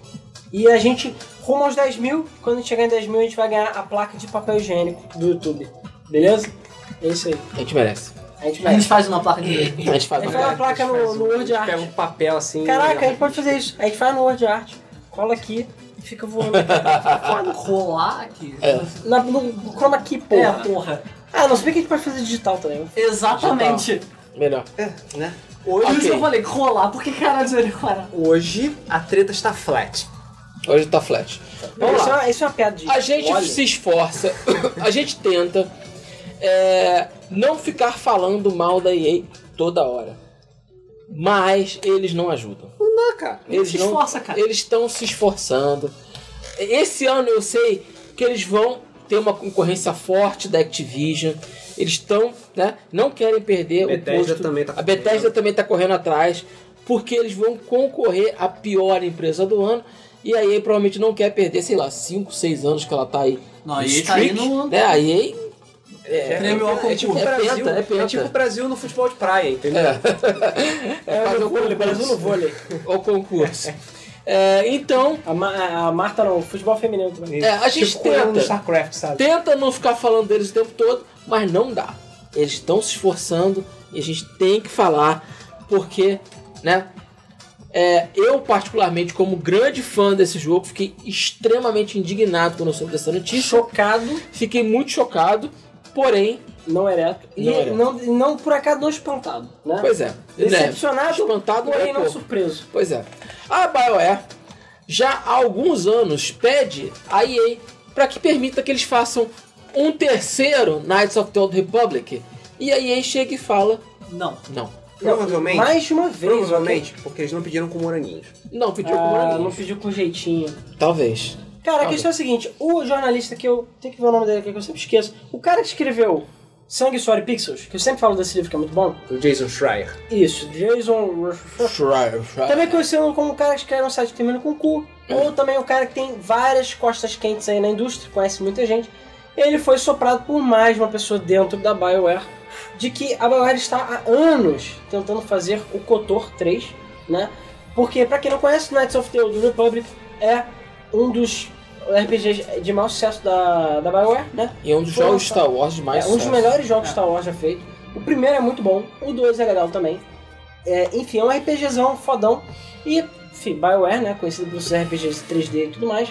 Speaker 1: E a gente rumo aos 10 mil. Quando a gente chegar em 10 mil, a gente vai ganhar a placa de papel higiênico do YouTube. Beleza? É isso aí.
Speaker 2: A gente merece.
Speaker 1: A gente
Speaker 3: A
Speaker 1: vai.
Speaker 3: gente faz uma placa de.
Speaker 2: A gente faz
Speaker 1: Aí
Speaker 2: uma
Speaker 1: É. faz uma placa no, no Word Art.
Speaker 5: Pega um papel assim.
Speaker 1: Caraca, a gente pode fazer isso. A gente faz no Word Art, cola aqui e fica voando. Foda.
Speaker 3: Rolar Ah, aqui.
Speaker 1: Na, no, no chroma key,
Speaker 3: É,
Speaker 1: porra.
Speaker 3: porra.
Speaker 1: Ah, não, se bem que a gente pode fazer digital também.
Speaker 3: Exatamente.
Speaker 2: melhor.
Speaker 5: né?
Speaker 3: Por isso
Speaker 2: Ok.
Speaker 3: que eu falei rolar, porque caralho eu ia parar.
Speaker 5: Hoje a treta está flat.
Speaker 2: Hoje tá flat. Vamos
Speaker 1: isso, É
Speaker 2: lá.
Speaker 1: uma, isso é uma piada de.
Speaker 2: A gente
Speaker 1: Olha.
Speaker 2: se esforça, a gente tenta é, não ficar falando mal da EA toda hora. Mas eles não ajudam.
Speaker 5: Não, cara.
Speaker 2: Eles
Speaker 3: se
Speaker 2: não-
Speaker 3: esforça, cara.
Speaker 2: Eles estão se esforçando. Esse ano eu sei que eles vão ter uma concorrência forte da Activision. Eles estão, né? Não querem perder o
Speaker 5: Bethesda
Speaker 2: posto.
Speaker 5: também tá
Speaker 2: a Bethesda também está correndo atrás, porque eles vão concorrer à pior empresa do ano. E a EA provavelmente não quer perder, sei lá, 5, 6 anos que ela tá aí.
Speaker 3: Não,
Speaker 2: no
Speaker 3: a EA tá
Speaker 2: streak,
Speaker 3: aí no-
Speaker 2: Né? A EA é,
Speaker 3: Prêmio ao
Speaker 5: É tipo o
Speaker 2: É penta,
Speaker 5: Brasil,
Speaker 2: é
Speaker 5: é,
Speaker 2: penta.
Speaker 5: tipo o Brasil no futebol de praia, entendeu?
Speaker 2: é, é fazer o
Speaker 1: vôlei, Brasil no
Speaker 2: concurso.
Speaker 1: vôlei.
Speaker 2: O concurso. É, então,
Speaker 1: A, Ma- a Marta não, futebol feminino também.
Speaker 2: é, a gente
Speaker 5: tipo eu no
Speaker 2: tenta.
Speaker 5: StarCraft, sabe?
Speaker 2: tenta não ficar falando deles o tempo todo, mas não dá. Eles estão se esforçando e a gente tem que falar, porque, né? é, eu, particularmente, como grande fã desse jogo, fiquei extremamente indignado quando eu soube dessa notícia.
Speaker 1: Chocado,
Speaker 2: Fiquei muito chocado, porém,
Speaker 1: não ereto. E
Speaker 2: Não ereto.
Speaker 1: não, não, por acaso, não espantado, né?
Speaker 2: pois é. né,
Speaker 1: Decepcionado,
Speaker 2: espantado,
Speaker 1: porém
Speaker 2: é
Speaker 1: não
Speaker 2: pouco.
Speaker 1: surpreso.
Speaker 2: Pois é. A BioWare já há alguns anos pede a EA para que permita que eles façam um terceiro Knights of the Old Republic. E a EA chega e fala:
Speaker 3: Não.
Speaker 2: não.
Speaker 5: Provavelmente.
Speaker 1: Mais de uma vez,
Speaker 5: Provavelmente, porque eles não pediram com moranguinhos.
Speaker 2: Não,
Speaker 1: ok?
Speaker 2: pediu com
Speaker 1: Ah, não
Speaker 2: moranguinhos.
Speaker 1: pediu com jeitinho.
Speaker 2: Talvez.
Speaker 1: Cara, a
Speaker 2: Tá
Speaker 1: questão é a seguinte: o jornalista que eu. Tem que ver o nome dele aqui, que eu sempre esqueço. O cara que escreveu Sangue, Suor e Pixels, que eu sempre falo desse livro que é muito bom.
Speaker 5: O Jason Schreier.
Speaker 1: Isso, Jason. Também conhecido como o cara que escreve um site que termina com cu. Ou também o cara que tem várias costas quentes aí na indústria, conhece muita gente. Ele foi soprado por mais uma pessoa dentro da BioWare de que a BioWare está há anos tentando fazer o Kotor 3, né? Porque, pra quem não conhece, Knights of the Old Republic é um dos RPGs de maior sucesso da, da BioWare, né?
Speaker 2: E é um dos
Speaker 1: Foi
Speaker 2: jogos
Speaker 1: lançado.
Speaker 2: Star Wars de mais
Speaker 1: É um dos
Speaker 2: sucesso.
Speaker 1: melhores jogos
Speaker 3: É.
Speaker 1: Star Wars já feito. O primeiro é muito bom, o 2 é legal também. É, enfim, é um RPGzão fodão. E, enfim, Bioware, né? Conhecido pelos seus RPGs 3D e tudo mais.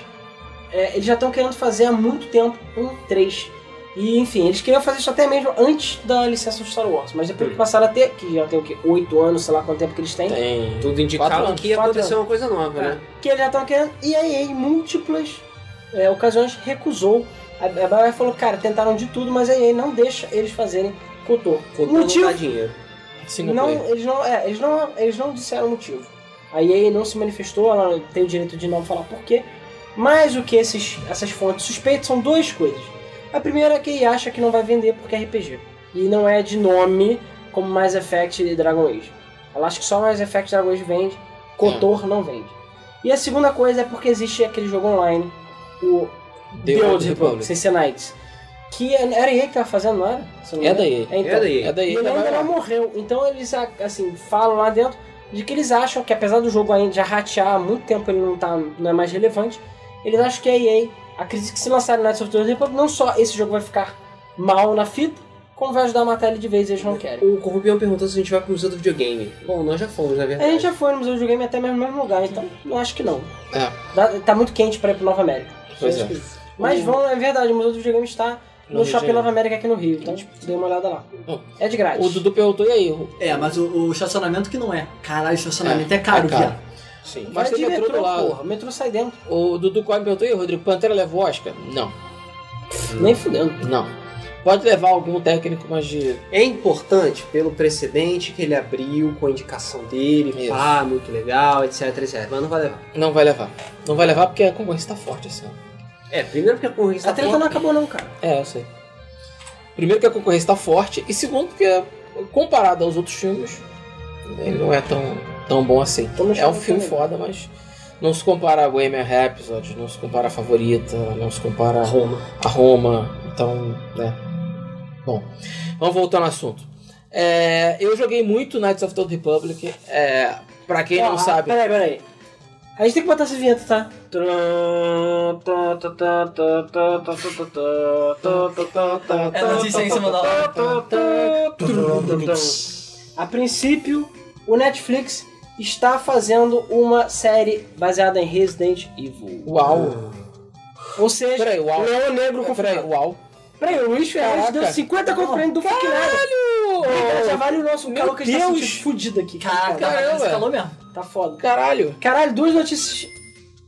Speaker 1: é, eles já estão querendo fazer há muito tempo um 3. E, enfim, eles queriam fazer isso até mesmo antes da licença do Star Wars. Mas depois que passaram a ter, que já tem o quê? 8 anos, sei lá quanto tempo que eles têm.
Speaker 2: Tem.
Speaker 5: Tudo
Speaker 2: Quatro
Speaker 5: indicava
Speaker 2: anos,
Speaker 5: que ia
Speaker 1: quatro
Speaker 5: acontecer uma coisa nova,
Speaker 1: É.
Speaker 5: né?
Speaker 1: que eles já estão querendo. E a EA, em múltiplas é, ocasiões, recusou. A, a Bioware falou, cara, tentaram de tudo, mas a EA não deixa eles fazerem Kotor.
Speaker 5: Contou
Speaker 1: Motivo
Speaker 5: não dá dinheiro.
Speaker 2: Single
Speaker 1: não,
Speaker 2: player.
Speaker 1: eles não, é, eles não, eles não disseram o motivo. A EA não se manifestou, ela tem o direito de não falar porquê. Mas o que esses, essas fontes suspeitam são duas coisas. A primeira é que a EA acha que não vai vender porque é RPG. E não é de nome como Mass Effect e Dragon Age. Ela acha que só Mass Effect e Dragon Age vende, Kotor não vende. E a segunda coisa é porque existe aquele jogo online, o
Speaker 2: The Old Republic.
Speaker 1: CC Knights. Que era a EA que tava fazendo, não era? Se eu não me
Speaker 2: É da
Speaker 1: engano.
Speaker 2: EA.
Speaker 1: então,
Speaker 5: é daí.
Speaker 2: É daí.
Speaker 1: e ele ainda não morreu. Então eles assim, falam lá dentro de que eles acham que apesar do jogo ainda já ratear há muito tempo ele não, tá, não é mais relevante, eles acham que a EA, acredito que se lançarem Knights of the Old Republic, não só esse jogo vai ficar mal na fita, como vai ajudar a matar ele de vez, eles não querem.
Speaker 5: O Corrupião perguntou se a gente vai pro museu do videogame. Bom, nós já fomos, na
Speaker 1: A
Speaker 5: verdade.
Speaker 1: gente já foi no Museu do Game até mesmo no mesmo lugar, então eu acho que não.
Speaker 2: É.
Speaker 1: Dá- tá muito quente pra ir pro Nova América.
Speaker 2: Pois
Speaker 1: Eu
Speaker 2: é.
Speaker 1: acho que- Mas vão, é verdade, o Museu do Videogame está
Speaker 2: No Rio
Speaker 1: no
Speaker 2: de
Speaker 1: Shopping
Speaker 2: Janeiro.
Speaker 1: Nova América aqui no Rio, então dê uma olhada lá.
Speaker 2: Bom,
Speaker 1: É de grátis.
Speaker 2: O Dudu perguntou, e aí?
Speaker 3: É, mas o, o estacionamento que não é. Caralho, estacionamento é, caro,
Speaker 2: é caro.
Speaker 3: viado.
Speaker 2: Sim.
Speaker 1: Vai
Speaker 2: Mas tem
Speaker 1: de
Speaker 2: metrô do
Speaker 1: metrô,
Speaker 2: lado.
Speaker 1: porra. O metrô sai dentro.
Speaker 2: O Dudu quase me perguntou, e aí, Rodrigo, Pantera levou Oscar? Não, Uhum.
Speaker 1: Nem fudendo.
Speaker 2: não. Pode levar algum técnico, mas de...
Speaker 5: É importante pelo precedente que ele abriu com a indicação dele,
Speaker 2: Isso.
Speaker 5: pá, muito legal, etc, etc. Mas não vai levar.
Speaker 2: não vai levar. Não vai levar porque a concorrência tá forte assim.
Speaker 5: É, primeiro porque a corrente
Speaker 1: A
Speaker 5: tá
Speaker 1: treta não acabou não, cara.
Speaker 2: É, eu sei. Primeiro que a concorrência tá forte, e segundo porque comparado aos outros filmes, ele não é tão, tão bom assim.
Speaker 1: Então, mas
Speaker 2: É um
Speaker 1: tá
Speaker 2: filme
Speaker 1: legal.
Speaker 2: foda, mas não se compara a Bohemian Rhapsody, não se compara a Favorita, não se compara
Speaker 5: Roma.
Speaker 2: a Roma. Então, né. Bom, vamos voltar no assunto. É, eu joguei muito Knights of the Old Republic. É, pra quem
Speaker 1: Ó,
Speaker 2: não
Speaker 1: ah,
Speaker 2: sabe,
Speaker 1: Peraí, peraí. A gente tem que botar essa vinheta, tá?
Speaker 3: É notícia em cima da hora.
Speaker 1: A princípio, o Netflix está fazendo uma série baseada em Resident Evil.
Speaker 2: uau.
Speaker 1: Ou seja,
Speaker 2: Peraí, uau.
Speaker 1: Leão Negro com
Speaker 2: Peraí, uau.
Speaker 1: Peraí, o é Luiz Ferraz deu
Speaker 2: Caraca.
Speaker 1: 50 conto pra ele do Fuck Nada. Então Já vale o nosso
Speaker 2: Meu
Speaker 1: calor que a gente tá
Speaker 2: Deus.
Speaker 1: sentindo fudido aqui. Tá
Speaker 3: Caraca,
Speaker 1: foda.
Speaker 2: Caramba.
Speaker 3: esse calor mesmo.
Speaker 1: Tá foda.
Speaker 2: Caralho.
Speaker 1: Caralho, duas notícias.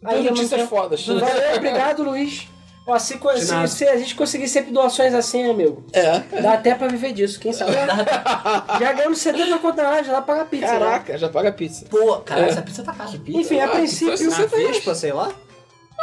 Speaker 2: Duas
Speaker 1: Aí, ao
Speaker 2: notícias
Speaker 1: mesmo
Speaker 2: fodas.
Speaker 1: tempo. Valeu, obrigado, Luiz. Ó, se, co- se- se a gente conseguir sempre doações assim, amigo,
Speaker 2: É.
Speaker 1: dá até pra viver disso, quem sabe? Já ganhamos 70 conto na hora, já dá pra pagar pizza. né?
Speaker 2: Caraca, já paga pizza.
Speaker 3: Pô, cara,
Speaker 2: É.
Speaker 3: essa pizza tá cara.
Speaker 1: Enfim, a
Speaker 2: Ah,
Speaker 1: princípio.
Speaker 2: pizza é
Speaker 1: Você
Speaker 2: sessenta reais.
Speaker 5: Vespa, sei lá.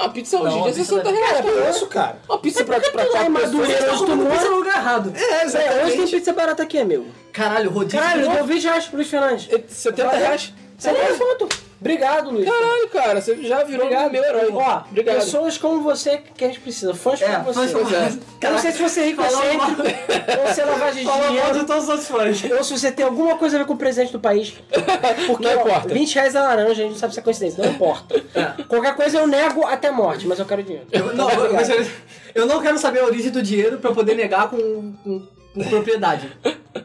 Speaker 2: Uma pizza hoje em
Speaker 3: Não,
Speaker 2: dia é
Speaker 3: a pizza tá
Speaker 2: 60
Speaker 3: deve-
Speaker 2: reais. pô.
Speaker 5: Isso, cara.
Speaker 2: Uma pizza pra, é pra
Speaker 1: tá em
Speaker 2: quatro
Speaker 1: Madureira,
Speaker 2: pessoas.
Speaker 1: onde tu mora.
Speaker 3: lugar errado.
Speaker 5: É,
Speaker 1: É, hoje
Speaker 5: exatamente.
Speaker 1: tem pizza barata aqui, amigo.
Speaker 3: Caralho, rodízio.
Speaker 1: Caralho, eu dou 20 reais pro Luiz Fernandes.
Speaker 2: É 70 reais.
Speaker 1: 70 conto. Obrigado, Luiz.
Speaker 2: Caralho, cara, você já virou
Speaker 1: Obrigado.
Speaker 2: meu herói.
Speaker 1: Ó,
Speaker 2: Obrigado.
Speaker 1: pessoas como você que a gente precisa. Fãs
Speaker 3: É,
Speaker 1: como
Speaker 3: fãs
Speaker 1: você.
Speaker 3: como
Speaker 2: Pois
Speaker 1: Eu não sei se você é rico
Speaker 3: Falou
Speaker 1: excêntrico, ou se é lavagem de dinheiro,
Speaker 3: todos os outros fãs.
Speaker 1: ou se você tem alguma coisa a ver com o presidente do país. Porque
Speaker 2: Não
Speaker 1: ó,
Speaker 2: importa.
Speaker 1: 20 reais é laranja, a gente não sabe se é coincidência. Não importa. Qualquer coisa eu nego até a morte, mas eu quero dinheiro.
Speaker 3: É. Eu, não, mas eu, eu não quero saber a origem do dinheiro pra eu poder negar com, com- com propriedade.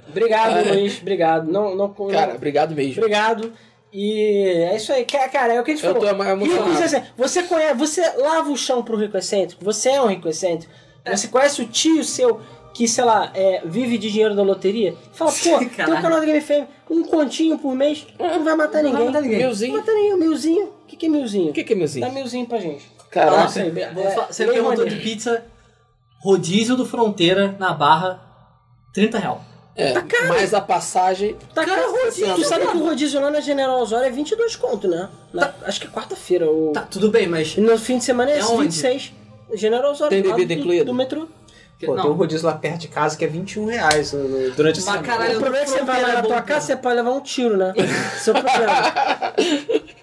Speaker 1: Obrigado,
Speaker 3: É.
Speaker 1: Luiz. Obrigado. Não, não,
Speaker 2: Cara, obrigado mesmo.
Speaker 1: Obrigado. E é isso aí. Ca- Cara, é o que a gente
Speaker 2: Eu
Speaker 1: falou.
Speaker 2: tô emo- emocionado.
Speaker 1: Ricos excêntricos. Você conhece, você lava o chão pro rico excêntrico, você é um rico excêntrico.
Speaker 3: É.
Speaker 1: Você conhece o tio seu que, sei lá, é, vive de dinheiro da loteria? Fala, pô, tem um
Speaker 3: Caralho. É.
Speaker 1: canal da Game FM, um continho por mês, não vai matar ninguém.
Speaker 3: Não vai matar ninguém.
Speaker 1: Não vai matar ninguém, milzinho. O que, que é milzinho?
Speaker 2: O que, que é
Speaker 1: Dá
Speaker 2: meuzinho?
Speaker 1: milzinho pra gente.
Speaker 3: Ah,
Speaker 2: Caraca.
Speaker 1: sei,
Speaker 3: você
Speaker 1: é,
Speaker 3: vou fa- você
Speaker 1: lei
Speaker 3: perguntou
Speaker 1: Rouanet.
Speaker 3: de pizza, rodízio do Fronteira na Barra, 30 real.
Speaker 2: É, mas a passagem.
Speaker 1: Tá
Speaker 3: Cara,
Speaker 1: caro rodízio. Tu
Speaker 3: rodízio,
Speaker 1: sabe
Speaker 3: cara.
Speaker 1: que o rodízio lá na General Osório é 22 conto, né? Na- acho que é quarta-feira. Ou...
Speaker 3: Tá, tudo bem, mas...
Speaker 1: E No fim de semana é,
Speaker 3: É onde?
Speaker 1: 26. General Osório.
Speaker 2: Tem
Speaker 1: lá
Speaker 2: bebida
Speaker 1: do-
Speaker 2: incluída?
Speaker 1: Do metrô.
Speaker 5: Pô,
Speaker 3: não,
Speaker 5: tem um rodízio lá perto de casa que é 21 reais no- no- durante a
Speaker 3: Mas
Speaker 5: semana.
Speaker 3: caralho,
Speaker 1: o problema é que você vai lá
Speaker 3: fronteira
Speaker 1: na
Speaker 3: é
Speaker 1: tua
Speaker 3: bom,
Speaker 1: casa, você pode levar um tiro, né? Esse é o problema.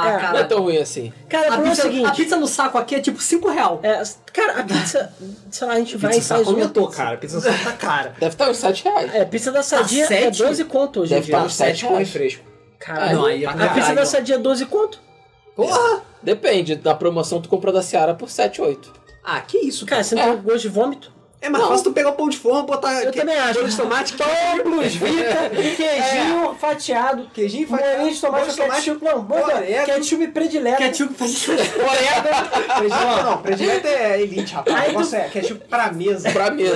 Speaker 3: Ah,
Speaker 1: é,
Speaker 2: Não é
Speaker 3: cara,
Speaker 2: tão ruim assim.
Speaker 1: Cara, o
Speaker 3: a
Speaker 1: problema é o
Speaker 3: pizza, a
Speaker 1: seguinte.
Speaker 3: pizza no saco aqui é tipo 5 real.
Speaker 1: é, cara, a pizza, sei lá, a gente vai
Speaker 5: Pizza tá
Speaker 1: e faz
Speaker 5: só
Speaker 1: uma...
Speaker 5: aumentou, cara. Pizza só tá cara.
Speaker 2: Deve estar uns 7 reais.
Speaker 1: É, pizza da Sadia é
Speaker 3: sete?
Speaker 1: 12 conto hoje em
Speaker 2: Deve
Speaker 1: dia.
Speaker 2: estar
Speaker 5: Tá
Speaker 2: uns 7
Speaker 5: 7 com
Speaker 2: reais.
Speaker 5: refresco.
Speaker 3: não,
Speaker 1: Caralho.
Speaker 3: aí é pra
Speaker 1: A pizza
Speaker 3: caralho.
Speaker 1: da Sadia é 12 conto?
Speaker 5: Porra!
Speaker 2: Depende, da promoção tu compra da Seara por 7, 8.
Speaker 5: Ah, que isso, cara.
Speaker 1: Cara, você não tem gosto de vômito?
Speaker 5: É mais fácil tu pegar o pão de forma, botar
Speaker 1: Eu
Speaker 5: que-
Speaker 1: também acho.
Speaker 5: molho de tomate, que é
Speaker 1: Plus Vita, queijinho fatiado.
Speaker 5: Queijinho fatiado,
Speaker 1: Molhinho de tomate,
Speaker 5: molho de tomate,
Speaker 1: ketchup. Não, bota
Speaker 5: orégano.
Speaker 1: ketchup predileto.
Speaker 3: Ketchup faz
Speaker 5: Predileto não, predileto é elite, rapaz.
Speaker 1: Aí
Speaker 5: O negócio é ketchup pra mesa.
Speaker 2: Pra mesa.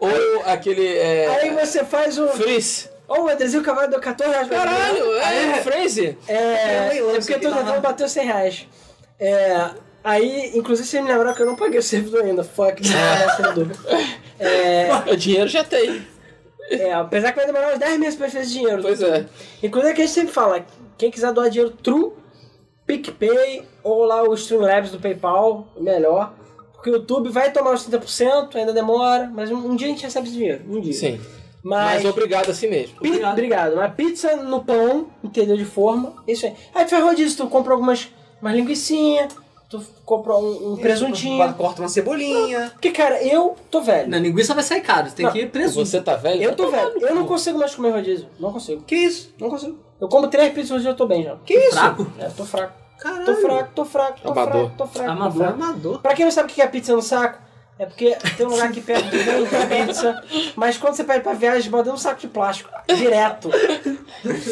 Speaker 2: Ou aquele. É,
Speaker 1: Aí você faz o...
Speaker 2: Frizz.
Speaker 1: Ô, o Andrezinho Cavalo deu 14 reais pra mim.
Speaker 2: Caralho, é, é.
Speaker 1: É,
Speaker 5: É,
Speaker 1: é
Speaker 5: leilão,
Speaker 1: porque
Speaker 5: isso aqui.
Speaker 1: todo tentando bater os 100 reais. É, aí, inclusive, você me lembrou que eu não paguei o servidor ainda. Fuck, não paguei o servidor. É,
Speaker 2: O dinheiro já tem.
Speaker 1: é, apesar que vai demorar uns 10 meses pra fazer esse dinheiro.
Speaker 2: Pois é.
Speaker 1: Inclusive, é que a gente sempre fala, quem quiser doar dinheiro true, PicPay ou lá o Streamlabs do PayPal, melhor. Porque o YouTube vai tomar os 30%, ainda demora, mas um, um dia a gente recebe esse dinheiro, um dia.
Speaker 2: Sim.
Speaker 1: Mas,
Speaker 2: Mas obrigado assim mesmo.
Speaker 1: Pi- Obrigado. Mas pizza no pão, entendeu? De forma, É isso aí. Aí tu faz rodízio, tu compra algumas umas linguiçinha, tu compra um, um presuntinho.
Speaker 5: Corta uma cebolinha.
Speaker 1: Porque, cara, eu tô velho.
Speaker 3: Na linguiça vai sair caro, você tem
Speaker 1: Não.
Speaker 3: que ir preso.
Speaker 2: Você tá velho?
Speaker 1: Eu
Speaker 2: né?
Speaker 1: tô velho. Eu não consigo mais comer rodízio. Não consigo.
Speaker 5: Que isso?
Speaker 1: Não consigo. Eu como três pizzas hoje eu tô bem já.
Speaker 5: Que isso?
Speaker 3: Fraco?
Speaker 1: É, tô fraco.
Speaker 5: Caralho.
Speaker 1: Tô fraco, tô fraco, tô
Speaker 2: Amador.
Speaker 1: fraco, tô fraco. Tô
Speaker 3: Tá Amador.
Speaker 1: fraco.
Speaker 5: Amador.
Speaker 1: Pra quem não sabe o que é pizza no saco, é porque tem um lugar aqui perto que vende pizza, mas quando você pede pra viagem, manda um saco de plástico. Direto.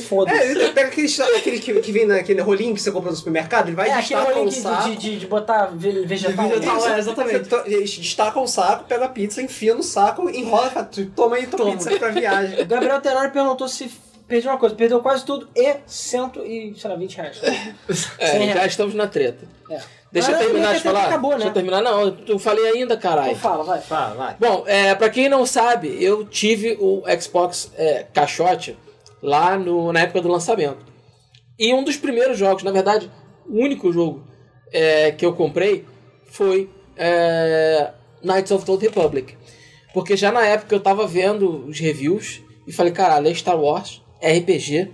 Speaker 1: Foda-se.
Speaker 5: É, ele pega aquele, aquele que, que vem naquele rolinho que você compra no supermercado, ele vai
Speaker 1: É, aquele
Speaker 5: destaca
Speaker 1: rolinho
Speaker 5: o
Speaker 1: que-
Speaker 5: saco.
Speaker 1: de, de, de botar ve- vegetal.
Speaker 5: Isso,
Speaker 3: vegetal, é,
Speaker 5: você to- destaca o um saco, pega a pizza, enfia no saco, enrola, fala, "Tu- toma aí tua pizza pra viagem.
Speaker 1: O Gabriel Tenório perguntou se perdeu uma coisa. Perdeu quase tudo e cento e, sei lá, 20 reais. Cem
Speaker 2: É, já
Speaker 1: reais.
Speaker 2: estamos na treta.
Speaker 1: É.
Speaker 2: Deixa eu
Speaker 1: Mas
Speaker 2: terminar
Speaker 1: a
Speaker 2: de
Speaker 1: treta
Speaker 2: falar.
Speaker 1: acabou, né?
Speaker 2: Deixa eu terminar. Não, eu falei ainda,
Speaker 1: Então
Speaker 2: caralho.
Speaker 1: fala, vai.
Speaker 5: Vai, vai.
Speaker 2: Bom, é, pra quem não sabe, eu tive o Xbox é, Caixote lá no- na época do lançamento. E um dos primeiros jogos, na verdade, o único jogo é, que eu comprei foi é, Knights of the Old Republic. Porque já na época eu tava vendo os reviews e falei, caralho, é Star Wars, é RPG.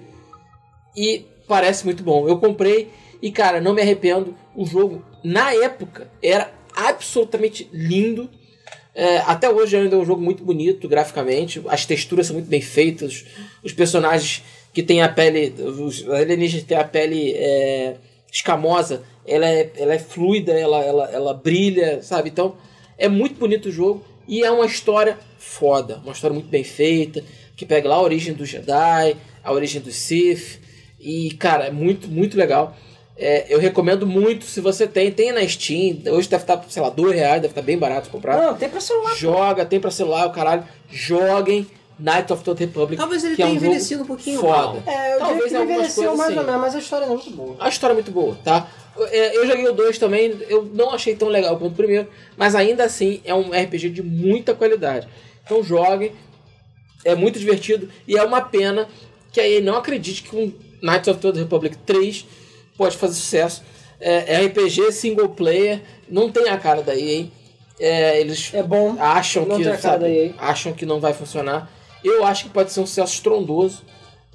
Speaker 2: E parece muito bom. Eu comprei e, cara, não me arrependo. O jogo, na época, era absolutamente lindo. É, até hoje ainda é um jogo muito bonito graficamente. As texturas são muito bem feitas. Os, os personagens que têm a pele. Os alienígenas que têm a pele é, escamosa. Ela é, ela é fluida, ela, ela, ela brilha, sabe? Então, é muito bonito o jogo. E é uma história foda. Uma história muito bem feita. Que pega lá a origem do Jedi, a origem do Sith. E, cara, é muito, muito legal. É, eu recomendo muito, se você tem, tem na Steam. Hoje deve estar, sei lá, dois reais, deve estar bem barato comprar.
Speaker 1: Não, tem pra celular.
Speaker 2: Joga, tem pra celular, o caralho. Joguem Knights of the Old Republic.
Speaker 5: Talvez ele
Speaker 2: que é
Speaker 5: tenha
Speaker 2: um jogo
Speaker 5: envelhecido um pouquinho
Speaker 2: Foda.
Speaker 5: mal.
Speaker 1: É, eu
Speaker 2: Talvez
Speaker 1: diria que
Speaker 2: algumas
Speaker 1: envelheceu
Speaker 2: coisas
Speaker 1: mais
Speaker 2: sim.
Speaker 1: ou menos, mas a história é muito boa.
Speaker 2: A história é muito boa, tá? É, Eu joguei o 2 também, eu não achei tão legal quanto o primeiro, mas ainda assim é um RPG de muita qualidade. Então joguem, é muito divertido e é uma pena que aí não acredite que um Knights of the Old Republic 3 pode fazer sucesso. É, é RPG single player, não tem a cara daí, hein? É, eles
Speaker 1: É bom.
Speaker 2: acham
Speaker 1: Não
Speaker 2: que
Speaker 1: tem a cara
Speaker 2: sabe,
Speaker 1: da EA.
Speaker 2: acham que não vai funcionar. Eu acho que pode ser um sucesso estrondoso.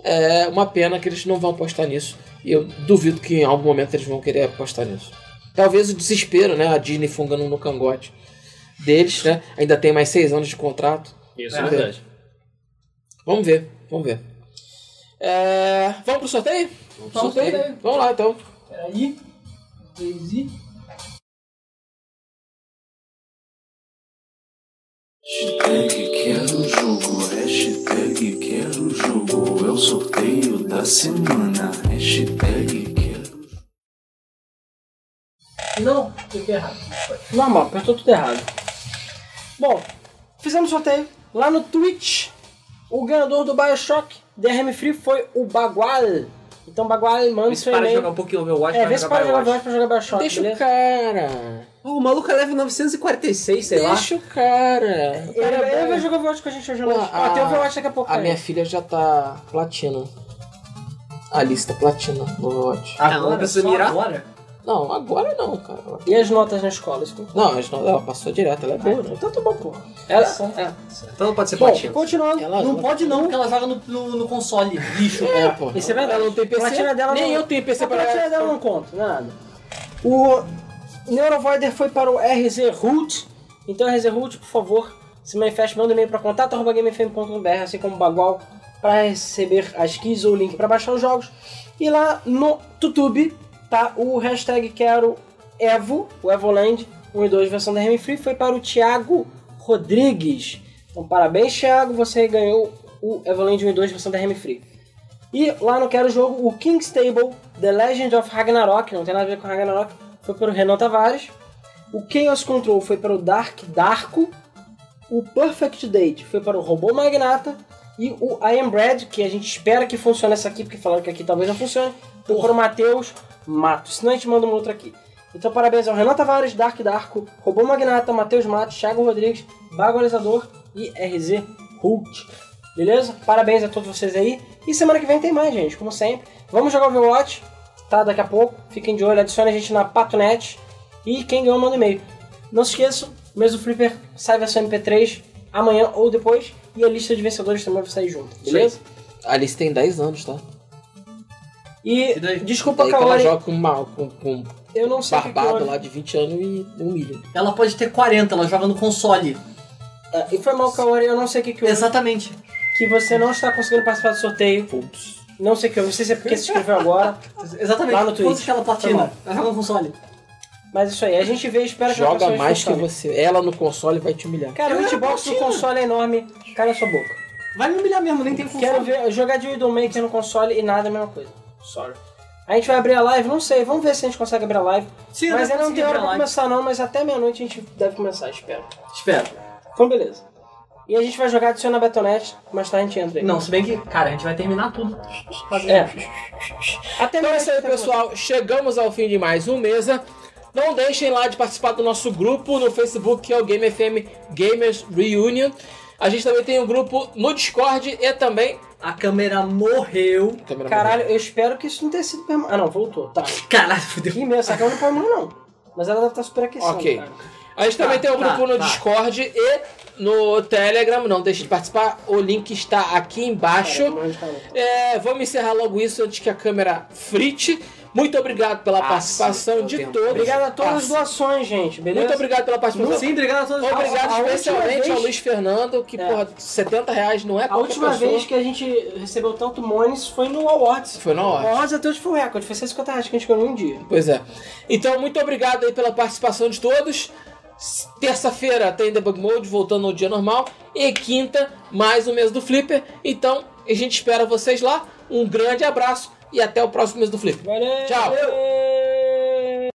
Speaker 2: É uma pena que eles não vão apostar nisso. E eu duvido que em algum momento eles vão querer apostar nisso. Talvez o desespero, né? A Disney fungando no cangote deles, né? Ainda tem mais seis anos de contrato.
Speaker 6: Isso
Speaker 2: é verdade. Vamos ver, vamos ver. É, Vamos pro sorteio?
Speaker 7: Vamos pro sorteio.
Speaker 2: Vamos lá então.
Speaker 7: Peraí. Dois e.
Speaker 4: Hashtag quero jogo, hashtag quero jogo, é o sorteio da semana. Hashtag quero.
Speaker 7: Não, cliquei errado.
Speaker 1: Normal, apertou tudo errado. Bom, fizemos sorteio lá no Twitch. O ganhador do Bioshock DRM Free foi o Bagual. Então, Bagual, manda
Speaker 5: Isso
Speaker 1: seu
Speaker 5: para de
Speaker 1: e-mail.
Speaker 5: jogar um pouquinho Overwatch,
Speaker 1: É,
Speaker 5: vai
Speaker 1: vê se
Speaker 5: jogar
Speaker 1: para de jogar
Speaker 5: Biowatch.
Speaker 1: Overwatch pra jogar Bioshock,
Speaker 2: Deixa o
Speaker 1: beleza?
Speaker 2: cara.
Speaker 5: Oh, o maluco é level 946, sei lá.
Speaker 2: Deixa o cara. O
Speaker 1: Ele,
Speaker 2: cara é
Speaker 1: ele
Speaker 2: bom.
Speaker 1: vai jogar Overwatch com a gente hoje à
Speaker 2: Pô,
Speaker 1: noite.
Speaker 2: a-
Speaker 1: Ó, tem Overwatch daqui a pouco.
Speaker 2: A
Speaker 1: cara.
Speaker 2: minha filha já tá platina. A lista platina do Overwatch.
Speaker 5: ela precisa
Speaker 3: só
Speaker 5: mirar?
Speaker 3: Agora?
Speaker 2: Não, agora não, cara. Ela-
Speaker 1: E as notas na escola? Isso que...
Speaker 2: Não, mas não- ela passou direto, ela é boa, né?
Speaker 1: Então tá bom, porra. Ela... É.
Speaker 5: Então não pode ser
Speaker 1: Bom,
Speaker 5: platina.
Speaker 1: continuando.
Speaker 2: Ela
Speaker 3: Não
Speaker 2: joga-
Speaker 3: pode não, porque ela joga no, no, no console, lixo.
Speaker 2: É, pô.
Speaker 1: Isso é verdade.
Speaker 2: Ela não tem PC.
Speaker 1: A platina dela
Speaker 2: Nem
Speaker 1: não-
Speaker 2: eu tenho PC
Speaker 1: a
Speaker 2: pra
Speaker 1: platina dela não conta, nada. O Neurovoider foi para o RZ Root. Então, RZ Root, por favor, se manifeste, manda um e-mail para contato.gamefm.br, assim como o Bagual, para receber as keys ou o link para baixar os jogos. E lá no YouTube tá o hashtag quero Evo, o Evoland 1 e 2 versão da RM Free, foi para o Thiago Rodrigues. Então, parabéns, Thiago, você ganhou o Evoland 1 e 2 versão da RM Free. E lá no Quero Jogo, o King's Table, The Legend of Ragnarok, não tem nada a ver com Ragnarok, foi pelo Renan Tavares. O Chaos Control foi pelo Dark Darko. O Perfect Date foi para o Robô Magnata. E o I Am Bread, que a gente espera que funcione essa aqui, porque falaram que aqui talvez não funcione, foi para Então, o Matheus Matos. Senão a gente manda uma outra aqui. Então parabéns ao Renan Tavares, Dark Darko, Robô Magnata, Matheus Matos, Thiago Rodrigues, Bagualizador e RZ Holt. Beleza? Parabéns a todos vocês aí. E semana que vem tem mais, gente, como sempre. Vamos jogar Overwatch, tá? Daqui a pouco. Fiquem de olho, adicione a gente na Patonet. E quem ganhou, manda um e-mail. Não se esqueçam, mesmo Flipper sai versão MP3 amanhã ou depois. E a lista de vencedores também vai sair junto, beleza?
Speaker 2: A lista tem 10 anos, tá?
Speaker 1: E
Speaker 3: E daí?
Speaker 1: desculpa,
Speaker 2: Daí é que ela
Speaker 1: Kaori,
Speaker 2: joga com, mal, com, com
Speaker 1: eu não sei o que que
Speaker 2: barbado
Speaker 1: houve.
Speaker 2: lá de 20 anos e um humilha.
Speaker 3: Ela pode ter 40, ela joga no console.
Speaker 1: É, e foi mal, Kaori, eu não sei o que que houve.
Speaker 3: Exatamente.
Speaker 1: Que você não está conseguindo participar do sorteio. Não sei o que houve, não sei se é porque se inscreveu agora.
Speaker 3: Exatamente.
Speaker 1: Lá no Twitch.
Speaker 3: Quantos que ela
Speaker 1: Foi
Speaker 3: platina?
Speaker 1: mal.
Speaker 3: Ela joga no console.
Speaker 1: Mas isso aí, a gente vê, espera que
Speaker 2: Joga
Speaker 1: as pessoas
Speaker 2: mais que
Speaker 1: funcionem.
Speaker 2: você. Ela no console vai te humilhar.
Speaker 1: Cara,
Speaker 3: Eu
Speaker 1: o
Speaker 3: era
Speaker 1: hitbox do
Speaker 3: platina.
Speaker 1: console é enorme. Cala sua boca.
Speaker 3: Vai me humilhar mesmo, nem tem console.
Speaker 1: Quero ver jogar de Widowmaker no console e nada é a mesma coisa. Sorry. A gente vai abrir a live? Não sei, vamos ver se a gente consegue abrir a live.
Speaker 3: Sim, é
Speaker 1: mas
Speaker 3: eu
Speaker 1: ainda não tem
Speaker 3: consegui
Speaker 1: hora
Speaker 3: ver
Speaker 1: pra
Speaker 3: lá.
Speaker 1: começar não, mas até meia-noite a gente deve começar, espero.
Speaker 3: Espera.
Speaker 1: Então beleza. E a gente vai jogar adiciona a Betonet, mas tá, a gente entra aí.
Speaker 3: Não, se bem que, cara, a gente vai terminar tudo.
Speaker 1: É. Até
Speaker 2: Então é
Speaker 1: mais
Speaker 2: isso aí, pessoal. Chegamos ao fim de mais um Mesa. Não deixem lá de participar do nosso grupo no Facebook, que é o Game FM Gamers Reunion. A gente também tem um grupo no Discord e também...
Speaker 3: A câmera morreu.
Speaker 2: Câmera
Speaker 1: Caralho, eu espero que isso não tenha sido permanente. Ah não, voltou. Tá.
Speaker 3: Caralho, fudeu.
Speaker 1: Que imenso, essa cama não põe a mão não. Mas ela deve estar super
Speaker 2: Ok.
Speaker 1: Cara.
Speaker 2: A gente também tem um
Speaker 3: tá,
Speaker 2: grupo no
Speaker 3: tá.
Speaker 2: Discord e no Telegram, não deixe de participar. O link está aqui embaixo. É, vamos encerrar logo isso antes que a câmera frite. Muito obrigado pela participação de todos.
Speaker 1: Obrigado a todas as
Speaker 2: Ah,
Speaker 1: doações, gente, beleza?
Speaker 2: Muito obrigado pela participação.
Speaker 3: Sim, obrigado a todos.
Speaker 2: Obrigado
Speaker 1: A- a
Speaker 2: especialmente
Speaker 1: última vez-
Speaker 2: ao Luiz Fernando, que,
Speaker 1: É.
Speaker 2: porra, 70 reais não é
Speaker 1: A
Speaker 2: qualquer
Speaker 1: última
Speaker 2: pessoa.
Speaker 1: vez que a gente recebeu tanto Mones foi no Awards.
Speaker 2: Foi na
Speaker 1: O
Speaker 2: hora.
Speaker 1: Awards até hoje foi o recorde, foi 150 reais que a gente ganhou em um dia.
Speaker 2: Pois é. Então, muito obrigado aí pela participação de todos. S- Terça-feira tem Debug Mode, voltando ao dia normal. E quinta, mais um mês do Flipper. Então, a gente espera vocês lá. Um grande abraço e até o próximo mês do Flipper.
Speaker 1: Valeu!
Speaker 2: Tchau.
Speaker 1: Valeu.